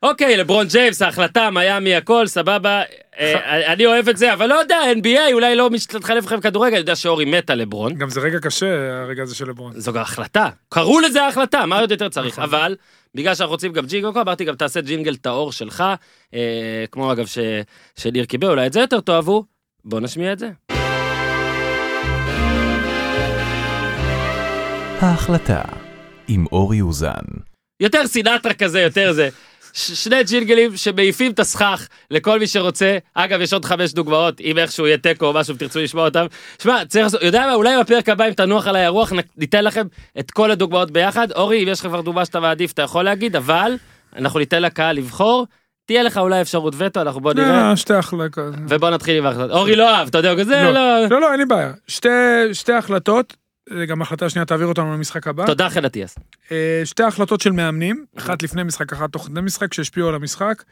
Speaker 1: אוקיי, לברון ג'יימס, ההחלטה, מיאמי, הכל, סבבה. אה, אני אוהב את זה, אבל לא יודע, NBA, אולי לא מתחלף לכם כדורגל, אני יודע שאורי מת על לברון.
Speaker 3: גם זה רגע קשה, הרגע הזה של לברון.
Speaker 1: זו גם החלטה, קראו לזה החלטה, מה עוד יותר
Speaker 4: נכון.
Speaker 1: צריך? אבל, בגלל שאנחנו רוצים גם ג'ינגל, קודם כל אמרתי גם תעשה ג'ינגל טהור שלך, אה, כמו אגב ש- שניר קיבל, אולי את זה יותר תאהבו, בואו נשמיע את זה.
Speaker 8: ההחלטה עם אורי אוזן.
Speaker 1: יותר סינטרה כזה, יותר זה. ש- שני ג'ינגלים שמעיפים את הסכך לכל מי שרוצה. אגב, יש עוד חמש דוגמאות, אם איכשהו יהיה תיקו או משהו ותרצו לשמוע אותם. שמע, צריך לעשות, יודע מה, אולי בפרק הבא, אם תנוח עליי הרוח, נ- ניתן לכם את כל הדוגמאות ביחד. אורי, אם יש לך כבר דוגמה שאתה מעדיף, אתה יכול להגיד, אבל אנחנו ניתן לקהל לבחור. תהיה לך אולי אפשרות וטו, אנחנו בוא נראה,
Speaker 3: לא, שתי החלטות.
Speaker 1: ובוא נתחיל עם ההחלטות. אורי לא אהב, אתה יודע, הוא כזה,
Speaker 3: לא.
Speaker 1: לא...
Speaker 3: לא, לא, אין לי בעיה. שתי- שתי החלטות, אה, גם החלטה שנייה תעביר אותנו למשחק הבא.
Speaker 1: תודה, חן אטיאס.
Speaker 3: אה, שתי החלטות של מאמנים, אחת לפני משחק, אחת תוך כדי משחק, שהשפיעו על המשחק,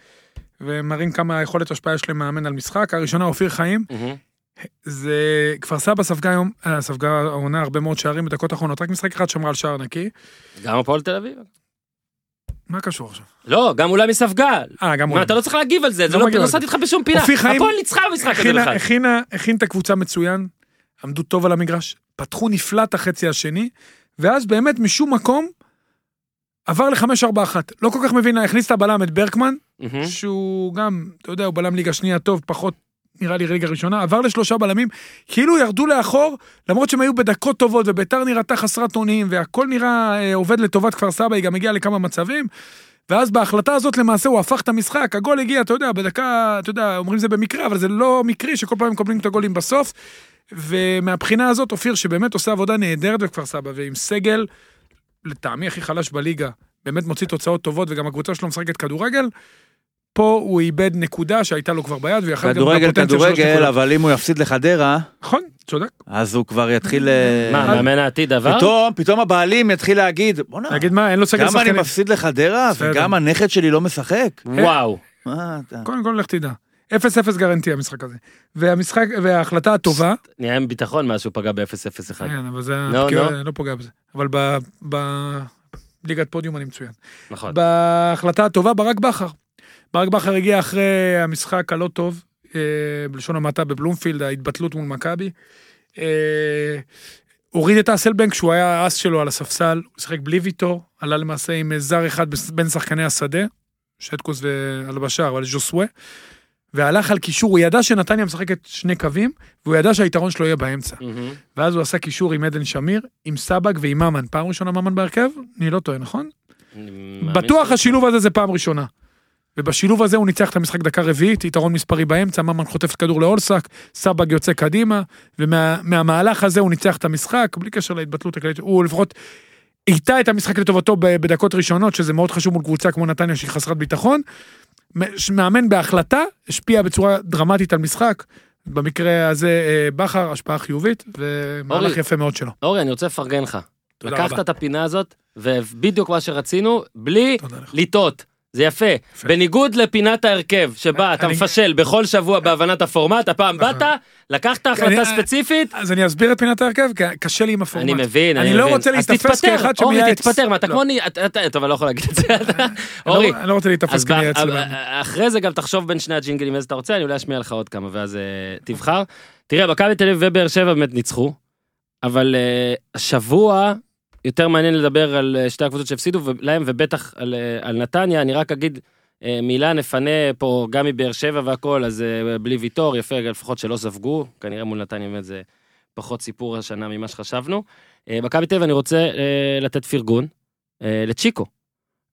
Speaker 3: ומראים כמה יכולת השפעה יש למאמן על משחק. הראשונה, אופיר חיים, זה כפר סבא ספגה היום, אה, ספגה העונה הרבה מאוד שערים בדקות האחרונות, רק משחק אחד שמרה על שער נקי.
Speaker 1: גם הפועל תל אביב.
Speaker 3: מה קשור עכשיו?
Speaker 1: לא, גם אולי מספגל.
Speaker 3: אה, גם
Speaker 1: מה, אתה לא צריך להגיב על זה, זה
Speaker 3: לא
Speaker 1: לא
Speaker 3: מגיב על זה.
Speaker 1: נסעתי איתך בשום פינה.
Speaker 3: אופיר חיים-
Speaker 1: הפועל ניצחה במשחק הזה
Speaker 3: הכינה-
Speaker 1: בכלל.
Speaker 3: הכינה, הכין את הקבוצה מצוין, עמדו טוב על המגרש, פתחו נפלא את החצי השני, ואז באמת משום מקום עבר ל-5-4-1. לא כל כך מבין, הכניס את הבלם, את ברקמן,
Speaker 1: מהמם.
Speaker 3: שהוא גם, אתה יודע, הוא בלם ליגה שנייה טוב, פחות נראה לי רגע ראשונה, עבר לשלושה בלמים, כאילו ירדו לאחור, למרות שהם היו בדקות טובות, וביתר נראתה חסרת אונים, והכל נראה אה, עובד לטובת כפר סבא, היא גם הגיעה לכמה מצבים. ואז בהחלטה הזאת למעשה הוא הפך את המשחק, הגול הגיע, אתה יודע, בדקה, אתה יודע, אומרים זה במקרה, אבל זה לא מקרי שכל פעם מקבלים את הגולים בסוף. ומהבחינה הזאת, אופיר, שבאמת עושה עבודה נהדרת בכפר סבא, ועם סגל, לטעמי הכי חלש בליגה, באמת מוציא תוצאות טובות, וגם הקבוצה שלו משחקת כדורגל, פה הוא איבד נקודה שהייתה לו כבר ביד, ויכל גם
Speaker 4: כדורגל,
Speaker 3: בפוטנציאל שלוש
Speaker 4: כדורגל,
Speaker 3: נקודות.
Speaker 4: אבל אם הוא יפסיד לחדרה,
Speaker 3: נכון, צודק.
Speaker 4: אז הוא כבר יתחיל... אה,
Speaker 1: מה, מאמן העתיד עבר?
Speaker 4: פתאום, פתאום הבעלים יתחיל להגיד, בואנה,
Speaker 3: להגיד מה, אין לו סגל
Speaker 4: גם אני
Speaker 3: שחקנים.
Speaker 4: מפסיד לחדרה,
Speaker 3: בסדר.
Speaker 4: וגם הנכד שלי לא משחק.
Speaker 1: וואו.
Speaker 3: אה.
Speaker 4: מה אתה...
Speaker 3: קודם כל, לך תדע. 0-0 גרנטי המשחק הזה. והמשחק, וההחלטה הטובה,
Speaker 1: נהיה עם ביטחון מאז שהוא פגע ב-0-0-1.
Speaker 3: כן, אבל זה,
Speaker 1: לא,
Speaker 3: לא,
Speaker 1: לא.
Speaker 3: לא. לא פוגע בזה. אבל ב... ב... ליגת פודיום אני מצוין.
Speaker 1: נכון.
Speaker 3: בהחלטה הטובה, ברק בכר. ברק בכר הגיע אחרי המשחק הלא טוב, אה, בלשון המעטה בבלומפילד, ההתבטלות מול מכבי. אה, הוריד את אסלבנק, שהוא היה האס שלו על הספסל, הוא שיחק בלי ויטור, עלה למעשה עם זר אחד בס- בין שחקני השדה, שטקוס ואלבשר, אבל ז'וסווה. והלך על קישור, הוא ידע שנתניה משחקת שני קווים, והוא ידע שהיתרון שלו יהיה באמצע. ואז הוא עשה קישור עם עדן שמיר, עם סבג ועם ממן. פעם ראשונה ממן בהרכב? אני לא טועה, נכון? בטוח השילוב הזה זה פעם ראשונה. ובשילוב הזה הוא ניצח את המשחק דקה רביעית, יתרון מספרי באמצע, ממן חוטף כדור לאולסק, סבג יוצא קדימה, ומהמהלך הזה הוא ניצח את המשחק, בלי קשר להתבטלות הכללית, הוא לפחות איטה את המשחק לטובתו ב- בדקות ראשונות, שזה מאוד חשוב מול קבוצה כמו נתניה שהיא חסרת ביטחון. מ- ש- מאמן בהחלטה, השפיע בצורה דרמטית על משחק, במקרה הזה אה, בכר, השפעה חיובית, ומהלך
Speaker 1: אורי.
Speaker 3: יפה מאוד שלו.
Speaker 1: אורי, אני רוצה לפרגן לך.
Speaker 3: תודה
Speaker 1: לקחת
Speaker 3: רבה.
Speaker 1: את הפינה הזאת, ובדיוק מה שרצינו, בלי
Speaker 3: תודה לך.
Speaker 1: לטעות. זה יפה. בניגוד לפינת ההרכב, שבה אתה
Speaker 3: אה, אני- אה.
Speaker 1: מפשל בכל שבוע בהבנת הפורמט, הפעם באת, לקחת החלטה
Speaker 3: אני- אה,
Speaker 1: ספציפית,
Speaker 3: אז אני אסביר את פינת ההרכב, כי קשה לי עם הפורמט.
Speaker 1: אני מבין, אני
Speaker 3: אני לא
Speaker 1: מבין.
Speaker 3: רוצה
Speaker 1: אז
Speaker 3: להיתפס
Speaker 1: תתפטר,
Speaker 3: כאחד
Speaker 1: אורי,
Speaker 3: שמייעץ.
Speaker 1: תתפטר, מה, אתה
Speaker 3: לא.
Speaker 1: כמו... אני- אתה- אתה- טוב, אני לא יכול להגיד את זה. אורי,
Speaker 3: אני לא- אני לא רוצה להיתפס
Speaker 1: אז אה,
Speaker 3: כמייעץ.
Speaker 1: ב-
Speaker 3: לבעלים.
Speaker 1: אחרי זה גם תחשוב בין שני הג'ינגלים איזה אתה רוצה, אני אולי אשמיע לך עוד כמה, ואז אה, תבחר. תראה, מכבי תל אביב ובאר שבע באמת ניצחו, אבל אה, השבוע יותר מעניין לדבר על אה, שתי הקבוצות שהפסידו ו- להם, ובטח על, אה, על נתניה, אני רק אגיד... אה, מילה נפנה פה גם מבאר שבע והכל, אז אה, בלי ויטור, יפה, לפחות שלא ספגו, כנראה מול נתניה באמת זה פחות סיפור השנה ממה שחשבנו. אה, מכבי תל אביב, אני רוצה אה, לתת פרגון אה, לצ'יקו.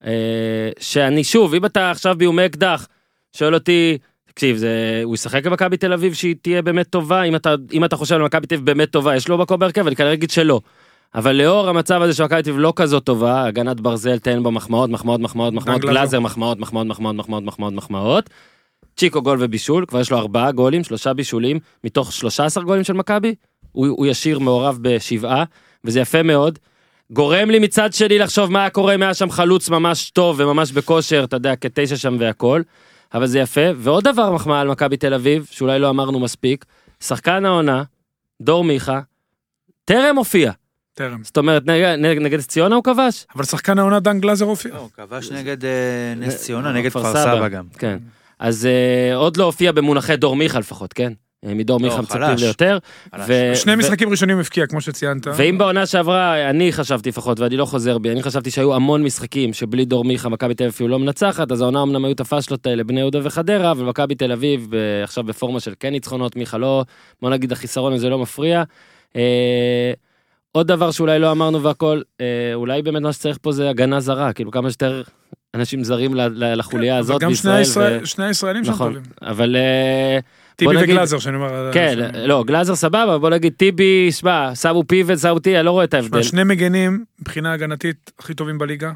Speaker 1: אה, שאני, שוב, אם אתה עכשיו באיומי אקדח, שואל אותי, תקשיב, זה, הוא ישחק במכבי תל אביב שהיא תהיה באמת טובה, אם אתה, אם אתה חושב על מכבי תל אביב באמת טובה, יש לו מקום בהרכב, אני כנראה אגיד שלא. אבל לאור המצב הזה של מכבי תל אביב לא כזאת טובה, הגנת ברזל תן בה מחמאות, מחמאות, מחמאות, מחמאות,
Speaker 3: גלזר.
Speaker 1: גלאזר מחמאות, מחמאות, מחמאות, מחמאות, מחמאות, מחמאות. צ'יקו גול ובישול, כבר יש לו ארבעה גולים, שלושה בישולים, מתוך 13 גולים של מכבי, הוא, הוא ישיר מעורב בשבעה, וזה יפה מאוד. גורם לי מצד שני לחשוב מה היה קורה אם היה שם חלוץ ממש טוב וממש בכושר, אתה יודע, כתשע שם והכל, אבל זה יפה. ועוד דבר מחמאה על מכבי תל אביב, שאולי לא אמרנו מספיק, שחקן העונה, דור מיכה, טרם הופיע.
Speaker 3: טרם.
Speaker 1: זאת אומרת, נגד, נגד, נגד ציונה הוא כבש?
Speaker 3: אבל שחקן העונה דן גלאזר הופיע.
Speaker 4: לא, הוא כבש נגד אה, נס ציונה, נגד
Speaker 1: כפר
Speaker 4: כפר
Speaker 1: סבא.
Speaker 4: סבא גם.
Speaker 1: כן. אז אה, עוד לא הופיע במונחי דור מיכה לפחות, כן? אה, מדור
Speaker 4: לא,
Speaker 1: מיכה מצפים
Speaker 4: חלש.
Speaker 1: ליותר.
Speaker 4: חלש.
Speaker 1: ו-
Speaker 3: שני
Speaker 1: אה, ו-
Speaker 3: משחקים ראשונים הבקיע, כמו שציינת.
Speaker 1: ואם בעונה שעברה, אני חשבתי לפחות, ואני לא חוזר בי, אני חשבתי שהיו המון משחקים שבלי דור מיכה מכבי תל אביב אפילו לא מנצחת, אז העונה אמנם היו את הפאשלות האלה, בני יהודה וחדרה, אבל מכבי תל אביב ב- עכשיו בפורמה של כן ניצחונות, מיכה לא, בוא נגיד החיסרון הזה לא מפריע. אה, עוד דבר שאולי לא אמרנו והכל, אה, אולי באמת מה שצריך פה זה הגנה זרה, כאילו כמה שיותר אנשים זרים ל- ל- לחוליה
Speaker 3: כן, אבל
Speaker 1: הזאת
Speaker 3: גם שני
Speaker 1: בישראל.
Speaker 3: הישראל-
Speaker 1: ו-
Speaker 3: שני הישראלים שם
Speaker 1: נכון,
Speaker 3: טובים.
Speaker 1: אבל אה,
Speaker 3: טיבי
Speaker 1: נגיד-
Speaker 3: וגלאזר, שאני אומר...
Speaker 1: כן,
Speaker 3: שאני-
Speaker 1: לא, גלאזר סבבה, בוא נגיד טיבי, שמע, שמו פיבט, שמו טי, אני לא רואה את ההבדל.
Speaker 3: שני מגנים, מבחינה הגנתית, הכי טובים בליגה.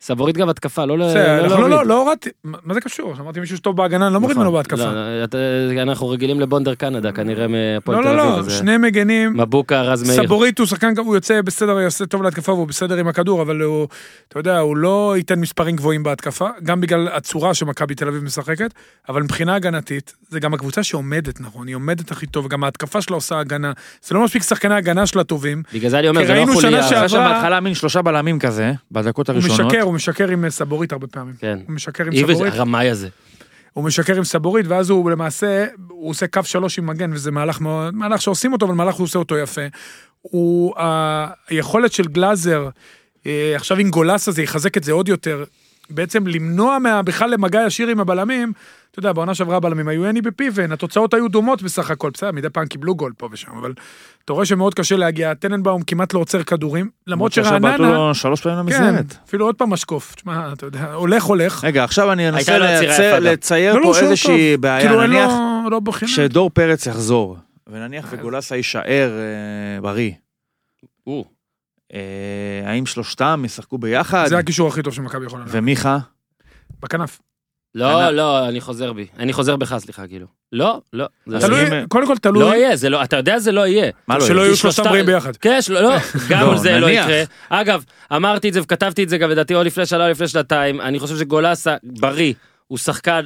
Speaker 1: סבורית גם התקפה, לא... לא-
Speaker 3: בסדר, אנחנו- לא,
Speaker 1: להוריד.
Speaker 3: לא, לא הורדתי. מה מה זה קשור? אמרתי מישהו שטוב בהגנה, אני לא מוריד
Speaker 1: נכון.
Speaker 3: ממנו בהתקפה.
Speaker 1: לא, אתה- אנחנו רגילים לבונדר קנדה, כנראה מהפועל
Speaker 3: לא,
Speaker 1: תל
Speaker 3: לא,
Speaker 1: אביב.
Speaker 3: לא,
Speaker 1: אז, אה,
Speaker 3: שני מגנים.
Speaker 1: מבוקה, רז מאיר.
Speaker 3: סבורית הוא שחקן, הוא יוצא בסדר, הוא יעשה טוב להתקפה והוא בסדר עם הכדור, אבל הוא, אתה יודע, הוא לא ייתן מספרים גבוהים בהתקפה, גם בגלל הצורה שמכבי תל אביב משחקת, אבל מבחינה הגנתית, זה גם הקבוצה שעומדת, נכון? היא עומדת הכי טוב, גם ההתקפה שלה עושה הגנה. זה לא מספיק שחקני ההגנה שלה טובים.
Speaker 1: בגלל זה אני אומר,
Speaker 3: כי
Speaker 1: זה לא
Speaker 3: ראינו שנה
Speaker 1: חוליה.
Speaker 3: שעברה-
Speaker 4: היה שם בהתחלה מין שלושה בלמים כזה, בדקות
Speaker 3: הוא
Speaker 4: הראשונות.
Speaker 3: משקר, הוא משקר עם אה, סבורית הרבה פעמים.
Speaker 1: כן.
Speaker 3: הוא משקר עם
Speaker 1: איביץ',
Speaker 3: סבורית,
Speaker 1: הרמאי הזה.
Speaker 3: הוא משקר עם סבורית, ואז הוא למעשה, הוא עושה קו שלוש עם מגן, וזה מהלך מאוד, מהלך שעושים אותו, אבל מהלך הוא עושה אותו יפה. הוא, ה- היכולת של גלאזר, אה, עכשיו עם גולס הזה, יחזק את זה עוד יותר, בעצם למנוע מה, בכלל למגע ישיר עם הבלמים, אתה יודע, בעונה שעברה הבלמים היו הני בפיבן, התוצאות היו דומות בסך הכל, בסדר, מדי פעם קיבלו גול פה ושם, אבל אתה רואה שמאוד קשה להגיע, טננבאום כמעט לא עוצר כדורים, למרות
Speaker 4: עכשיו בעטו
Speaker 3: שרעננה,
Speaker 4: לו לא- שלוש פעמים
Speaker 3: כן,
Speaker 4: למסגרת.
Speaker 3: אפילו עוד פעם משקוף, תשמע, אתה יודע, הולך הולך.
Speaker 4: רגע, עכשיו אני אנסה
Speaker 1: לו עצירה
Speaker 4: לייצר-
Speaker 1: יפה גם.
Speaker 4: לצייר
Speaker 3: לא, לא,
Speaker 4: פה
Speaker 3: הוא שוער
Speaker 4: איזושהי
Speaker 3: טוב.
Speaker 4: בעיה,
Speaker 3: כאילו אין
Speaker 4: נניח
Speaker 3: לו, לא בחינם.
Speaker 4: כשדור פרץ יחזור, ונניח וגולסה יישאר אה, בריא,
Speaker 1: או,
Speaker 4: אה, האם שלושתם ישחקו ביחד?
Speaker 3: זה הקישור הכי טוב שמכבי יכולה לעשות.
Speaker 4: ומיכה?
Speaker 3: בכנף.
Speaker 1: לא,
Speaker 4: אני-
Speaker 1: לא, אני חוזר בי. אני חוזר בך, סליחה, כאילו. לא, לא. זה
Speaker 4: אז
Speaker 1: לא
Speaker 3: תלוי,
Speaker 1: יהיה.
Speaker 4: אם-
Speaker 3: קודם כל
Speaker 1: לא
Speaker 3: תלוי,
Speaker 1: יהיה, זה לא, אתה יודע זה לא יהיה.
Speaker 4: מה לא
Speaker 3: שלא
Speaker 4: יהיה?
Speaker 3: יהיו
Speaker 1: כי
Speaker 3: שלושתם
Speaker 1: שלושתם-
Speaker 3: בריאים ביחד.
Speaker 1: כן, של- לא, גם
Speaker 4: לא,
Speaker 1: על זה לא
Speaker 4: נניח.
Speaker 1: יקרה. אגב, אמרתי את זה וכתבתי את זה גם לדעתי או לפני שנה או לפני שנתיים, אני חושב שגולסה בריא, הוא שחקן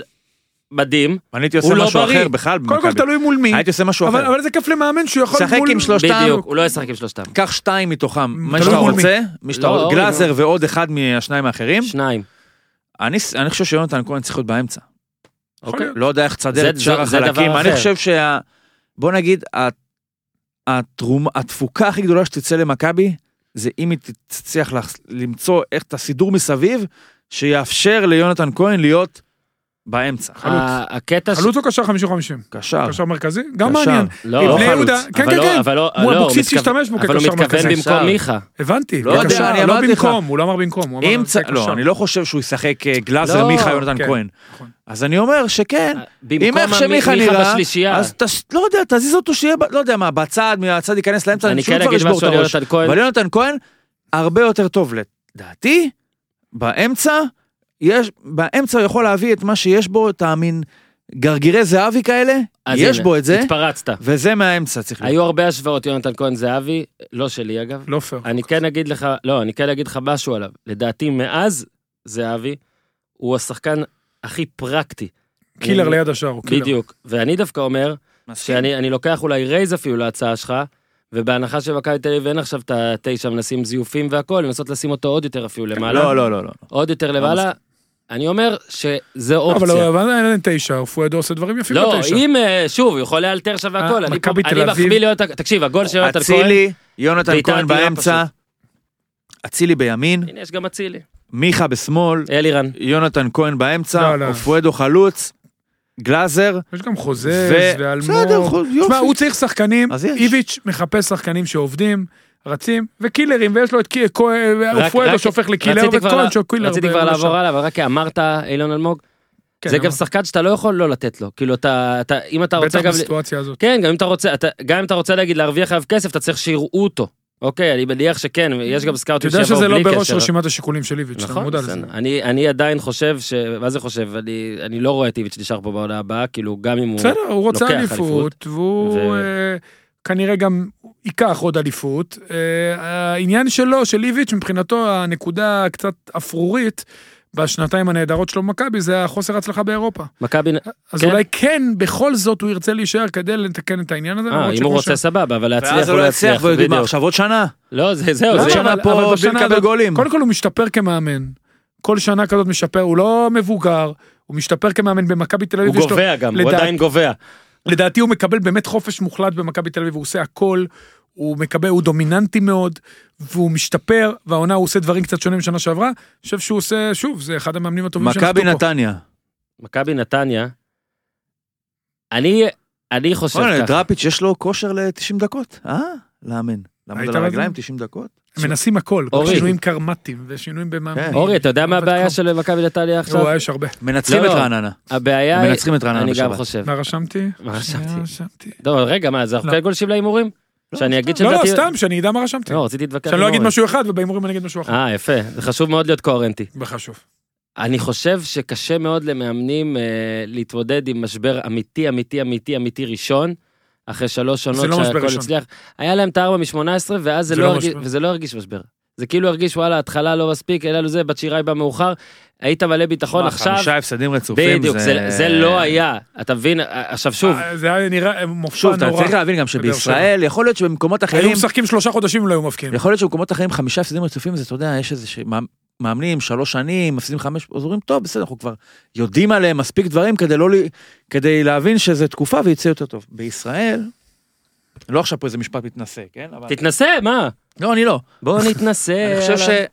Speaker 1: מדהים.
Speaker 4: אני הייתי
Speaker 1: הוא
Speaker 4: עושה
Speaker 1: לא
Speaker 4: משהו
Speaker 1: בריא.
Speaker 4: אחר בכלל
Speaker 3: קודם כל
Speaker 4: במכבי.
Speaker 3: תלוי מול מי,
Speaker 4: הייתי עושה משהו
Speaker 3: אבל
Speaker 4: אחר.
Speaker 3: אבל זה כיף למאמן שהוא יכול
Speaker 4: שחק
Speaker 3: מול...
Speaker 4: עם שלושתם,
Speaker 1: בדיוק, הוא לא ישחק עם שלושתם.
Speaker 4: קח שתיים מתוכם, מה
Speaker 3: תלוי
Speaker 4: שאתה
Speaker 3: מול מי.
Speaker 4: רוצה, מי שאתה
Speaker 1: לא,
Speaker 4: רוצה,
Speaker 1: אורי,
Speaker 4: גלאזר ועוד אחד מהשניים האחרים.
Speaker 1: שניים.
Speaker 4: אני אני חושב שיונתן כהן צריך להיות באמצע.
Speaker 3: יכול
Speaker 1: אוקיי.
Speaker 3: להיות.
Speaker 4: לא יודע איך
Speaker 1: זה-
Speaker 4: תסדר את
Speaker 1: זה-
Speaker 4: שאר
Speaker 1: זה
Speaker 4: החלקים.
Speaker 1: דבר
Speaker 4: אני
Speaker 1: אחר.
Speaker 4: חושב שה... בוא נגיד, ה- התרום, התפוקה הכי גדולה שתצא למכבי, זה אם היא תצליח לח- למצוא איך את הסידור מסביב, שיאפשר ליונתן כהן להיות באמצע. אה,
Speaker 3: חלוץ.
Speaker 1: ה- הקטע ש...
Speaker 3: חלוץ או קשר 50-50?
Speaker 4: קשר.
Speaker 3: קשר מרכזי? גם
Speaker 4: אה. קשר.
Speaker 3: מעניין.
Speaker 1: לא,
Speaker 3: אם
Speaker 1: לא
Speaker 3: בני
Speaker 1: חלוץ.
Speaker 3: יהודה- כן,
Speaker 1: אבל
Speaker 3: כן,
Speaker 1: לא-
Speaker 3: כן.
Speaker 1: אבל לא,
Speaker 3: הוא
Speaker 1: לא,
Speaker 3: אבוקסיס
Speaker 1: מתכוון-
Speaker 3: שהשתמש בו
Speaker 1: אבל
Speaker 3: כקשר
Speaker 1: הוא מתכוון
Speaker 3: מרכזי.
Speaker 1: במקום
Speaker 4: קשר.
Speaker 1: מיכה.
Speaker 3: הבנתי.
Speaker 4: לא יודע,
Speaker 3: בבקשה,
Speaker 4: אני
Speaker 3: לא
Speaker 4: אמרתי לך.
Speaker 3: במקום, הוא לא אמר במקום, הוא אמר
Speaker 4: אם צ...
Speaker 3: זה קשר.
Speaker 4: לא, אני לא חושב שהוא ישחק אה, גלאזר,
Speaker 1: לא, אה,
Speaker 4: מיכה, יונתן
Speaker 3: כן,
Speaker 4: כהן.
Speaker 3: נכון.
Speaker 4: אז אני אומר שכן,
Speaker 1: במקום
Speaker 4: אם איך
Speaker 1: המ-
Speaker 4: שמיכה
Speaker 1: מיכה
Speaker 4: נראה,
Speaker 1: בשלישייה.
Speaker 4: אז תש... לא יודע, תזיז אותו שיהיה, ב- לא יודע מה, בצד, מהצד ייכנס לאמצע,
Speaker 1: אני
Speaker 4: שהוא
Speaker 1: כן
Speaker 4: כבר
Speaker 1: אגיד
Speaker 4: ישבור את
Speaker 1: משהו על
Speaker 4: הראש.
Speaker 1: יונתן כהן.
Speaker 4: אבל יונתן כהן, הרבה יותר טוב לדעתי, באמצע, יש, באמצע הוא יכול להביא את מה שיש בו, את המין גרגירי זהבי כאלה,
Speaker 1: אז
Speaker 4: יש
Speaker 1: הנה,
Speaker 4: בו את זה,
Speaker 1: התפרצת.
Speaker 4: וזה מהאמצע צריך להיות.
Speaker 1: היו הרבה השוואות, יונתן כהן זהבי, לא שלי אגב.
Speaker 3: לא פייר.
Speaker 1: אני כן אגיד לך, לא, אני כן אגיד לך משהו עליו. לדעתי, מאז זהבי, הוא השחקן הכי פרקטי.
Speaker 3: קילר
Speaker 1: אני-
Speaker 3: ליד השער, הוא קילר.
Speaker 1: בדיוק. ואני דווקא אומר, שאני אני לוקח אולי רייז אפילו להצעה שלך, ובהנחה שבמכבי תל אביב אין עכשיו את התשע מנסים זיופים והכל, לנסות לשים אותו עוד יותר אפילו למעלה.
Speaker 4: לא, לא, לא, לא.
Speaker 1: עוד יותר למעלה. אני אומר שזה
Speaker 3: לא, אבל
Speaker 1: אופציה.
Speaker 3: אבל אין תשע, פואדו עושה דברים יפים
Speaker 1: לא,
Speaker 3: בתשע.
Speaker 1: אם, אה, שוב, הוא יכול לאלתר שם והכל.
Speaker 3: אה,
Speaker 1: אני פה-
Speaker 3: מכבי תל
Speaker 1: אני
Speaker 3: אביב.
Speaker 1: מחמיא ליונתן, תקשיב, הגול של יונתן כהן, לא
Speaker 4: אצילי, יונתן
Speaker 1: בעיטה
Speaker 4: כהן
Speaker 1: עתירה
Speaker 4: באמצע, אצילי בימין,
Speaker 1: הנה, יש גם אצילי.
Speaker 4: מיכה בשמאל,
Speaker 1: אלירן.
Speaker 3: אה,
Speaker 4: יונתן כהן באמצע,
Speaker 3: לא, לא.
Speaker 4: אופואדו חלוץ, גלאזר,
Speaker 3: יש גם
Speaker 4: ו-
Speaker 3: חוזז
Speaker 4: בסדר,
Speaker 3: ואלמוג.
Speaker 4: חוז- יופי.
Speaker 3: תשמע, הוא צריך שחקנים,
Speaker 4: אז יש.
Speaker 3: איביץ' מחפש שחקנים שעובדים, רצים, וקילרים, ויש לו את קי- כהן,
Speaker 1: רק-
Speaker 3: ופואדו
Speaker 1: רק-
Speaker 3: שהופך לקילר,
Speaker 1: רציתי כבר
Speaker 3: וכהן
Speaker 1: לה-
Speaker 3: שהוא קילר.
Speaker 1: רציתי כבר
Speaker 3: ולא
Speaker 1: לעבור
Speaker 3: שם.
Speaker 1: הלאה, אבל רק כי אמרת, אילון אלמוג,
Speaker 3: כן,
Speaker 1: זה
Speaker 3: אבל
Speaker 1: גם שחקן שאתה לא יכול לא לתת לו. כאילו, אתה, אתה- אם אתה רוצה
Speaker 3: בטח
Speaker 1: גם...
Speaker 3: בסיטואציה הזאת.
Speaker 1: כן, גם אם אתה רוצה, אתה- גם אם אתה רוצה להגיד להרוויח עליו כסף, אתה צריך שיראו אותו. אוקיי, אני מניח שכן, יש גם
Speaker 3: אתה
Speaker 1: סקאוטים
Speaker 3: יודע שזה לא
Speaker 1: בלי
Speaker 3: בראש
Speaker 1: קשר. אה?
Speaker 3: רשימת השיקולים של איביץ', אתה
Speaker 1: נכון,
Speaker 3: מודע לזה.
Speaker 1: בסדר. אני, אני עדיין חושב ש... מה זה חושב? אני, אני לא רואה את איביץ' נשאר פה בעונה הבאה, כאילו גם אם הוא...
Speaker 3: בסדר, הוא רוצה
Speaker 1: לוקח
Speaker 3: אליפות, והוא
Speaker 1: ו-
Speaker 3: אה, כנראה גם ייקח עוד אליפות. אה, העניין שלו, של איביץ', מבחינתו הנקודה הקצת אפרורית, בשנתיים הנהדרות שלו במכבי, זה החוסר הצלחה באירופה.
Speaker 1: מכבי...
Speaker 3: אז
Speaker 1: כן.
Speaker 3: אולי כן, בכל זאת הוא ירצה להישאר כדי לתקן את העניין הזה.
Speaker 1: אה,
Speaker 3: למרות
Speaker 1: אם
Speaker 3: שכמו
Speaker 1: הוא רוצה
Speaker 3: ש-
Speaker 1: סבבה, אבל להצליח
Speaker 4: ואז
Speaker 1: הוא
Speaker 4: הוא
Speaker 1: לא
Speaker 4: לא יצליח,
Speaker 1: יצליח,
Speaker 4: ויודעים מה,
Speaker 1: בדיוק.
Speaker 4: עכשיו עוד שנה.
Speaker 1: לא, זה זהו,
Speaker 4: למה?
Speaker 1: זה...
Speaker 4: שנה
Speaker 3: אבל-
Speaker 4: פה
Speaker 3: אבל
Speaker 4: בלי
Speaker 3: בשנה
Speaker 4: לקבל
Speaker 3: הזאת-
Speaker 4: גולים.
Speaker 3: קודם כל הוא משתפר כמאמן. כל שנה כזאת משפר, הוא לא מבוגר, הוא משתפר כמאמן במכבי תל אביב.
Speaker 1: הוא
Speaker 3: יש לו-
Speaker 1: גובע גם, הוא
Speaker 3: לדעתי-
Speaker 1: עדיין גובע.
Speaker 3: לדעתי הוא מקבל באמת חופש מוחלט במכבי תל אביב, הוא עושה הכל, הוא מקבל, הוא דומיננטי מאוד, והוא משתפר, והעונה הוא עושה דברים קצת שונים משנה שעברה, אני חושב שהוא עושה, שוב, זה אחד המאמנים הטובים שנחתו
Speaker 4: מכבי
Speaker 3: פה.
Speaker 4: נתניה.
Speaker 1: מכבי נתניה, אני, אני חושב
Speaker 4: וואלה,
Speaker 1: ככה.
Speaker 4: דראפיץ' יש לו כושר ל-90 דקות. אה? לאמן. לעמוד
Speaker 3: היית
Speaker 4: על הרגליים
Speaker 3: בזה?
Speaker 4: 90 דקות?
Speaker 3: הם מנסים הכל, כל
Speaker 1: אורי.
Speaker 3: שינויים קרמטיים ושינויים במאמנים.
Speaker 4: כן.
Speaker 1: אורי, אתה יודע מה
Speaker 3: אבל
Speaker 1: הבעיה
Speaker 3: כלום.
Speaker 1: של מכבי נתניה
Speaker 3: הוא
Speaker 1: עכשיו?
Speaker 3: יש הרבה.
Speaker 4: מנצחים
Speaker 1: לא.
Speaker 4: את רעננה.
Speaker 1: הבעיה
Speaker 4: הם
Speaker 1: היא...
Speaker 4: מנצחים את רעננה
Speaker 1: אה, אני גם
Speaker 4: בשבת.
Speaker 1: חושב.
Speaker 3: מה רשמתי?
Speaker 1: מה רשמתי?
Speaker 3: שנייה, רשמתי.
Speaker 1: לא, רגע, מה, זה הרבה
Speaker 3: לא.
Speaker 1: גולשים להימורים? שאני אגיד
Speaker 3: לא, לא,
Speaker 1: שלדעתי-
Speaker 3: סתם, שאני אדע מה רשמתי.
Speaker 1: לא, רציתי להתווכח
Speaker 3: שאני לא
Speaker 1: עם
Speaker 3: אגיד
Speaker 1: אורן.
Speaker 3: משהו אחד, ובהימורים אני אגיד משהו אחר.
Speaker 1: אה, יפה. זה חשוב מאוד להיות קוהרנטי.
Speaker 3: בחשוב.
Speaker 1: אני חושב שקשה מאוד למאמנים אה, להתמודד עם משבר אמיתי, אמיתי, אמיתי, אמיתי ראשון, אחרי שלוש עונות
Speaker 3: לא משבר ראשון.
Speaker 1: הצליח. היה להם את הארבע מ-18, ואז זה
Speaker 3: זה
Speaker 1: לא
Speaker 3: לא
Speaker 1: הרגיש-
Speaker 3: משבר.
Speaker 1: וזה לא הרגיש משבר. זה כאילו הרגיש, וואלה, התחלה לא מספיק, אלא זה, בת שיראי בא מאוחר, היית מלא ביטחון
Speaker 4: מה,
Speaker 1: נכון, עכשיו.
Speaker 4: חמישה הפסדים רצופים.
Speaker 1: בדיוק, זה- זה לא היה. אתה מבין? עכשיו שוב,
Speaker 3: אה, זה היה נראה מופע
Speaker 4: שוב,
Speaker 3: נורא.
Speaker 4: אתה צריך להבין גם שבישראל, יכול להיות שבמקומות
Speaker 3: היו
Speaker 4: אחרים,
Speaker 3: משחקים שלושה חודשים ולא היו
Speaker 1: כן.
Speaker 3: מבקיעים.
Speaker 4: יכול להיות שבמקומות אחרים חמישה הפסדים רצופים, זה, אתה יודע, יש איזה ש... מאמ- מאמנים שלוש שנים, מפסידים חמש, אז אומרים, טוב, בסדר, אנחנו כבר יודעים עליהם מספיק דברים כדי לא... ל- כדי להבין שזה תקופה ויצא יותר טוב. בישראל, לא עכשיו פה איזה משפט מתנשא, כן?
Speaker 3: אה.
Speaker 4: אבל...
Speaker 1: תתנסה, מה?
Speaker 4: לא, אני לא.
Speaker 1: בוא אה, נתנסה.
Speaker 4: אני חושב
Speaker 1: יאללה.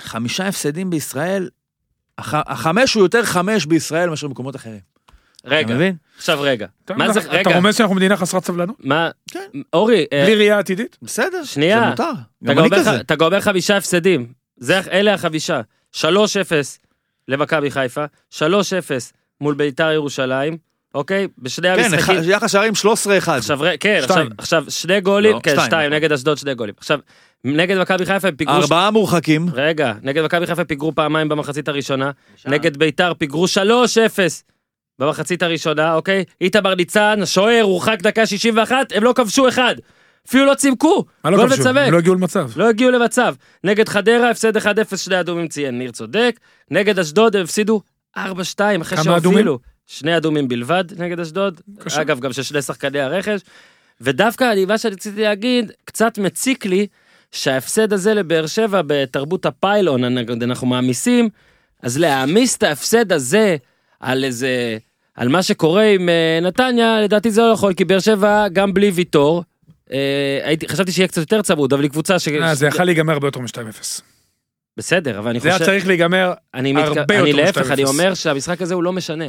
Speaker 4: שחמישה הפסדים בישראל, הח... החמש הוא יותר חמש בישראל מאשר במקומות אחרים.
Speaker 1: רגע,
Speaker 4: אתה מבין?
Speaker 1: עכשיו רגע.
Speaker 3: אתה- לא,
Speaker 1: מה זה,
Speaker 3: אתה
Speaker 1: רגע,
Speaker 3: רומז שאנחנו מדינה חסרת סבלנות?
Speaker 1: מה, אורי, אה,
Speaker 3: בלי ראייה עתידית?
Speaker 4: בסדר,
Speaker 1: שנייה.
Speaker 4: זה מותר.
Speaker 1: אתה
Speaker 4: גם אני
Speaker 1: גומר ח-
Speaker 4: כזה.
Speaker 1: אתה גומר חמישה הפסדים, זה, אלה החמישה. 3-0 למכבי חיפה, 3-0 מול ביתר ירושלים, אוקיי? בשני
Speaker 4: כן, אחד-
Speaker 1: המשחקים.
Speaker 4: יחס שערים 13-1.
Speaker 1: עכשיו, ר- כן, עכשיו,
Speaker 3: שתיים.
Speaker 1: עכשיו, שני גולים,
Speaker 4: לא,
Speaker 1: כן,
Speaker 4: שתיים.
Speaker 1: שתיים, נגד אשדוד שני גולים. עכשיו, נגד מכבי חיפה הם פיגרו...
Speaker 4: ארבעה מורחקים.
Speaker 1: רגע, נגד מכבי חיפה פיגרו פעמיים במחצית הראשונה, נגד ביתר פיגרו 3-0 במחצית הראשונה, אוקיי? איתמר ניצן, השוער, הורחק דקה 61, הם לא כבשו אחד. אפילו לא צימקו,
Speaker 3: מה לא
Speaker 1: גול
Speaker 3: כבשו?
Speaker 1: וצווק.
Speaker 3: הם לא הגיעו למצב.
Speaker 1: לא הגיעו למצב. נגד חדרה, הפסד 1-0, שני אדומים ציין, ניר צודק. נגד אשדוד הם הפסידו 4-2 אחרי
Speaker 3: כמה
Speaker 1: שהובילו.
Speaker 3: אדומים?
Speaker 1: שני אדומים בלבד נגד אשדוד.
Speaker 3: קשה.
Speaker 1: אגב, גם של שני שחקני הרכש. ודווקא אני, מה שרציתי להגיד, קצת מציק לי שההפסד הזה לבאר שבע בתרבות הפיילון, אנחנו- אנחנו מעמיסים, אז להעמיס את ההפסד הזה על איזה... על מה שקורה עם אה, נתניה, לדעתי זה לא יכול, כי באר שבע גם בלי ויטור. אה, הייתי, חשבתי שיהיה קצת יותר צמוד, אבל היא קבוצה ש...
Speaker 3: אה, זה יכל להיגמר הרבה יותר מ-2-0.
Speaker 1: בסדר, אבל אני
Speaker 3: זה
Speaker 1: חושב...
Speaker 3: היה צריך להיגמר
Speaker 1: אני
Speaker 3: הרבה
Speaker 1: מתכ...
Speaker 3: יותר
Speaker 1: אני
Speaker 3: מ-
Speaker 1: להפך,
Speaker 3: 2-0.
Speaker 1: אני אומר שהמשחק הזה הוא לא משנה.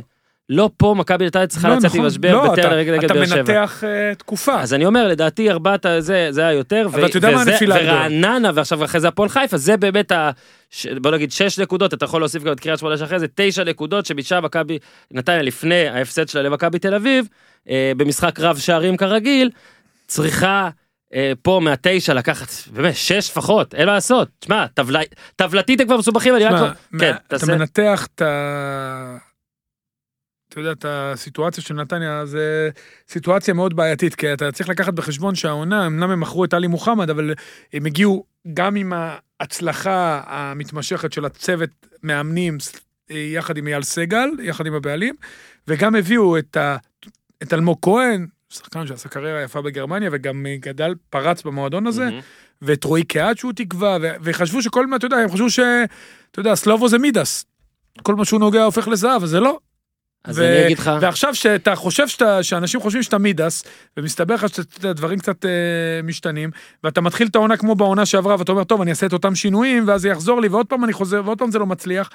Speaker 1: לא פה מכבי נתניה צריכה
Speaker 3: לא,
Speaker 1: לצאת
Speaker 3: נכון.
Speaker 1: ממשבר
Speaker 3: לא,
Speaker 1: בטרנר
Speaker 3: אתה-
Speaker 1: נגד נגד באר
Speaker 3: אתה
Speaker 1: שבע.
Speaker 3: מנתח אה, תקופה.
Speaker 1: אז אני אומר, לדעתי ארבעת הזה, זה היה יותר,
Speaker 3: אבל אתה יודע מה
Speaker 1: וזה-
Speaker 3: הנפילה הגדולה?
Speaker 1: ורעננה, ועכשיו אחרי זה הפועל חיפה, זה באמת ה... ש... בוא נגיד שש נקודות, אתה יכול להוסיף גם את קריית שמונה שאחרי זה, תשע נקודות שבישלה מכבי נתניה לפני ההפסד שלה למכבי תל אביב, אה, במשחק רב שערים כרגיל, צריכה אה, פה מהתשע לקחת, באמת, שש לפחות, אין מה לעשות. תשמע, טבלה- טבלתית הם כבר מסובכים, אני רק...
Speaker 3: תשמע,
Speaker 1: לא- כן,
Speaker 3: מה- אתה
Speaker 1: תעשה...
Speaker 3: מנתח את ה... אתה יודע, את הסיטואציה של נתניה, זה סיטואציה מאוד בעייתית, כי אתה צריך לקחת בחשבון שהעונה, אמנם הם מכרו את עלי מוחמד, אבל הם הגיעו גם עם ההצלחה המתמשכת של הצוות מאמנים, ס- אה, יחד עם אייל סגל, יחד עם הבעלים, וגם הביאו את, ה... את אלמוג כהן, שחקן שעשה קריירה יפה בגרמניה, וגם אה, גדל, פרץ במועדון הזה.
Speaker 1: מהמם.
Speaker 3: ואת רועי קהת שהוא תקווה, ו- וחשבו שכל מה, אתה יודע, הם חשבו ש... אתה יודע, סלובו זה מידס. כל מה שהוא נוגע הופך לזהב, אז זה לא.
Speaker 1: אז אני אגיד לך...
Speaker 3: ועכשיו שאתה חושב שאתה, שאנשים חושבים שאתה מידס, ומסתבר לך שהדברים קצת אה, משתנים, ואתה מתחיל את העונה כמו בעונה שעברה, ואתה אומר, טוב, אני אעשה את אותם שינויים, ואז זה יחזור לי, ועוד פעם אני חוזר, ועוד פעם זה לא מצליח.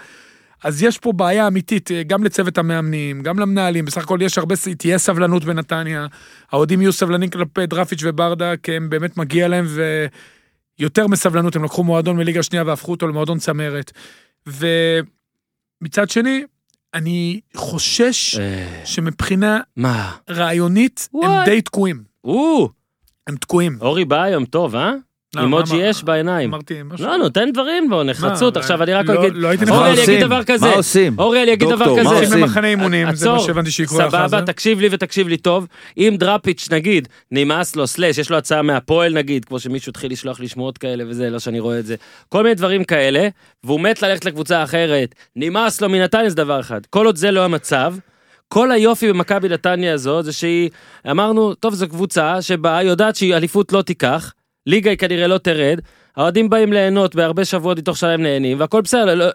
Speaker 3: אז יש פה בעיה אמיתית, אה, גם לצוות המאמנים, גם למנהלים, בסך הכל יש הרבה, ס- תהיה סבלנות בנתניה, האוהדים יהיו סבלנים כלפי דרפיץ' וברדה, כי הם באמת מגיע להם, ויותר מסבלנות, הם לקחו מועדון מליגה שנייה והפכו אותו למועדון צמרת. ומצד שני, אני חושש
Speaker 1: אה,
Speaker 3: שמבחינה
Speaker 1: מה?
Speaker 3: רעיונית
Speaker 1: וואי.
Speaker 3: הם די תקועים,
Speaker 1: או,
Speaker 3: הם תקועים.
Speaker 1: אורי בא היום טוב, אה?
Speaker 3: לא,
Speaker 1: עם
Speaker 3: מה-
Speaker 1: אוג'י אש בעיניים.
Speaker 3: אמרתי משהו.
Speaker 1: לא, נותן דברים בו, נחרצות.
Speaker 3: מה,
Speaker 1: עכשיו אני רק
Speaker 3: לא-
Speaker 1: אגיד,
Speaker 3: לא הייתי
Speaker 1: אורי,
Speaker 3: נחרץ.
Speaker 1: אני אגיד דבר כזה.
Speaker 6: מה עושים?
Speaker 1: אורי, אני אגיד דבר
Speaker 6: דוקטור, מה
Speaker 1: כזה.
Speaker 6: עושים?
Speaker 3: עושים במחנה אימונים, זה מה
Speaker 1: עצור.
Speaker 3: שהבנתי שיקרה אחר זה.
Speaker 1: סבבה, תקשיב לי ותקשיב לי טוב. אם דראפיץ', נגיד, נמאס לו, סלאש, יש לו הצעה מהפועל, נגיד, כמו שמישהו התחיל לשלוח לי שמועות כאלה וזה, לא שאני רואה את זה. כל מיני דברים כאלה, והוא מת ללכת לקבוצה אחרת. נמאס לו מנתניה זה דבר אחד. כל עוד זה לא המצב, כל היופי במכבי נתניה הזו, זה שהיא, אמרנו, טוב, זו קבוצה שבאה, יודעת שהיא אליפות לא תיקח, ליגה היא כנראה לא תרד, האוהדים באים ליהנות בהרבה שבועות מתוך שלהם נהנים, והכל בסדר, לא,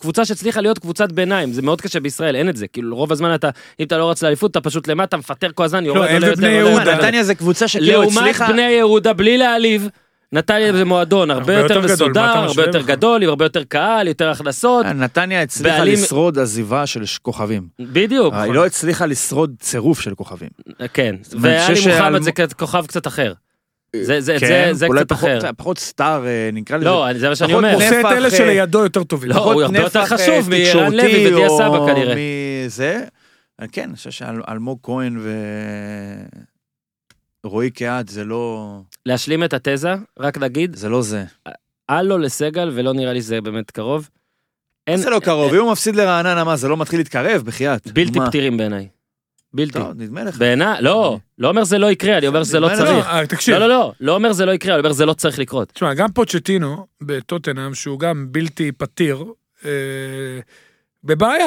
Speaker 1: קבוצה שהצליחה להיות קבוצת ביניים, זה מאוד קשה בישראל, אין את זה, כאילו רוב הזמן אתה, אם אתה לא רץ לאליפות, אתה פשוט למטה, מפטר כל הזמן, יורד,
Speaker 3: הם
Speaker 1: עולה יותר,
Speaker 3: ובני
Speaker 1: עולה
Speaker 3: יהודה.
Speaker 1: יותר.
Speaker 6: נתניה זה קבוצה שכאילו
Speaker 1: לעומת
Speaker 6: הצליחה...
Speaker 1: בני יהודה, בלי להעליב, נתניה זה מועדון הרבה
Speaker 3: הרבה
Speaker 1: יותר
Speaker 3: יותר גדול, מה אתה
Speaker 1: מסודר, הרבה
Speaker 3: משווה
Speaker 1: יותר
Speaker 3: בכלל?
Speaker 1: גדול, עם הרבה יותר קהל, יותר הכנסות,
Speaker 6: אה, נתניה הצליחה
Speaker 1: בעלים-
Speaker 6: לשרוד עזיבה של כוכבים.
Speaker 1: בדיוק,
Speaker 6: היא לא הצליחה לשרוד צירוף של כוכבים.
Speaker 1: כן,
Speaker 6: ואני
Speaker 1: ואלי
Speaker 6: חושב
Speaker 1: מוחמד
Speaker 6: שעל-
Speaker 1: זה כ- כוכב קצת אחר. זה- זה-
Speaker 6: כן,
Speaker 1: זה- זה
Speaker 6: אולי
Speaker 1: קצת
Speaker 6: פחות-
Speaker 1: אחר.
Speaker 6: פחות סטאר, אה, נקרא לזה.
Speaker 1: לא, אני- זה מה שאני
Speaker 6: פחות
Speaker 1: אומר.
Speaker 6: נפח,
Speaker 3: עושה את אלה
Speaker 6: אה,
Speaker 3: שלידו יותר טובים. נכון?
Speaker 1: לא, הוא הרבה יותר
Speaker 6: נפח, אה,
Speaker 1: חשוב מערן לוי
Speaker 6: תקשורתי
Speaker 1: ודיה
Speaker 6: או
Speaker 1: סבא כנראה.
Speaker 6: מזה. אה, כן, אני חושב שאלמוג כהן ורועי קהת זה לא...
Speaker 1: להשלים את התזה, רק נגיד,
Speaker 6: זה לא זה.
Speaker 1: הלו לסגל, ולא נראה לי שזה באמת קרוב. אין,
Speaker 6: זה לא קרוב, אם הוא מפסיד לרעננה, מה, זה לא מתחיל להתקרב, בחייאת.
Speaker 1: בלתי
Speaker 6: מה?
Speaker 1: פתירים בעיניי. בלתי.
Speaker 6: טוב, נדמה לך.
Speaker 1: בעיניי, לא, לא אומר זה לא יקרה, אני אומר שזה לא
Speaker 6: מה, לא,
Speaker 1: צריך.
Speaker 3: אה, תקשיב,
Speaker 1: לא, לא, לא, לא אומר זה לא יקרה, אני אומר זה לא צריך לקרות.
Speaker 3: תשמע, גם פוצ'טינו בטוטנאם, שהוא גם בלתי פתיר, אה, בבעיה.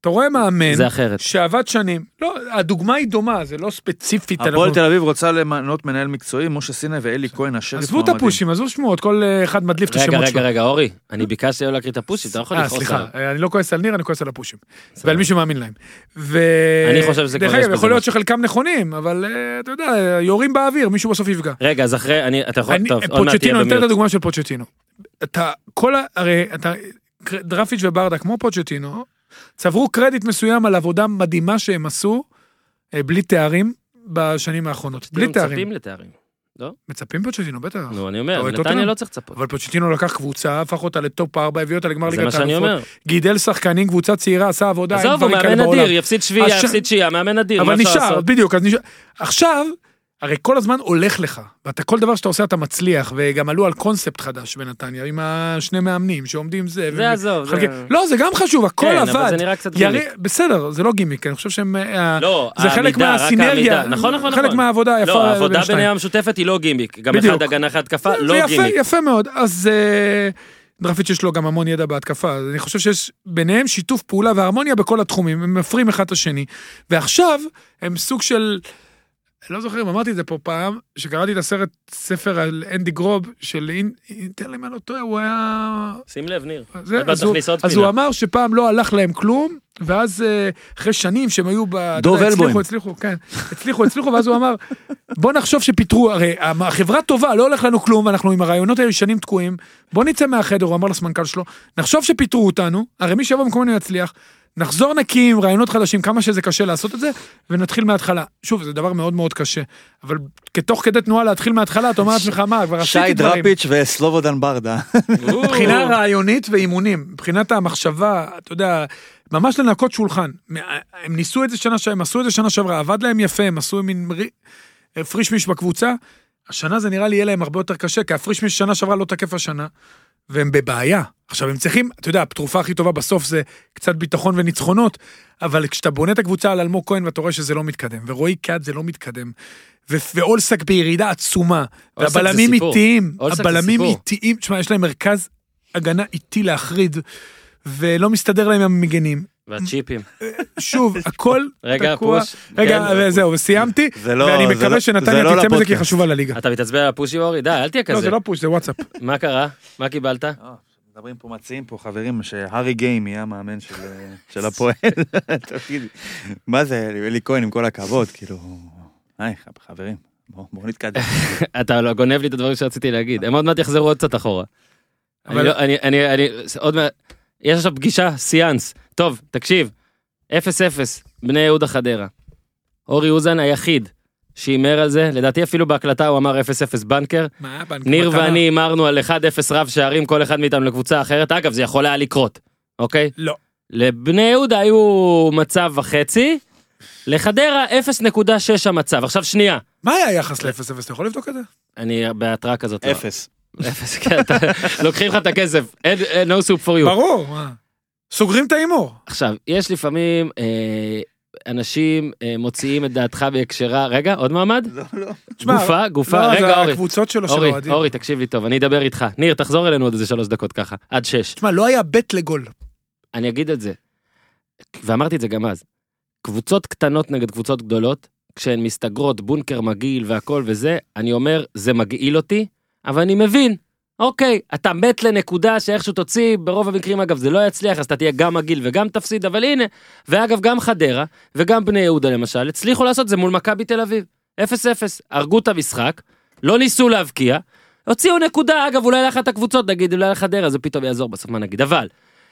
Speaker 3: אתה רואה מאמן
Speaker 1: זה אחרת.
Speaker 3: שעבד שנים, לא, הדוגמה היא דומה, זה לא ספציפית.
Speaker 6: הפועל
Speaker 3: אנחנו-
Speaker 6: תל אביב רוצה למנות מנהל מקצועי, משה סיני ואלי כהן, השריף
Speaker 3: עזבו את הפושים, עזבו שמועות, כל אה, אחד מדליף את
Speaker 1: רגע,
Speaker 3: השמות שלו.
Speaker 1: רגע, רגע, אורי, אני ביקשתי לא להקריא את הפושים, אתה לא יכול
Speaker 3: אה,
Speaker 1: לכעוס
Speaker 3: סליחה,
Speaker 1: עליו.
Speaker 3: אה, אני לא כועס על ניר, אני כועס על הפושים.
Speaker 1: סבבה.
Speaker 3: ועל מי שמאמין להם. ו...
Speaker 1: אני חושב שזה כבר
Speaker 3: דרך
Speaker 1: יש
Speaker 3: אגב,
Speaker 1: בזה
Speaker 3: יכול להיות
Speaker 1: משהו.
Speaker 3: שחלקם נכונים, אבל אה, אתה יודע, אה, יורים באוויר, מישהו בסוף יפגע.
Speaker 1: רגע, אז אחרי, אני- אתה יכול,
Speaker 3: אני-
Speaker 1: נכון, טוב, עוד מעט תהיה
Speaker 3: פוצ'טינו, אני אתן את
Speaker 1: במיוט.
Speaker 3: הדוגמה של פוצ'טינו. אתה, כל ה... הרי אתה, קר- דרפיץ' וברדה, כמו פוצ'טינו, צברו קרדיט מסוים על עבודה מדהימה שהם עשו, אה, בלי תארים, בשנים האחרונות. בלי תארים.
Speaker 1: מצפים לתארים.
Speaker 3: מצפים פוצ'טינו, בטח.
Speaker 1: נו, אני
Speaker 3: אתה
Speaker 1: אומר,
Speaker 3: רואה את
Speaker 1: נתניה
Speaker 3: אותנו?
Speaker 1: לא צריך לצפות.
Speaker 3: אבל פוצ'טינו לקח קבוצה, הפך אותה לטופ 4, הביא אותה לגמר
Speaker 1: זה מה
Speaker 3: ליגת
Speaker 1: שאני
Speaker 3: האלופות,
Speaker 1: אומר.
Speaker 3: גידל שחקנים, קבוצה צעירה, עשה עבודה, אין
Speaker 1: עזוב, הוא
Speaker 3: דברים כאלה
Speaker 1: מאמן
Speaker 3: בעולם.
Speaker 1: אדיר, יפסיד שביעייה,
Speaker 3: אז ש-
Speaker 1: יפסיד שיעייה, מאמן אדיר,
Speaker 3: אבל
Speaker 1: מה אפשר
Speaker 3: נשאר,
Speaker 1: לעשות?
Speaker 3: בדיוק, אז נשאר. עכשיו, הרי כל הזמן הולך לך, ואתה כל דבר שאתה עושה אתה מצליח, וגם עלו על קונספט חדש בנתניה, עם השני מאמנים שעומדים זה.
Speaker 1: זה עזוב, זה...
Speaker 3: חלקים. לא, זה גם חשוב, הכל
Speaker 1: כן,
Speaker 3: עבד.
Speaker 1: אבל זה נראה קצת
Speaker 3: ירי-
Speaker 1: גימיק.
Speaker 3: בסדר, זה לא גימיק, אני חושב שהם... אה,
Speaker 1: לא,
Speaker 3: זה חלק
Speaker 1: העמידה, רק
Speaker 3: מהסינרגיה,
Speaker 1: העמידה. נכון, נכון,
Speaker 3: חלק
Speaker 1: נכון.
Speaker 3: מהעבודה היפה
Speaker 1: לא,
Speaker 3: בין
Speaker 1: העבודה
Speaker 3: השניים.
Speaker 1: ביניהם המשותפת היא לא גימיק. גם
Speaker 3: בדיוק.
Speaker 1: אחד הגנה, אחד התקפה,
Speaker 3: זה
Speaker 1: לא
Speaker 3: יפה,
Speaker 1: גימיק.
Speaker 3: יפה מאוד. אז אה, דרפיץ' יש לו גם המון ידע בהתקפה, אז אני חושב שיש ביניהם שיתוף פעולה והרמוניה בכל התחומים, הם מפרים אחד את השני. ועכשיו הם סוג של... אני לא זוכר אם אמרתי את זה פה פעם, שקראתי את הסרט, ספר על אנדי גרוב, של אין, אין- תן לי אם אני לא טועה, הוא היה...
Speaker 1: שים לב, ניר.
Speaker 3: זה,
Speaker 1: עוד מעט
Speaker 3: אז, הוא,
Speaker 1: נכניס עוד
Speaker 3: אז
Speaker 1: פינה.
Speaker 3: הוא אמר שפעם לא הלך להם כלום, ואז אה, אחרי שנים שהם היו ב... אתה
Speaker 6: דוב
Speaker 3: יודע,
Speaker 6: אלבוים.
Speaker 3: הצליחו, הצליחו, כן. הצליחו, הצליחו, ואז הוא אמר, בוא נחשוב שפיטרו, הרי המ- החברה טובה, לא הולך לנו כלום, אנחנו עם הרעיונות הישנים תקועים, בוא נצא מהחדר, הוא אמר לסמנכ"ל שלו, נחשוב שפיטרו אותנו, הרי מי שיבוא במקומנו יצליח. נחזור נקי עם רעיונות חדשים, כמה שזה קשה לעשות את זה, ונתחיל מההתחלה. שוב, זה דבר מאוד מאוד קשה, אבל כתוך כדי תנועה להתחיל מההתחלה, אתה אומר לעצמך, מה, כבר עשיתי
Speaker 9: שי
Speaker 3: דברים.
Speaker 9: דראפיץ' וסלובודן ברדה.
Speaker 3: מבחינה רעיונית ואימונים, מבחינת המחשבה, אתה יודע, ממש לנקות שולחן. הם ניסו את זה שנה שעברה, הם עשו את זה שנה שעברה, עבד להם יפה, הם עשו מין ר- פרישמיש בקבוצה. השנה זה נראה לי יהיה להם הרבה יותר קשה, כי הפרישמיש שנה שעברה לא תקף השנה, והם בבעיה. עכשיו, הם צריכים, אתה יודע, התרופה הכי טובה בסוף זה קצת ביטחון וניצחונות, אבל כשאתה בונה את הקבוצה על אלמוג כהן ואתה רואה שזה לא מתקדם, ורועי קאט זה לא מתקדם, ו- ואולסק בירידה עצומה,
Speaker 1: אולסק זה
Speaker 3: והבלמים
Speaker 1: סיפור.
Speaker 3: איטיים,
Speaker 1: אולסק זה
Speaker 3: הבלמים
Speaker 1: סיפור.
Speaker 3: איטיים, תשמע, יש להם מרכז הגנה איטי להחריד, ולא מסתדר להם עם המגנים.
Speaker 1: והצ'יפים.
Speaker 3: שוב, הכל
Speaker 1: רגע,
Speaker 3: תקוע.
Speaker 1: פוש.
Speaker 3: רגע, אה,
Speaker 1: כן.
Speaker 3: זהו, סיימתי,
Speaker 9: זה לא-
Speaker 3: ואני
Speaker 9: זה
Speaker 3: מקווה
Speaker 9: לא- זה
Speaker 3: שנתניה
Speaker 9: לא
Speaker 3: תצא מזה כי היא
Speaker 9: לפודקאסט.
Speaker 3: חשובה לליגה.
Speaker 1: אתה מתעצבן על הפושי, אורי? די, אל תהיה
Speaker 3: לא,
Speaker 1: כזה.
Speaker 3: זה לא פוש, זה וואטסאפ.
Speaker 1: מה קרה? מה קיבלת?
Speaker 9: אה, מדברים פה, מציעים פה, חברים, שהארי גיים יהיה המאמן של, אה, של הפועל. תגידי. מה זה, אלי כהן, עם כל הכבוד, כאילו... היי, חברים, בואו בוא נתקדם.
Speaker 1: אתה לא- גונב לי את הדברים שרציתי להגיד. הם עוד מעט יחזרו עוד קצת אחורה.
Speaker 3: אבל-
Speaker 1: אני לא- אני, אני, אני, עוד מעט, יש עכשיו פגישה, סיאנס. טוב, תקשיב, 0-0, בני יהודה חדרה. אורי אוזן היחיד שהימר על זה, לדעתי אפילו בהקלטה הוא אמר 0-0 בנקר.
Speaker 3: מה, בנק
Speaker 1: ניר
Speaker 3: מתנה?
Speaker 1: ואני הימרנו על 1-0 רב שערים, כל אחד מאיתנו לקבוצה אחרת. אגב, זה יכול היה לקרות, אוקיי?
Speaker 3: לא.
Speaker 1: לבני יהודה היו מצב וחצי, לחדרה 0.6 המצב. עכשיו שנייה,
Speaker 3: מה היה היחס ל-0-0? אתה יכול לבדוק את זה?
Speaker 1: אני בהתראה כזאת. לא.
Speaker 9: אפס.
Speaker 1: אפס, כן, אתה- לוקחים לך את הכסף, אין- אין- no soup for you.
Speaker 3: ברור, מה? סוגרים את ההימור.
Speaker 1: עכשיו, יש לפעמים אה, אנשים אה, מוציאים את דעתך בהקשרה, רגע, עוד מעמד?
Speaker 3: תשמע,
Speaker 1: גופה, גופה,
Speaker 3: לא,
Speaker 1: רגע,
Speaker 3: זה
Speaker 1: אורי.
Speaker 3: הקבוצות שלו של
Speaker 1: אורי,
Speaker 3: אוהדים.
Speaker 1: אורי, תקשיב לי טוב, אני אדבר איתך. ניר, תחזור אלינו עוד איזה שלוש דקות ככה, עד שש.
Speaker 3: תשמע, לא היה בית לגול.
Speaker 1: אני אגיד את זה, ואמרתי את זה גם אז, קבוצות קטנות נגד קבוצות גדולות, כשהן מסתגרות, בונקר מגעיל והכל וזה, אני אומר, זה מגעיל אותי, אבל אני מבין. אוקיי, אתה מת לנקודה שאיכשהו תוציא, ברוב המקרים אגב זה לא יצליח, אז אתה תהיה גם מגעיל וגם תפסיד, אבל הנה. ואגב, גם חדרה, וגם בני יהודה למשל, הצליחו לעשות את זה מול מכבי תל אביב. 0-0, הרגו את המשחק, לא ניסו להבקיע, הוציאו נקודה, אגב, אולי לאחת הקבוצות, נגיד, אולי לחדרה, זה פתאום יעזור בסוף, מה נגיד, אבל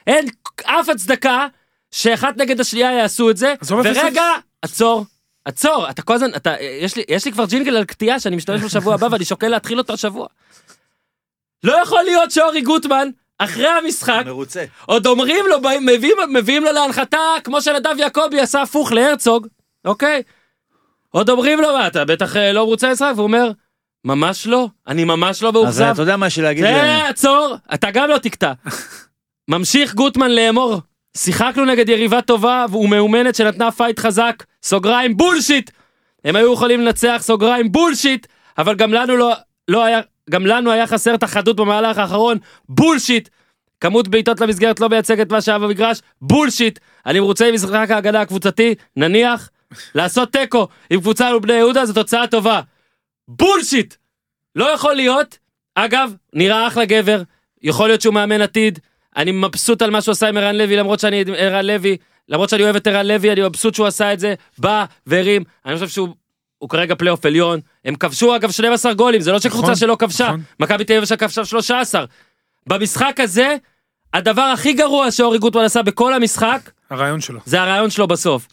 Speaker 1: אין אף הצדקה שאחת נגד השנייה יעשו את זה,
Speaker 3: עזוב, אפס,
Speaker 1: ורגע, עצור. עצור, אתה כל הזמן, אתה, יש לי, יש לי כבר ג'ינגל על קטיעה שאני משתמש בו שבוע הבא ואני שוקל להתחיל אותו השבוע. לא יכול להיות שאורי גוטמן, אחרי המשחק,
Speaker 9: מרוצה.
Speaker 1: עוד אומרים לו, באים- מביאים, מביאים לו להנחתה, כמו שנדב יעקבי עשה הפוך להרצוג, אוקיי? עוד אומרים לו, מה, אתה בטח אה, לא מרוצה מהמשחק? והוא אומר, ממש לא, אני ממש לא
Speaker 6: אז אה,
Speaker 9: אה,
Speaker 1: מאוכזב.
Speaker 6: אתה יודע מה יש לי להגיד?
Speaker 1: תן לי עצור, אתה גם לא תקטע. ממשיך גוטמן לאמור, שיחקנו נגד יריבה טובה ומאומנת שנתנה פייט חזק, סוגריים בולשיט. הם היו יכולים לנצח, סוגריים בולשיט, אבל גם לנו לא, לא היה, גם לנו היה חסר את החדות במהלך האחרון, בולשיט. כמות בעיטות למסגרת לא מייצגת מה שהיה במגרש, בולשיט. אני מרוצה ממשחק ההגנה הקבוצתי, נניח, לעשות תיקו עם קבוצה מול בני יהודה זו תוצאה טובה. בולשיט! לא יכול להיות. אגב, נראה אחלה גבר, יכול להיות שהוא מאמן עתיד. אני מבסוט על מה שהוא עשה עם ערן לוי, למרות שאני ערן לוי, למרות שאני אוהב את ערן לוי, אני מבסוט שהוא עשה את זה, בא והרים. אני חושב שהוא הוא כרגע פלייאוף עליון. הם כבשו אגב 12 גולים, זה לא שקבוצה
Speaker 3: נכון,
Speaker 1: שלא כבשה.
Speaker 3: נכון.
Speaker 1: מכבי תל אביב עכשיו כבשה 13. במשחק הזה, הדבר הכי גרוע שאורי גוטמן עשה בכל המשחק,
Speaker 3: הרעיון שלו.
Speaker 1: זה הרעיון שלו בסוף.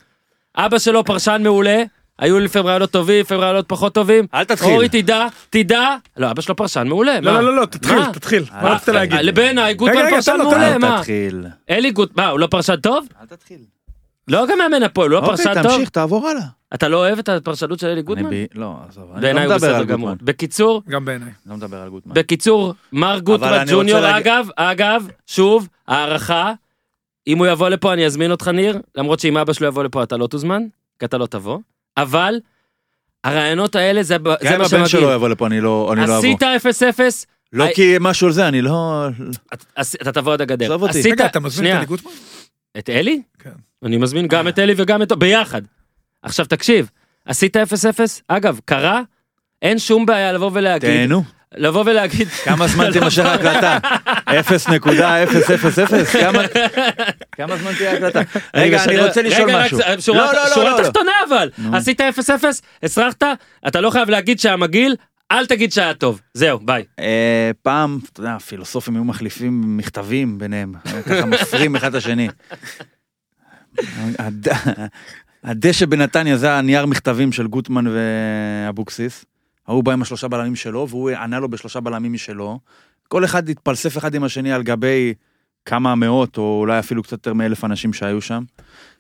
Speaker 1: אבא שלו פרשן מעולה, היו לפעמים רעיונות טובים, לפעמים רעיונות פחות טובים.
Speaker 9: אל תתחיל.
Speaker 1: אורי תדע, תדע, לא, אבא שלו פרשן מעולה, מה?
Speaker 3: לא, לא, לא, לא, תתחיל,
Speaker 1: מה?
Speaker 3: תתחיל. מה רצית
Speaker 1: אה,
Speaker 3: להגיד?
Speaker 1: לבעיניי,
Speaker 3: רגע,
Speaker 1: גוטמן
Speaker 3: רגע, לא,
Speaker 1: פרשן
Speaker 3: תן לו, תן
Speaker 1: מעולה,
Speaker 9: אל
Speaker 1: מה?
Speaker 9: תתחיל. אוקיי,
Speaker 1: אלי גוט, מה, הוא לא פרשן טוב?
Speaker 9: אל תתחיל.
Speaker 1: לא גם מאמן הפועל, הוא לא
Speaker 9: אוקיי,
Speaker 1: פרשן טוב?
Speaker 9: תמשיך, תעבור הלאה.
Speaker 1: אתה לא אוהב את הפרשנות של אלי גוטמן?
Speaker 9: אני ב- לא, עזוב, אני
Speaker 1: בעיניי
Speaker 9: לא
Speaker 1: הוא
Speaker 9: מדבר
Speaker 1: בסדר
Speaker 9: על
Speaker 1: גמור.
Speaker 9: גוטמן.
Speaker 1: בקיצור,
Speaker 3: גם בעיניי.
Speaker 9: לא מדבר על גוטמן.
Speaker 1: נכון. בקיצור, מר גוטמן
Speaker 9: אני
Speaker 1: ג'וניור,
Speaker 9: רוצה להגיד-
Speaker 1: אגב, אגב, שוב, הערכה, אם הוא יבוא לפה אני אזמין אותך ניר, למרות שאם אבא שלו יבוא לפה אתה לא תוזמן, כי אתה לא תבוא, אבל הרעיונות האלה זה, ב-
Speaker 9: גם
Speaker 1: זה
Speaker 9: אם
Speaker 1: מה
Speaker 9: כן, הבן
Speaker 1: שמגיע.
Speaker 9: שלו יבוא לפה, אני לא אני לא אבוא.
Speaker 1: עשית אה, 0-0,
Speaker 9: לא
Speaker 1: I-
Speaker 9: כי משהו על זה, אני לא...
Speaker 1: עש- אתה תבוא עד הגדר.
Speaker 9: עזוב אותי.
Speaker 1: עשית-
Speaker 3: רגע, אתה מזמין את
Speaker 1: שנייה.
Speaker 3: אלי גוטמן?
Speaker 1: את אלי?
Speaker 3: כן.
Speaker 1: אני מזמין גם את אלי וגם את... ביחד. עכשיו תקשיב, עשית 0-0, אגב, קרה, אין שום בעיה לבוא ולהגיד,
Speaker 4: תהנו.
Speaker 1: לבוא ולהגיד,
Speaker 4: כמה זמן תימשך ההקלטה? 0.000? כמה- כמה זמן תהיה ההקלטה? רגע, אני
Speaker 1: משנה-
Speaker 4: רוצה לשאול
Speaker 1: רגע, רק
Speaker 4: משהו.
Speaker 1: ש- שורה-
Speaker 4: לא, לא, לא,
Speaker 1: שורה
Speaker 4: לא, לא.
Speaker 1: תחתונה אבל, עשית 0-0, הסרחת, אתה לא חייב להגיד שהיה מגעיל, אל תגיד שהיה טוב, זהו, ביי.
Speaker 4: אה, פעם, אתה יודע, הפילוסופים היו מחליפים מכתבים ביניהם, ככה מפרים אחד את השני. הד- הדשא בנתניה זה הנייר מכתבים של גוטמן ואבוקסיס. ההוא בא עם השלושה בלמים שלו, והוא ענה לו בשלושה בלמים משלו. כל אחד התפלסף אחד עם השני על גבי כמה מאות, או אולי אפילו קצת יותר מאלף אנשים שהיו שם.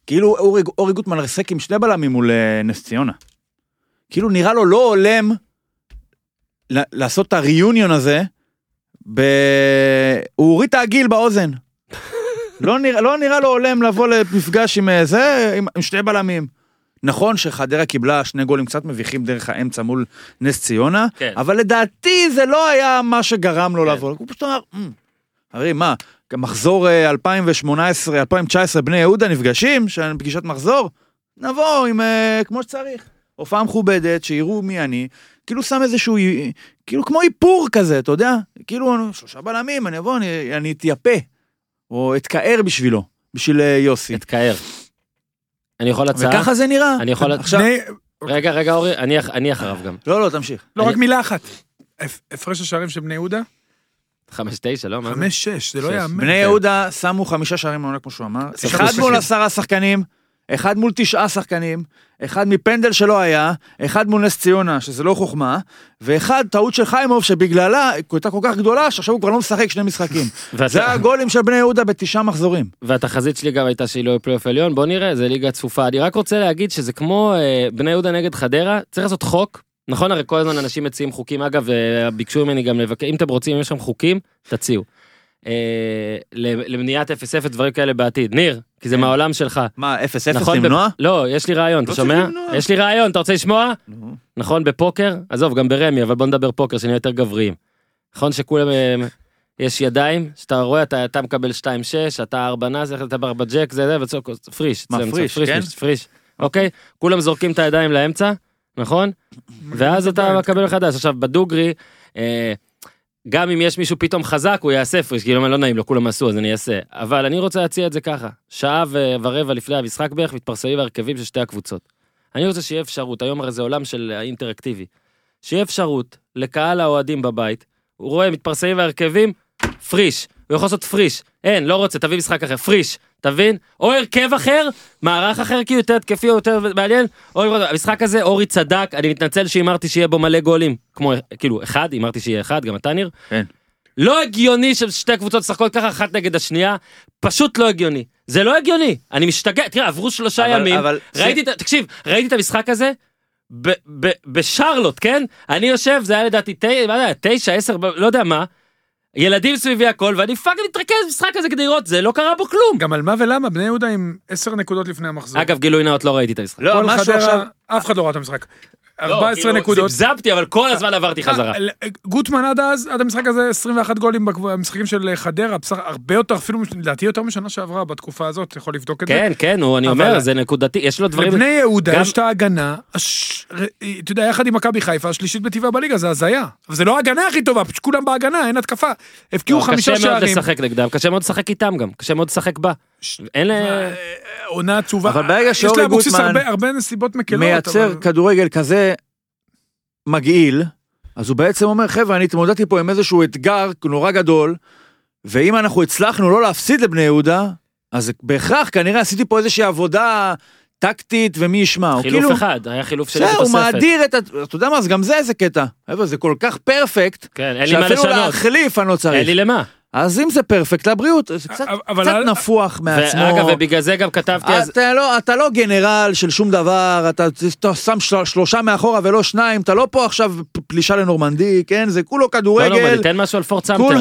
Speaker 4: כאילו אורי, אורי גוטמן ריסק עם שני בלמים מול אה, נס ציונה. כאילו נראה לו לא הולם ל- לעשות את הריוניון הזה, ב... הוא הוריד את העגיל באוזן. לא, נרא, לא נראה לו הולם לבוא למפגש עם אה, זה, עם, עם שני בלמים. נכון שחדרה קיבלה שני גולים קצת מביכים דרך האמצע מול נס ציונה,
Speaker 1: כן.
Speaker 4: אבל לדעתי זה לא היה מה שגרם לו לבוא. הוא פשוט אמר, "אמ, הרי מה, גם מחזור אה, 2018-2019 בני יהודה נפגשים, שאני פגישת מחזור, נבוא עם, אה, כמו שצריך. הופעה מכובדת, שיראו מי אני, כאילו שם איזשהו, אי- כאילו כמו איפור כזה, אתה יודע? כאילו, אני- שלושה בלמים, אני אבוא, אני, אני אתייפה, או אתכער בשבילו, בשביל אה, יוסי.
Speaker 1: תתקער. אני יכול הצעה?
Speaker 4: וככה זה נראה.
Speaker 1: אני יכול...
Speaker 4: עכשיו,
Speaker 3: בני-
Speaker 1: רגע, רגע, אורי, אני אח- אני אחריו גם.
Speaker 4: לא, לא, תמשיך.
Speaker 3: לא,
Speaker 1: אני-
Speaker 3: רק מילה אחת. הפ- הפרש השערים של בני יהודה?
Speaker 1: חמש, תשע, לא? מה זה?
Speaker 3: 5-6, זה לא
Speaker 1: שש.
Speaker 3: יאמן.
Speaker 4: בני יהודה שמו חמישה שערים מעונה, כמו שהוא אמר.
Speaker 3: ספק
Speaker 4: אחד
Speaker 3: משחקים.
Speaker 4: מול עשרה שחקנים, אחד מול תשעה שחקנים, אחד מפנדל שלא היה, אחד מול נס ציונה, שזה לא חוכמה, ואחד טעות של חיימוב, שבגללה היא הייתה כל כך גדולה, שעכשיו הוא כבר לא משחק שני משחקים.
Speaker 1: ואתה-
Speaker 4: זה הגולים של בני יהודה בתשעה מחזורים.
Speaker 1: והתחזית שלי גם הייתה שהיא לא יהיה פלייאוף עליון, בוא נראה, זה ליגה צפופה. אני רק רוצה להגיד שזה כמו אה, בני יהודה נגד חדרה, צריך לעשות חוק. נכון, הרי כל הזמן אנשים מציעים חוקים, אגב, אה, ביקשו ממני גם לבקר, אם אתם רוצים, אם יש שם חוקים, תציעו. אה, ל- למניעת 0-0, דברים כאלה בעתיד. ניר, כי
Speaker 4: כן.
Speaker 1: זה מהעולם שלך.
Speaker 4: מה, 0-0
Speaker 1: נכון,
Speaker 4: למנוע?
Speaker 1: ב- לא, יש לי רעיון, אתה
Speaker 4: צריך
Speaker 1: שומע?
Speaker 4: למנוע.
Speaker 1: יש לי רעיון, אתה רוצה לשמוע? נכון, בפוקר, עזוב, גם ברמי, אבל בוא נדבר פוקר, שנהיה יותר גבריים. נכון שכולם, אה, יש ידיים, שאתה רואה, אתה אתה מקבל 2-6, אתה 4 נאס, אתה בארבע ג'ק, זה זה, וצוק, פריש.
Speaker 4: מה,
Speaker 1: זה, מצוק,
Speaker 4: פריש, כן?
Speaker 1: פריש, אוקיי? כולם זורקים את הידיים לאמצע, נכון? ואז אתה מקבל מחדש. עכשיו, בדוגרי, אה, גם אם יש מישהו פתאום חזק, הוא יעשה פריש, כאילו, לא נעים לו, כולם עשו, אז אני אעשה. אבל אני רוצה להציע את זה ככה, שעה ו- ורבע לפני המשחק בערך, מתפרסמים ההרכבים של שתי הקבוצות. אני רוצה שיהיה אפשרות, היום הרי זה עולם של אה, אינטראקטיבי, שיהיה אפשרות לקהל האוהדים בבית, הוא רואה מתפרסמים ההרכבים, פריש, הוא יכול לעשות פריש, אין, לא רוצה, תביא משחק אחר, פריש, אתה מבין? או הרכב אחר, מערך אחר כאילו יותר התקפי או יותר מעניין, או המשחק הזה, אורי צדק, אני מתנצל שהימרתי שיהיה בו מלא גולים, כמו, כאילו, אחד, הימרתי שיהיה אחד, גם אתה ניר.
Speaker 4: כן.
Speaker 1: לא הגיוני ששתי קבוצות משחקות ככה אחת נגד השנייה, פשוט לא הגיוני. זה לא הגיוני, אני משתגע, תראה, עברו שלושה
Speaker 4: אבל-
Speaker 1: ימים,
Speaker 4: אבל-
Speaker 1: ראיתי, את ה- תקשיב, ראיתי את המשחק הזה, ב- ב- בשרלוט, כן? אני יושב, זה היה לדעתי תי- מה זה היה, תשע, עשר, ב- לא יודע מה. ילדים סביבי הכל, ואני פאקינג מתרכז במשחק הזה כדי לראות, זה לא קרה בו כלום.
Speaker 3: גם על מה ולמה, בני יהודה עם 10 נקודות לפני המחזור.
Speaker 1: אגב, גילוי נאות, לא ראיתי את המשחק.
Speaker 4: לא,
Speaker 3: הפועל
Speaker 4: משהו
Speaker 3: חדרה-
Speaker 4: עכשיו...
Speaker 3: אף אחד לא ראה את המשחק.
Speaker 1: לא,
Speaker 3: 14
Speaker 1: כאילו,
Speaker 3: נקודות.
Speaker 1: זבזבתי, אבל כל הזמן עברתי חזרה.
Speaker 3: אה, גוטמן עד אז, עד המשחק הזה, 21 גולים בקב- במשחקים של אה, חדרה, בסך- הרבה יותר, אפילו לדעתי יותר משנה שעברה בתקופה הזאת, אתה יכול לבדוק את זה.
Speaker 1: כן, כן, הוא, אני
Speaker 3: אבל-
Speaker 1: אומר, זה נקודתי, יש לו דברים...
Speaker 3: לבני יהודה
Speaker 1: גם-
Speaker 3: יש את ההגנה, הש- ר- אה, אתה יודע, יחד עם מכבי חיפה, השלישית בטבעה בליגה, זה הזיה. אבל זה לא ההגנה הכי טובה, פשוט כולם בהגנה, אין התקפה. הבקיעו
Speaker 1: לא,
Speaker 3: חמישה
Speaker 1: קשה מאוד
Speaker 3: שערים,
Speaker 1: לשחק נגדם, קשה מאוד לשחק איתם גם, קשה מאוד לשחק בה. אין לה...
Speaker 3: אה, עונה עצובה.
Speaker 4: אבל ברגע
Speaker 3: יש
Speaker 4: שאורי
Speaker 3: לאבוקסיס
Speaker 4: גוטמן
Speaker 3: הרבה- הרבה נסיבות מקלות.
Speaker 4: מייצר
Speaker 3: אבל-
Speaker 4: כדורגל כזה מגעיל, אז הוא בעצם אומר, חבר'ה, אני התמודדתי פה עם איזשהו אתגר נורא גדול, ואם אנחנו הצלחנו לא להפסיד לבני יהודה, אז בהכרח כנראה עשיתי פה איזושהי עבודה טקטית ומי ישמע. הוא
Speaker 1: חילוף
Speaker 4: כאילו-
Speaker 1: אחד, היה חילוף שלי
Speaker 4: זהו, הוא
Speaker 1: בתוספת.
Speaker 4: מאדיר את ה... אתה יודע מה, אז גם זה איזה קטע. חבר'ה, זה כל כך פרפקט,
Speaker 1: כן, אין לי מה
Speaker 4: שאפילו
Speaker 1: לשנות.
Speaker 4: להחליף אני לא
Speaker 1: אין
Speaker 4: צריך.
Speaker 1: לי למה.
Speaker 4: אז אם זה פרפקט לבריאות, זה קצת
Speaker 3: אבל-
Speaker 4: קצת נפוח מעצמו.
Speaker 1: ואגב, ובגלל זה גם כתבתי אז...
Speaker 4: אתה לא, אתה לא גנרל של שום דבר, אתה, אתה שם של, שלושה מאחורה ולא שניים, אתה לא פה עכשיו פ- פלישה לנורמנדי, כן? זה כולו
Speaker 1: לא, לא, אבל
Speaker 4: כדורגל,
Speaker 1: ניתן משהו על פורט סמטר.
Speaker 4: כולו,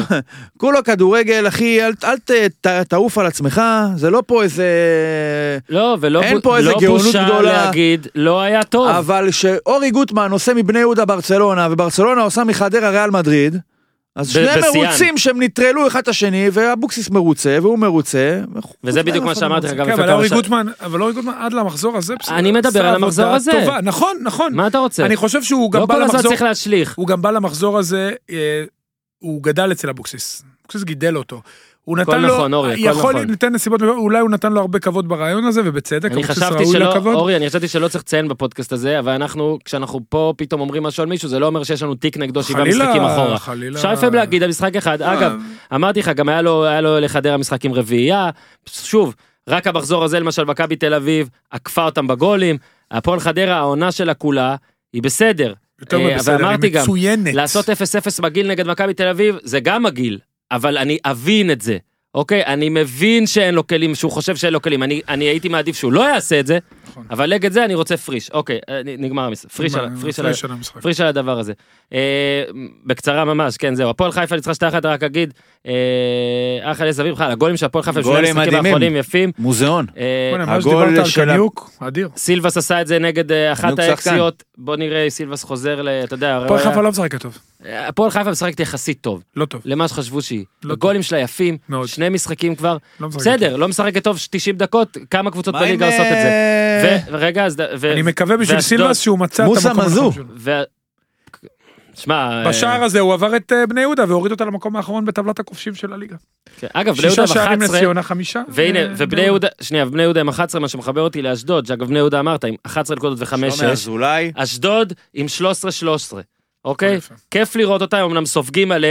Speaker 4: כולו כדורגל, אחי, אל, אל ת, ת, תעוף על עצמך, זה לא פה איזה...
Speaker 1: לא, ולא
Speaker 4: אין
Speaker 1: בו-
Speaker 4: פה איזה גאונות
Speaker 1: לא בושה
Speaker 4: גדולה.
Speaker 1: להגיד, לא היה טוב.
Speaker 4: אבל כשאורי גוטמן עושה מבני יהודה ברצלונה, וברצלונה עושה מחדרה ריאל מדריד,
Speaker 9: אז
Speaker 1: ב-
Speaker 9: שניהם
Speaker 1: בשיאן.
Speaker 9: מרוצים שהם נטרלו אחד את השני, ואבוקסיס מרוצה, והוא מרוצה.
Speaker 1: וזה בדיוק
Speaker 4: לא
Speaker 1: מה שאמרתי לך גם
Speaker 3: כן,
Speaker 1: לפני
Speaker 3: אבל
Speaker 1: כמה
Speaker 3: אורי
Speaker 1: שנים.
Speaker 3: גוטמן, אבל אורי גוטמן עד למחזור הזה, בסדר,
Speaker 1: אני מדבר
Speaker 3: עשה
Speaker 1: על
Speaker 3: עבודה
Speaker 1: המחזור הזה.
Speaker 3: טובה. נכון, נכון.
Speaker 1: מה אתה רוצה?
Speaker 3: אני חושב שהוא גם
Speaker 1: לא
Speaker 3: בא
Speaker 1: כל הזמן
Speaker 3: למחזור,
Speaker 1: צריך להשליך.
Speaker 3: הוא גם בא למחזור הזה, אה, הוא גדל אצל אבוקסיס. אבוקסיס גידל אותו. הוא נתן לו,
Speaker 1: נכון, אורי, הכל
Speaker 3: יכול,
Speaker 1: נכון.
Speaker 3: ניתן נסיבות, אולי הוא נתן לו הרבה כבוד ברעיון הזה, ובצדק,
Speaker 1: אני
Speaker 3: אבוקסיס
Speaker 1: חשבתי
Speaker 3: ראוי
Speaker 1: שלא,
Speaker 3: לכבוד.
Speaker 1: אורי, אני חשבתי שלא צריך לציין בפודקאסט הזה, אבל אנחנו, כשאנחנו פה פתאום אומרים משהו על מישהו, זה לא אומר שיש לנו תיק נגדו שבעה
Speaker 3: חלילה,
Speaker 1: משחקים אחורה.
Speaker 3: חלילה.
Speaker 1: אפשר לפעמים להגיד על משחק אחד, אגב, אמרתי לך, גם היה לו, היה לו לחדרה משחק עם רביעייה, שוב, רק המחזור הזה למשל, מכבי תל אביב, עקפה אותם בגולים, הפועל חדרה, העונה שלה כולה, היא בסדר.
Speaker 3: יותר
Speaker 1: אה,
Speaker 3: מבסדר,
Speaker 1: ואמרתי
Speaker 3: היא
Speaker 1: גם,
Speaker 3: מצוינת.
Speaker 1: לעשות 0-0 מגעיל נגד מכבי תל אביב, זה גם מגעיל, אבל אני אבין את זה. אוקיי, אני מבין שאין לו כלים, שהוא חושב שאין לו כלים. אני, אני הייתי מעדיף שהוא לא יעשה את זה, אבל נגד זה אני רוצה פריש. אוקיי, אה, נגמר המשחק. פריש, על, פריש, על,
Speaker 3: פריש על המשחק.
Speaker 1: פריש על הדבר הזה. אה, בקצרה ממש, כן, זהו. הפועל חיפה ניצחה 2-1, רק אגיד, אה, אחלה לסביב חלה, הגולים של הפועל חיפה, בשני
Speaker 9: גולים
Speaker 1: המשחקים
Speaker 9: מדהימים.
Speaker 1: האחרונים יפים.
Speaker 9: מוזיאון.
Speaker 1: אה,
Speaker 3: בוא'נה, מה
Speaker 9: הגול
Speaker 3: שדיברת על
Speaker 9: של ה-
Speaker 3: קניוק, אדיר.
Speaker 1: סילבס עשה את זה נגד אה, אחת
Speaker 9: קניוק שחקן.
Speaker 1: האקסיות, בוא נראה, סילבס חוזר ל... אתה יודע, הרי הוא
Speaker 3: הפועל
Speaker 1: היה-
Speaker 3: חיפה לא משחקת טוב,
Speaker 1: הפועל חיפה משחקת יחסית טוב,
Speaker 3: לא טוב,
Speaker 1: למה שחשבו שהיא.
Speaker 3: לא טוב.
Speaker 1: הגולים שלה יפים,
Speaker 3: מאוד.
Speaker 1: שני משחקים כבר,
Speaker 3: לא משחקת טוב.
Speaker 1: בסדר, לא משחקת טוב 90 דקות, כמה קבוצות
Speaker 9: מה עם,
Speaker 1: בליגה עושות את זה.
Speaker 9: אה,
Speaker 1: ו- רגע, אז... ד- ו-
Speaker 3: אני מקווה בשביל
Speaker 1: ואשדוד-
Speaker 3: סילבס שהוא מצא את
Speaker 9: מוסא
Speaker 3: המקום
Speaker 9: מזור.
Speaker 3: הנכון שלו.
Speaker 1: ו... שמע... אה,
Speaker 3: בשער הזה הוא עבר את אה, בני יהודה והוריד אותה למקום האחרון בטבלת הכובשים של הליגה.
Speaker 1: כן. אגב, בני יהודה
Speaker 3: שישה
Speaker 1: עם
Speaker 3: שערים
Speaker 1: 11,
Speaker 3: לציונה חמישה.
Speaker 1: והנה,
Speaker 3: אה,
Speaker 1: ובני יהודה, שנייה, ובני יהודה עם 11, מה שמחבר אותי לאשדוד, שאגב, בני יהודה אמרת, עם 11 נקודות
Speaker 9: שלומי
Speaker 1: ו-5-6,
Speaker 9: אזולאי.
Speaker 1: אשדוד עם 13-13, אוקיי?
Speaker 3: יפה.
Speaker 1: כיף לראות אותה, הם אמנם סופגים מלא.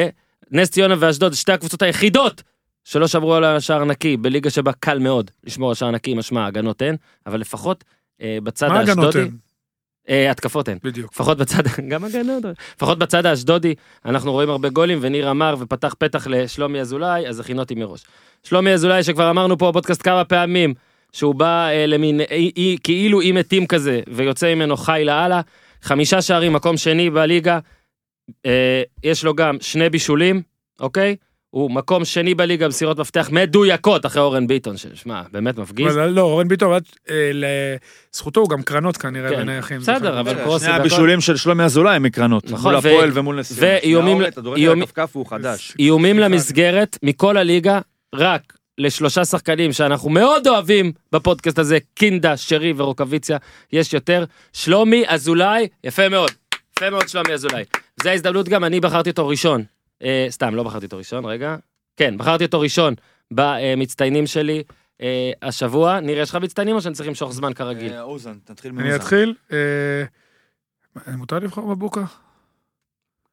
Speaker 1: נס ציונה ואשדוד, שתי הקבוצות היחידות שלא שברו על השער נקי, בליגה שבה קל מאוד לשמור על שער נקי, משמע הגנות אין, אבל לפחות אה, בצד
Speaker 3: מה הגנות
Speaker 1: האשדודי...
Speaker 3: הן?
Speaker 1: אה, התקפות אין.
Speaker 3: בדיוק.
Speaker 1: לפחות בצד, גם הגנות, לפחות בצד האשדודי, אנחנו רואים הרבה גולים, וניר אמר ופתח פתח לשלומי אזולאי, אז הכינותי מראש. שלומי אזולאי, שכבר אמרנו פה בפודקאסט כמה פעמים, שהוא בא אה, למין אי, אי, כאילו אי מתים כזה, ויוצא ממנו חי לאללה, חמישה שערים, מקום שני בליגה, אה, יש לו גם שני בישולים, אוקיי? הוא מקום שני בליגה במסירות מפתח מדויקות אחרי אורן ביטון, ששמע, באמת מפגיז.
Speaker 3: אבל לא, אורן ביטון, עד, אה, לזכותו הוא גם קרנות כנראה
Speaker 1: כן.
Speaker 3: ונייחים.
Speaker 1: בסדר, אבל
Speaker 9: בסדר,
Speaker 1: קרוסים
Speaker 9: אה, שני
Speaker 1: והכל.
Speaker 9: הבישולים של שלומי אזולאי הם מקרנות. מול
Speaker 1: נכון, ו-
Speaker 9: הפועל ומול נס ציונה.
Speaker 1: ואיומים-
Speaker 9: שנייה, אתה דורק
Speaker 1: איומ-
Speaker 9: על הכפכף והוא חדש.
Speaker 1: איומים למסגרת מכל הליגה, רק לשלושה שחקנים שאנחנו מאוד אוהבים בפודקאסט הזה, קינדה, שרי ורוקוויציה, יש יותר. שלומי אזולאי, יפה מאוד, יפה מאוד שלומי אזולאי. זו ההזדמנות גם, אני בחרתי אותו ראשון. אה, סתם, לא בחרתי אותו ראשון, רגע. כן, בחרתי אותו ראשון במצטיינים שלי. אה, השבוע, נראה, יש לך מצטיינים או שאני צריך למשוך זמן כרגיל?
Speaker 9: אה, אוזן, תתחיל
Speaker 3: אני
Speaker 9: מאוזן.
Speaker 3: אתחיל. אה, מה, מותר לבחור מבוקה?
Speaker 1: אה,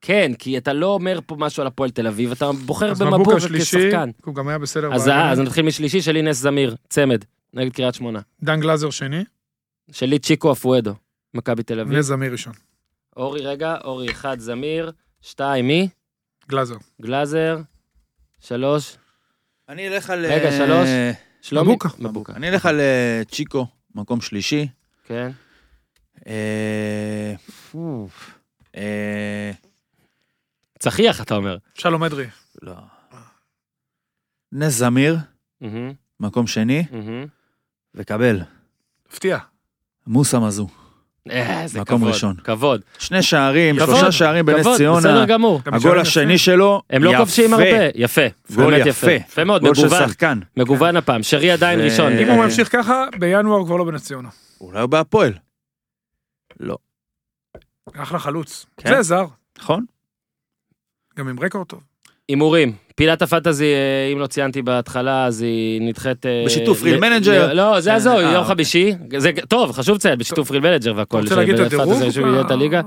Speaker 1: כן, כי אתה לא אומר פה משהו על הפועל תל אביב, אתה בוחר
Speaker 3: אז מבוקה
Speaker 1: במבוקה
Speaker 3: שלישי,
Speaker 1: כשחקן.
Speaker 3: הוא גם היה בסדר.
Speaker 1: אז
Speaker 3: בעניין.
Speaker 1: אה, אז נתחיל משלישי, שלי נס זמיר, צמד, נגד קריית שמונה.
Speaker 3: דן גלאזר שני,
Speaker 1: שלי צ'יקו אפואדו, מכבי תל אביב.
Speaker 3: נס זמיר ראשון.
Speaker 1: אורי רגע, אורי אחד זמיר, שתיים מי?
Speaker 3: גלאזר.
Speaker 1: גלאזר, שלוש,
Speaker 9: אני אלך על...
Speaker 1: רגע,
Speaker 9: אה,
Speaker 1: שלוש. שלומי.
Speaker 3: מבוקה.
Speaker 1: מבוקה.
Speaker 9: אני אלך על אה, צ'יקו, מקום שלישי.
Speaker 1: כן.
Speaker 9: אה, אה,
Speaker 1: צחיח אתה אומר.
Speaker 3: שלום אדרי.
Speaker 9: לא. נס זמיר,
Speaker 1: מהמם,
Speaker 9: מקום שני,
Speaker 1: מהמם.
Speaker 9: וקבל.
Speaker 3: הפתיע.
Speaker 9: מוסא מזו.
Speaker 1: אה, איזה
Speaker 9: מקום
Speaker 1: כבוד,
Speaker 9: ראשון.
Speaker 1: כבוד.
Speaker 9: שני שערים,
Speaker 1: כבוד,
Speaker 9: שלושה שערים בנס
Speaker 1: כבוד,
Speaker 9: ציונה.
Speaker 1: בסדר גמור.
Speaker 3: גם
Speaker 9: הגול
Speaker 3: שערים
Speaker 9: השני
Speaker 3: יפים.
Speaker 9: שלו,
Speaker 1: הם לא
Speaker 9: יפה.
Speaker 1: כובשים הרבה. יפה.
Speaker 9: גול
Speaker 1: באמת
Speaker 9: יפה.
Speaker 1: יפה מאוד,
Speaker 9: גול של
Speaker 1: מגוון.
Speaker 9: שחקן.
Speaker 1: מגוון הפעם. שרי עדיין
Speaker 9: ו- אה,
Speaker 1: ראשון.
Speaker 3: אם הוא ממשיך ככה, בינואר הוא כבר לא בנס ציונה.
Speaker 9: אולי הוא בהפועל. לא.
Speaker 3: אחלה חלוץ.
Speaker 9: כן.
Speaker 3: זה זר.
Speaker 9: נכון?
Speaker 3: גם עם רקורד טוב.
Speaker 1: הימורים, פינת הפנטזי, אה, אם לא ציינתי בהתחלה, אז היא נדחית... אה,
Speaker 9: בשיתוף
Speaker 1: ל-
Speaker 9: ריל
Speaker 1: ל-
Speaker 9: מנג'ר.
Speaker 1: לא, זה
Speaker 9: אה,
Speaker 1: הזוי,
Speaker 9: אה,
Speaker 1: יום
Speaker 9: אוקיי.
Speaker 1: חמישי. זה טוב, חשוב לציין, בשיתוף ריל מנג'ר
Speaker 3: אתה
Speaker 1: והכל.
Speaker 3: רוצה להגיד את
Speaker 1: שבפנטזי
Speaker 3: הדירוג? אה.
Speaker 1: ראשון במדינת הליגה.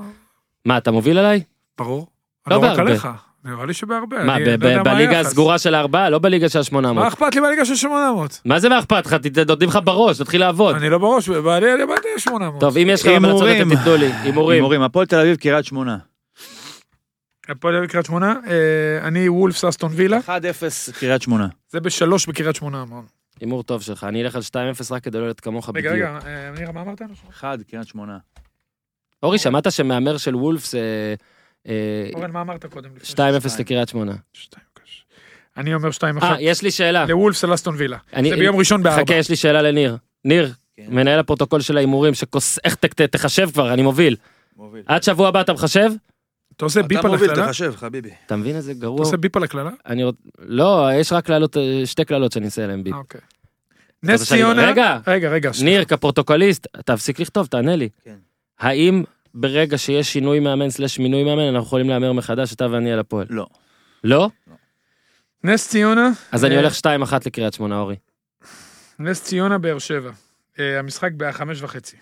Speaker 1: מה, אתה מוביל עליי?
Speaker 3: ברור.
Speaker 1: לא
Speaker 3: לא רק
Speaker 1: בהרבה.
Speaker 3: עליך. נראה לי שבהרבה.
Speaker 1: מה,
Speaker 3: אני
Speaker 1: ב-
Speaker 3: לא יודע
Speaker 1: ב- בליגה
Speaker 3: היחס.
Speaker 1: הסגורה של הארבעה? לא בליגה של השמונה
Speaker 3: מה
Speaker 1: מאות.
Speaker 3: אכפת לי מהליגה של 800?
Speaker 1: מה זה מה אכפת לך? ת- נותנים לך בראש, תתחיל לעבוד.
Speaker 3: אני לא בראש, בעלי אני באתי 800.
Speaker 1: טוב, אם יש לך
Speaker 9: הימורים.
Speaker 1: המלצות, אתם תיתנו לי. הימורים.
Speaker 9: הימורים, הפועל תל אביב, קריית שמונה.
Speaker 3: הפועל תל אביב קריית שמונה, אה, אני וולפס אסטון וילה,
Speaker 9: 1-0 קריית שמונה.
Speaker 3: זה בשלוש בקריית שמונה אמרנו.
Speaker 1: הימור טוב שלך, אני אלך על 2-0 רק כדי לא להיות כמוך
Speaker 3: רגע,
Speaker 1: בדיוק.
Speaker 3: רגע, אה, ניר, מה אמרת?
Speaker 9: 1 קריית שמונה.
Speaker 1: אורי, שמעת שמהמר של וולפס אה, אה,
Speaker 3: אורן, מה אמרת קודם? לפני
Speaker 1: 2-0
Speaker 3: שתיים?
Speaker 1: לקריית שמונה?
Speaker 3: שתיים, קש. אני אומר 2-1
Speaker 1: אה, יש לי שאלה.
Speaker 3: לוולפס על אסטון וילה.
Speaker 1: אני-
Speaker 3: זה ביום ראשון
Speaker 1: חכה,
Speaker 3: בארבע.
Speaker 1: יש לי שאלה לניר. ניר,
Speaker 9: כן.
Speaker 1: מנהל הפרוטוקול של ההימורים, שכוס... איך ת- ת- תחשב כבר, אני מוביל.
Speaker 9: מוביל.
Speaker 1: עד שבוע הבא אתה מחשב?
Speaker 3: אתה עושה ביפ
Speaker 9: אתה
Speaker 3: על
Speaker 9: מוביל,
Speaker 3: הקללה?
Speaker 9: תחשב, חביבי.
Speaker 1: אתה מבין איזה
Speaker 3: אתה
Speaker 1: גרוע?
Speaker 3: עושה ביפ על הקללה?
Speaker 1: אני רוצ... לא, יש רק קללות, אה, שתי קללות שאני אעשה עליהן ביפ.
Speaker 3: אה, אוקיי.
Speaker 1: רוצה
Speaker 3: נס
Speaker 1: שאני-
Speaker 3: ציונה...
Speaker 1: רגע.
Speaker 3: רגע, רגע. שנייה.
Speaker 1: ניר, כפרוטוקוליסט, תפסיק לכתוב, תענה לי.
Speaker 9: כן.
Speaker 1: האם ברגע שיש שינוי מאמן סלש מינוי מאמן, אנחנו יכולים להמר מחדש, אתה ואני על הפועל?
Speaker 9: לא.
Speaker 1: לא?
Speaker 3: נס ציונה...
Speaker 1: אז אני
Speaker 3: אה,
Speaker 1: הולך 2-1 לקריית שמונה, אורי.
Speaker 3: נס ציונה, באר שבע. אה, המשחק בחמש וחצי.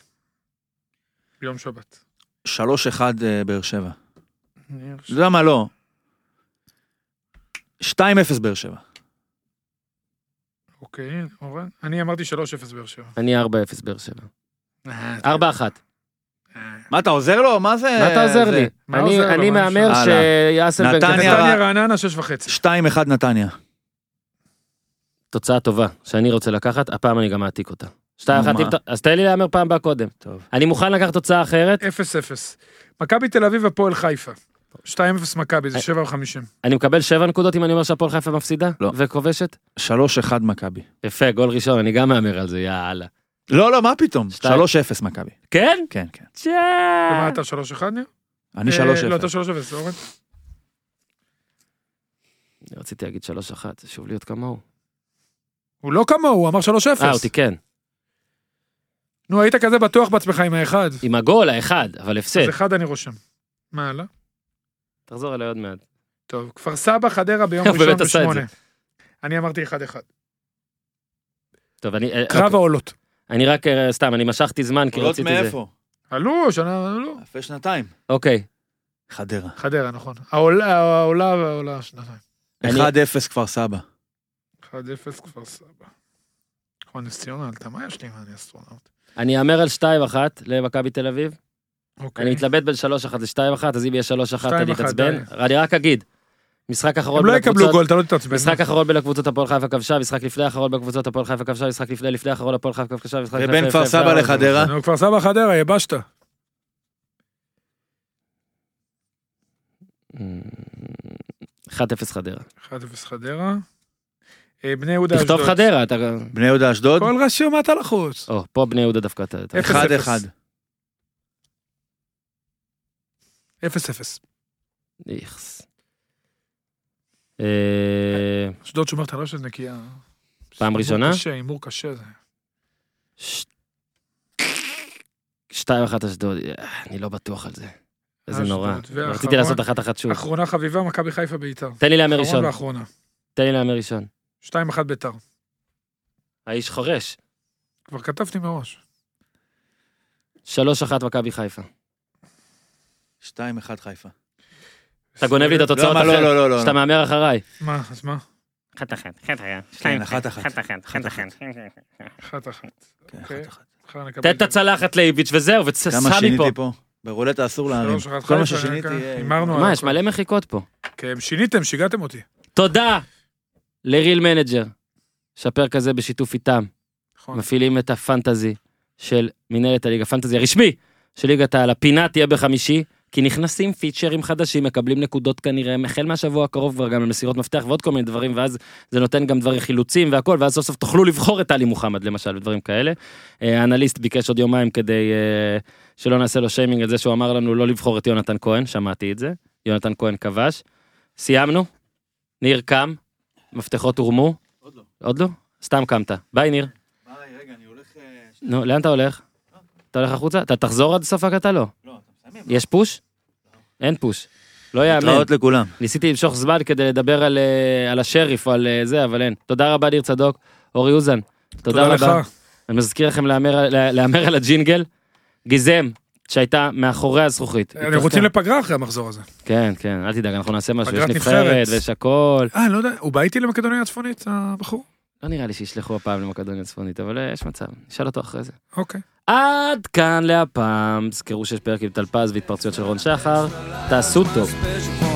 Speaker 3: ביום שבת.
Speaker 9: 3-1 אה, באר שבע. אתה יודע מה, לא. 2-0 באר שבע.
Speaker 3: אוקיי, אורן. אני אמרתי 3-0 באר שבע.
Speaker 1: אני 4-0 באר שבע.
Speaker 3: אה,
Speaker 1: 4-1.
Speaker 9: מה, אתה עוזר לו? מה זה?
Speaker 1: מה אתה עוזר
Speaker 9: זה?
Speaker 1: לי?
Speaker 3: מה
Speaker 1: אני-
Speaker 3: עוזר לו?
Speaker 1: אני
Speaker 3: מה
Speaker 1: מהמר
Speaker 9: נשאר?
Speaker 1: שיאסל בן
Speaker 9: נתניה-
Speaker 1: גביר...
Speaker 3: נתניה רעננה, שש וחצי.
Speaker 9: 2-1 נתניה.
Speaker 1: תוצאה טובה שאני רוצה לקחת, הפעם אני גם אעתיק אותה. 2-1,
Speaker 9: נו,
Speaker 1: אם
Speaker 9: מה?
Speaker 1: אתה- אז תן לי להמר פעם הבאה קודם.
Speaker 9: טוב.
Speaker 1: אני מוכן לקחת תוצאה אחרת,
Speaker 3: 0-0. מכבי תל אביב, הפועל חיפה. 2-0 מכבי, זה 7.50.
Speaker 1: אני מקבל 7 נקודות אם אני אומר שהפועל חיפה מפסידה?
Speaker 9: לא.
Speaker 1: וכובשת?
Speaker 9: 3-1 מכבי.
Speaker 1: יפה, גול ראשון, אני גם מהמר על זה, יאללה.
Speaker 9: לא, לא, מה פתאום? 3-0
Speaker 1: שתיים.
Speaker 9: מכבי.
Speaker 1: כן?
Speaker 9: כן, כן.
Speaker 1: צ'אה!
Speaker 3: ומה אתה, 3-1 ניר?
Speaker 9: אני
Speaker 3: אה,
Speaker 9: 3-0.
Speaker 3: לא, אתה 3-0, אורן.
Speaker 1: אני רציתי להגיד 3-1, זה שוב להיות כמוהו.
Speaker 3: הוא לא כמוהו, הוא אמר 3-0.
Speaker 1: אה, הוא תיקן.
Speaker 3: נו, היית כזה בטוח בעצמך עם האחד.
Speaker 1: עם הגול, האחד, אבל הפסד.
Speaker 3: אז אחד אני רושם. מה הלאה?
Speaker 1: תחזור אליי עוד מעט.
Speaker 3: טוב, כפר סבא, חדרה ביום
Speaker 1: הוא
Speaker 3: ראשון
Speaker 1: באמת עשה את
Speaker 3: בשמונה. אני אמרתי 1-1.
Speaker 1: טוב, אני... אה,
Speaker 3: קרב העולות.
Speaker 1: אני רק, אה, סתם, אני משכתי זמן כי
Speaker 9: עולות
Speaker 1: רציתי זה.
Speaker 9: מאיפה?
Speaker 3: עלו, שנה, עלו.
Speaker 9: לפני שנתיים.
Speaker 1: אוקיי.
Speaker 9: חדרה.
Speaker 3: חדרה, נכון. העולה, העולה והעולה שנתיים.
Speaker 9: 1-0 כפר סבא.
Speaker 3: 1-0 כפר סבא. נכון, נס ציונה עלתה, מה יש לי עם אני אסטרונאוט?
Speaker 1: אני אאמר על 2-1 למכבי תל אביב. אני
Speaker 3: אוקיי.
Speaker 1: מתלבט בין 3-1 ל-2-1, אז אם יהיה 3-1 אני
Speaker 3: 2-1,
Speaker 1: אתעצבן. אני רק אגיד, משחק אחרון
Speaker 3: הם לא
Speaker 1: בין
Speaker 3: יקבלו
Speaker 1: הקבוצות,
Speaker 3: גול, אתה לא תתעצבן.
Speaker 1: משחק אחרון בין הקבוצות הפועל חיפה כבשה, משחק לפני האחרון בין הקבוצות הפועל חיפה כבשה, משחק לפני לפני האחרון הפועל חיפה כבשה, משחק
Speaker 9: ובין
Speaker 1: לפני-
Speaker 9: כפר
Speaker 1: לפני-
Speaker 9: סבא
Speaker 1: לפני-
Speaker 9: לחדרה.
Speaker 3: נו, כפר סבא, חדרה, יבשת.
Speaker 1: אמ, 1-0 חדרה.
Speaker 3: 1-0 חדרה. אה, בני יהודה אשדוד.
Speaker 1: תכתוב חדרה, אתה...
Speaker 9: בני יהודה אשדוד.
Speaker 3: כל רשום, אתה לחוץ.
Speaker 1: או, פה בני יהודה דווקא אתה... אתה-
Speaker 9: 1-1.
Speaker 3: 0-0.
Speaker 1: איכס. אה,
Speaker 3: אשדוד שומרת על רשת נקייה.
Speaker 1: פעם
Speaker 3: הימור
Speaker 1: ראשונה?
Speaker 3: קשה, הימור קשה זה.
Speaker 1: ש- 2-1 אשדוד, אה, אני לא בטוח על זה. איזה
Speaker 3: אשדוד,
Speaker 1: נורא.
Speaker 3: ואחרון-
Speaker 1: רציתי לעשות אחת אחת שוב.
Speaker 3: אחרונה חביבה, מכבי חיפה ביתר.
Speaker 1: תן לי להמר
Speaker 3: אחרון
Speaker 1: ראשון,
Speaker 3: ואחרונה.
Speaker 1: תן לי להמר ראשון.
Speaker 3: 2-1 ביתר.
Speaker 1: האיש חורש.
Speaker 3: כבר כתבתי מראש.
Speaker 1: 3-1 מכבי חיפה.
Speaker 9: 2-1 חיפה.
Speaker 1: אתה גונב לי את
Speaker 9: לא,
Speaker 1: התוצאות
Speaker 9: לא,
Speaker 1: אחרת,
Speaker 9: לא, לא, לא.
Speaker 1: שאתה מהמר אחריי.
Speaker 3: אה, מה, אז מה?
Speaker 10: חת אחת, חת אחת,
Speaker 9: כן, אחת אחת.
Speaker 10: חת אחת, חת אחת.
Speaker 3: אחת אחת.
Speaker 9: כן,
Speaker 3: אוקיי.
Speaker 9: אחת אחת.
Speaker 3: אחר נקבל
Speaker 1: תן
Speaker 3: את
Speaker 1: את הצלחת לאיביץ' וזהו, ותסע
Speaker 9: כמה
Speaker 1: מפה.
Speaker 9: שיניתי פה? ברולטה אסור להרים.
Speaker 3: שלוש אחת כן.
Speaker 9: כל מה
Speaker 3: חיפה,
Speaker 9: ששיניתי...
Speaker 3: רגע,
Speaker 9: אה,
Speaker 3: הימרנו
Speaker 1: מה,
Speaker 3: על
Speaker 1: יש
Speaker 3: הכל.
Speaker 1: מלא מחיקות פה.
Speaker 3: כן, שיניתם, שיגעתם אותי.
Speaker 1: תודה לריל מנג'ר. שפר כזה בשיתוף איתם.
Speaker 3: נכון.
Speaker 1: מפעילים את הפנטזי של מנהלת הליגה, הפנטזי הרשמי של ליגת העל, הפינה תהיה בחמישי, כי נכנסים פיצ'רים חדשים, מקבלים נקודות כנראה, החל מהשבוע הקרוב כבר גם למסירות מפתח ועוד כל מיני דברים, ואז זה נותן גם דברים חילוצים והכל, ואז סוף סוף תוכלו לבחור את טלי מוחמד למשל, ודברים כאלה. אה, האנליסט ביקש עוד יומיים כדי אה, שלא נעשה לו שיימינג על זה שהוא אמר לנו לא לבחור את יונתן כהן, שמעתי את זה, יונתן כהן כבש. סיימנו, ניר קם, מפתחות הורמו. עוד לא. עוד לא? סתם קמת. ביי ניר.
Speaker 9: ביי, רגע, אני הולך... אה, ש-
Speaker 1: נו, לאן אתה הולך? אתה הולך החוצה? אתה תחזור עד סוף הקטע? לא.
Speaker 9: לא, אתה מסיים.
Speaker 1: יש פוש? אין פוש. לא יאמן.
Speaker 9: התראות לכולם.
Speaker 1: ניסיתי למשוך זמן כדי לדבר על, אה, על השריף או על אה, זה, אבל אין. תודה רבה, ניר צדוק. אורי אוזן, תודה
Speaker 3: תודה לך.
Speaker 1: רבה. אני מזכיר לכם להמר על- להמר על הג'ינגל. גיזם, שהייתה מאחורי הזכוכית.
Speaker 3: אנחנו רוצים לפגרה אחרי המחזור הזה. אה,
Speaker 1: כן, כן, אל תדאג, אנחנו נעשה משהו. יש
Speaker 3: פגרת
Speaker 1: נבחרת
Speaker 3: נבחרת.
Speaker 1: ויש הכל.
Speaker 3: אה, אני לא יודע, הוא בא איתי למקדוניה הצפונית, הבחור?
Speaker 1: לא נראה לי שישלחו הפעם למקדוניה הצפונית, אבל אה, יש מצב. נשאל אותו אחרי זה.
Speaker 3: אוקיי.
Speaker 1: עד כאן להפעם, זכרו שיש פרק עם טלפז והתפרצויות של רון שחר, תעשו טוב.
Speaker 2: special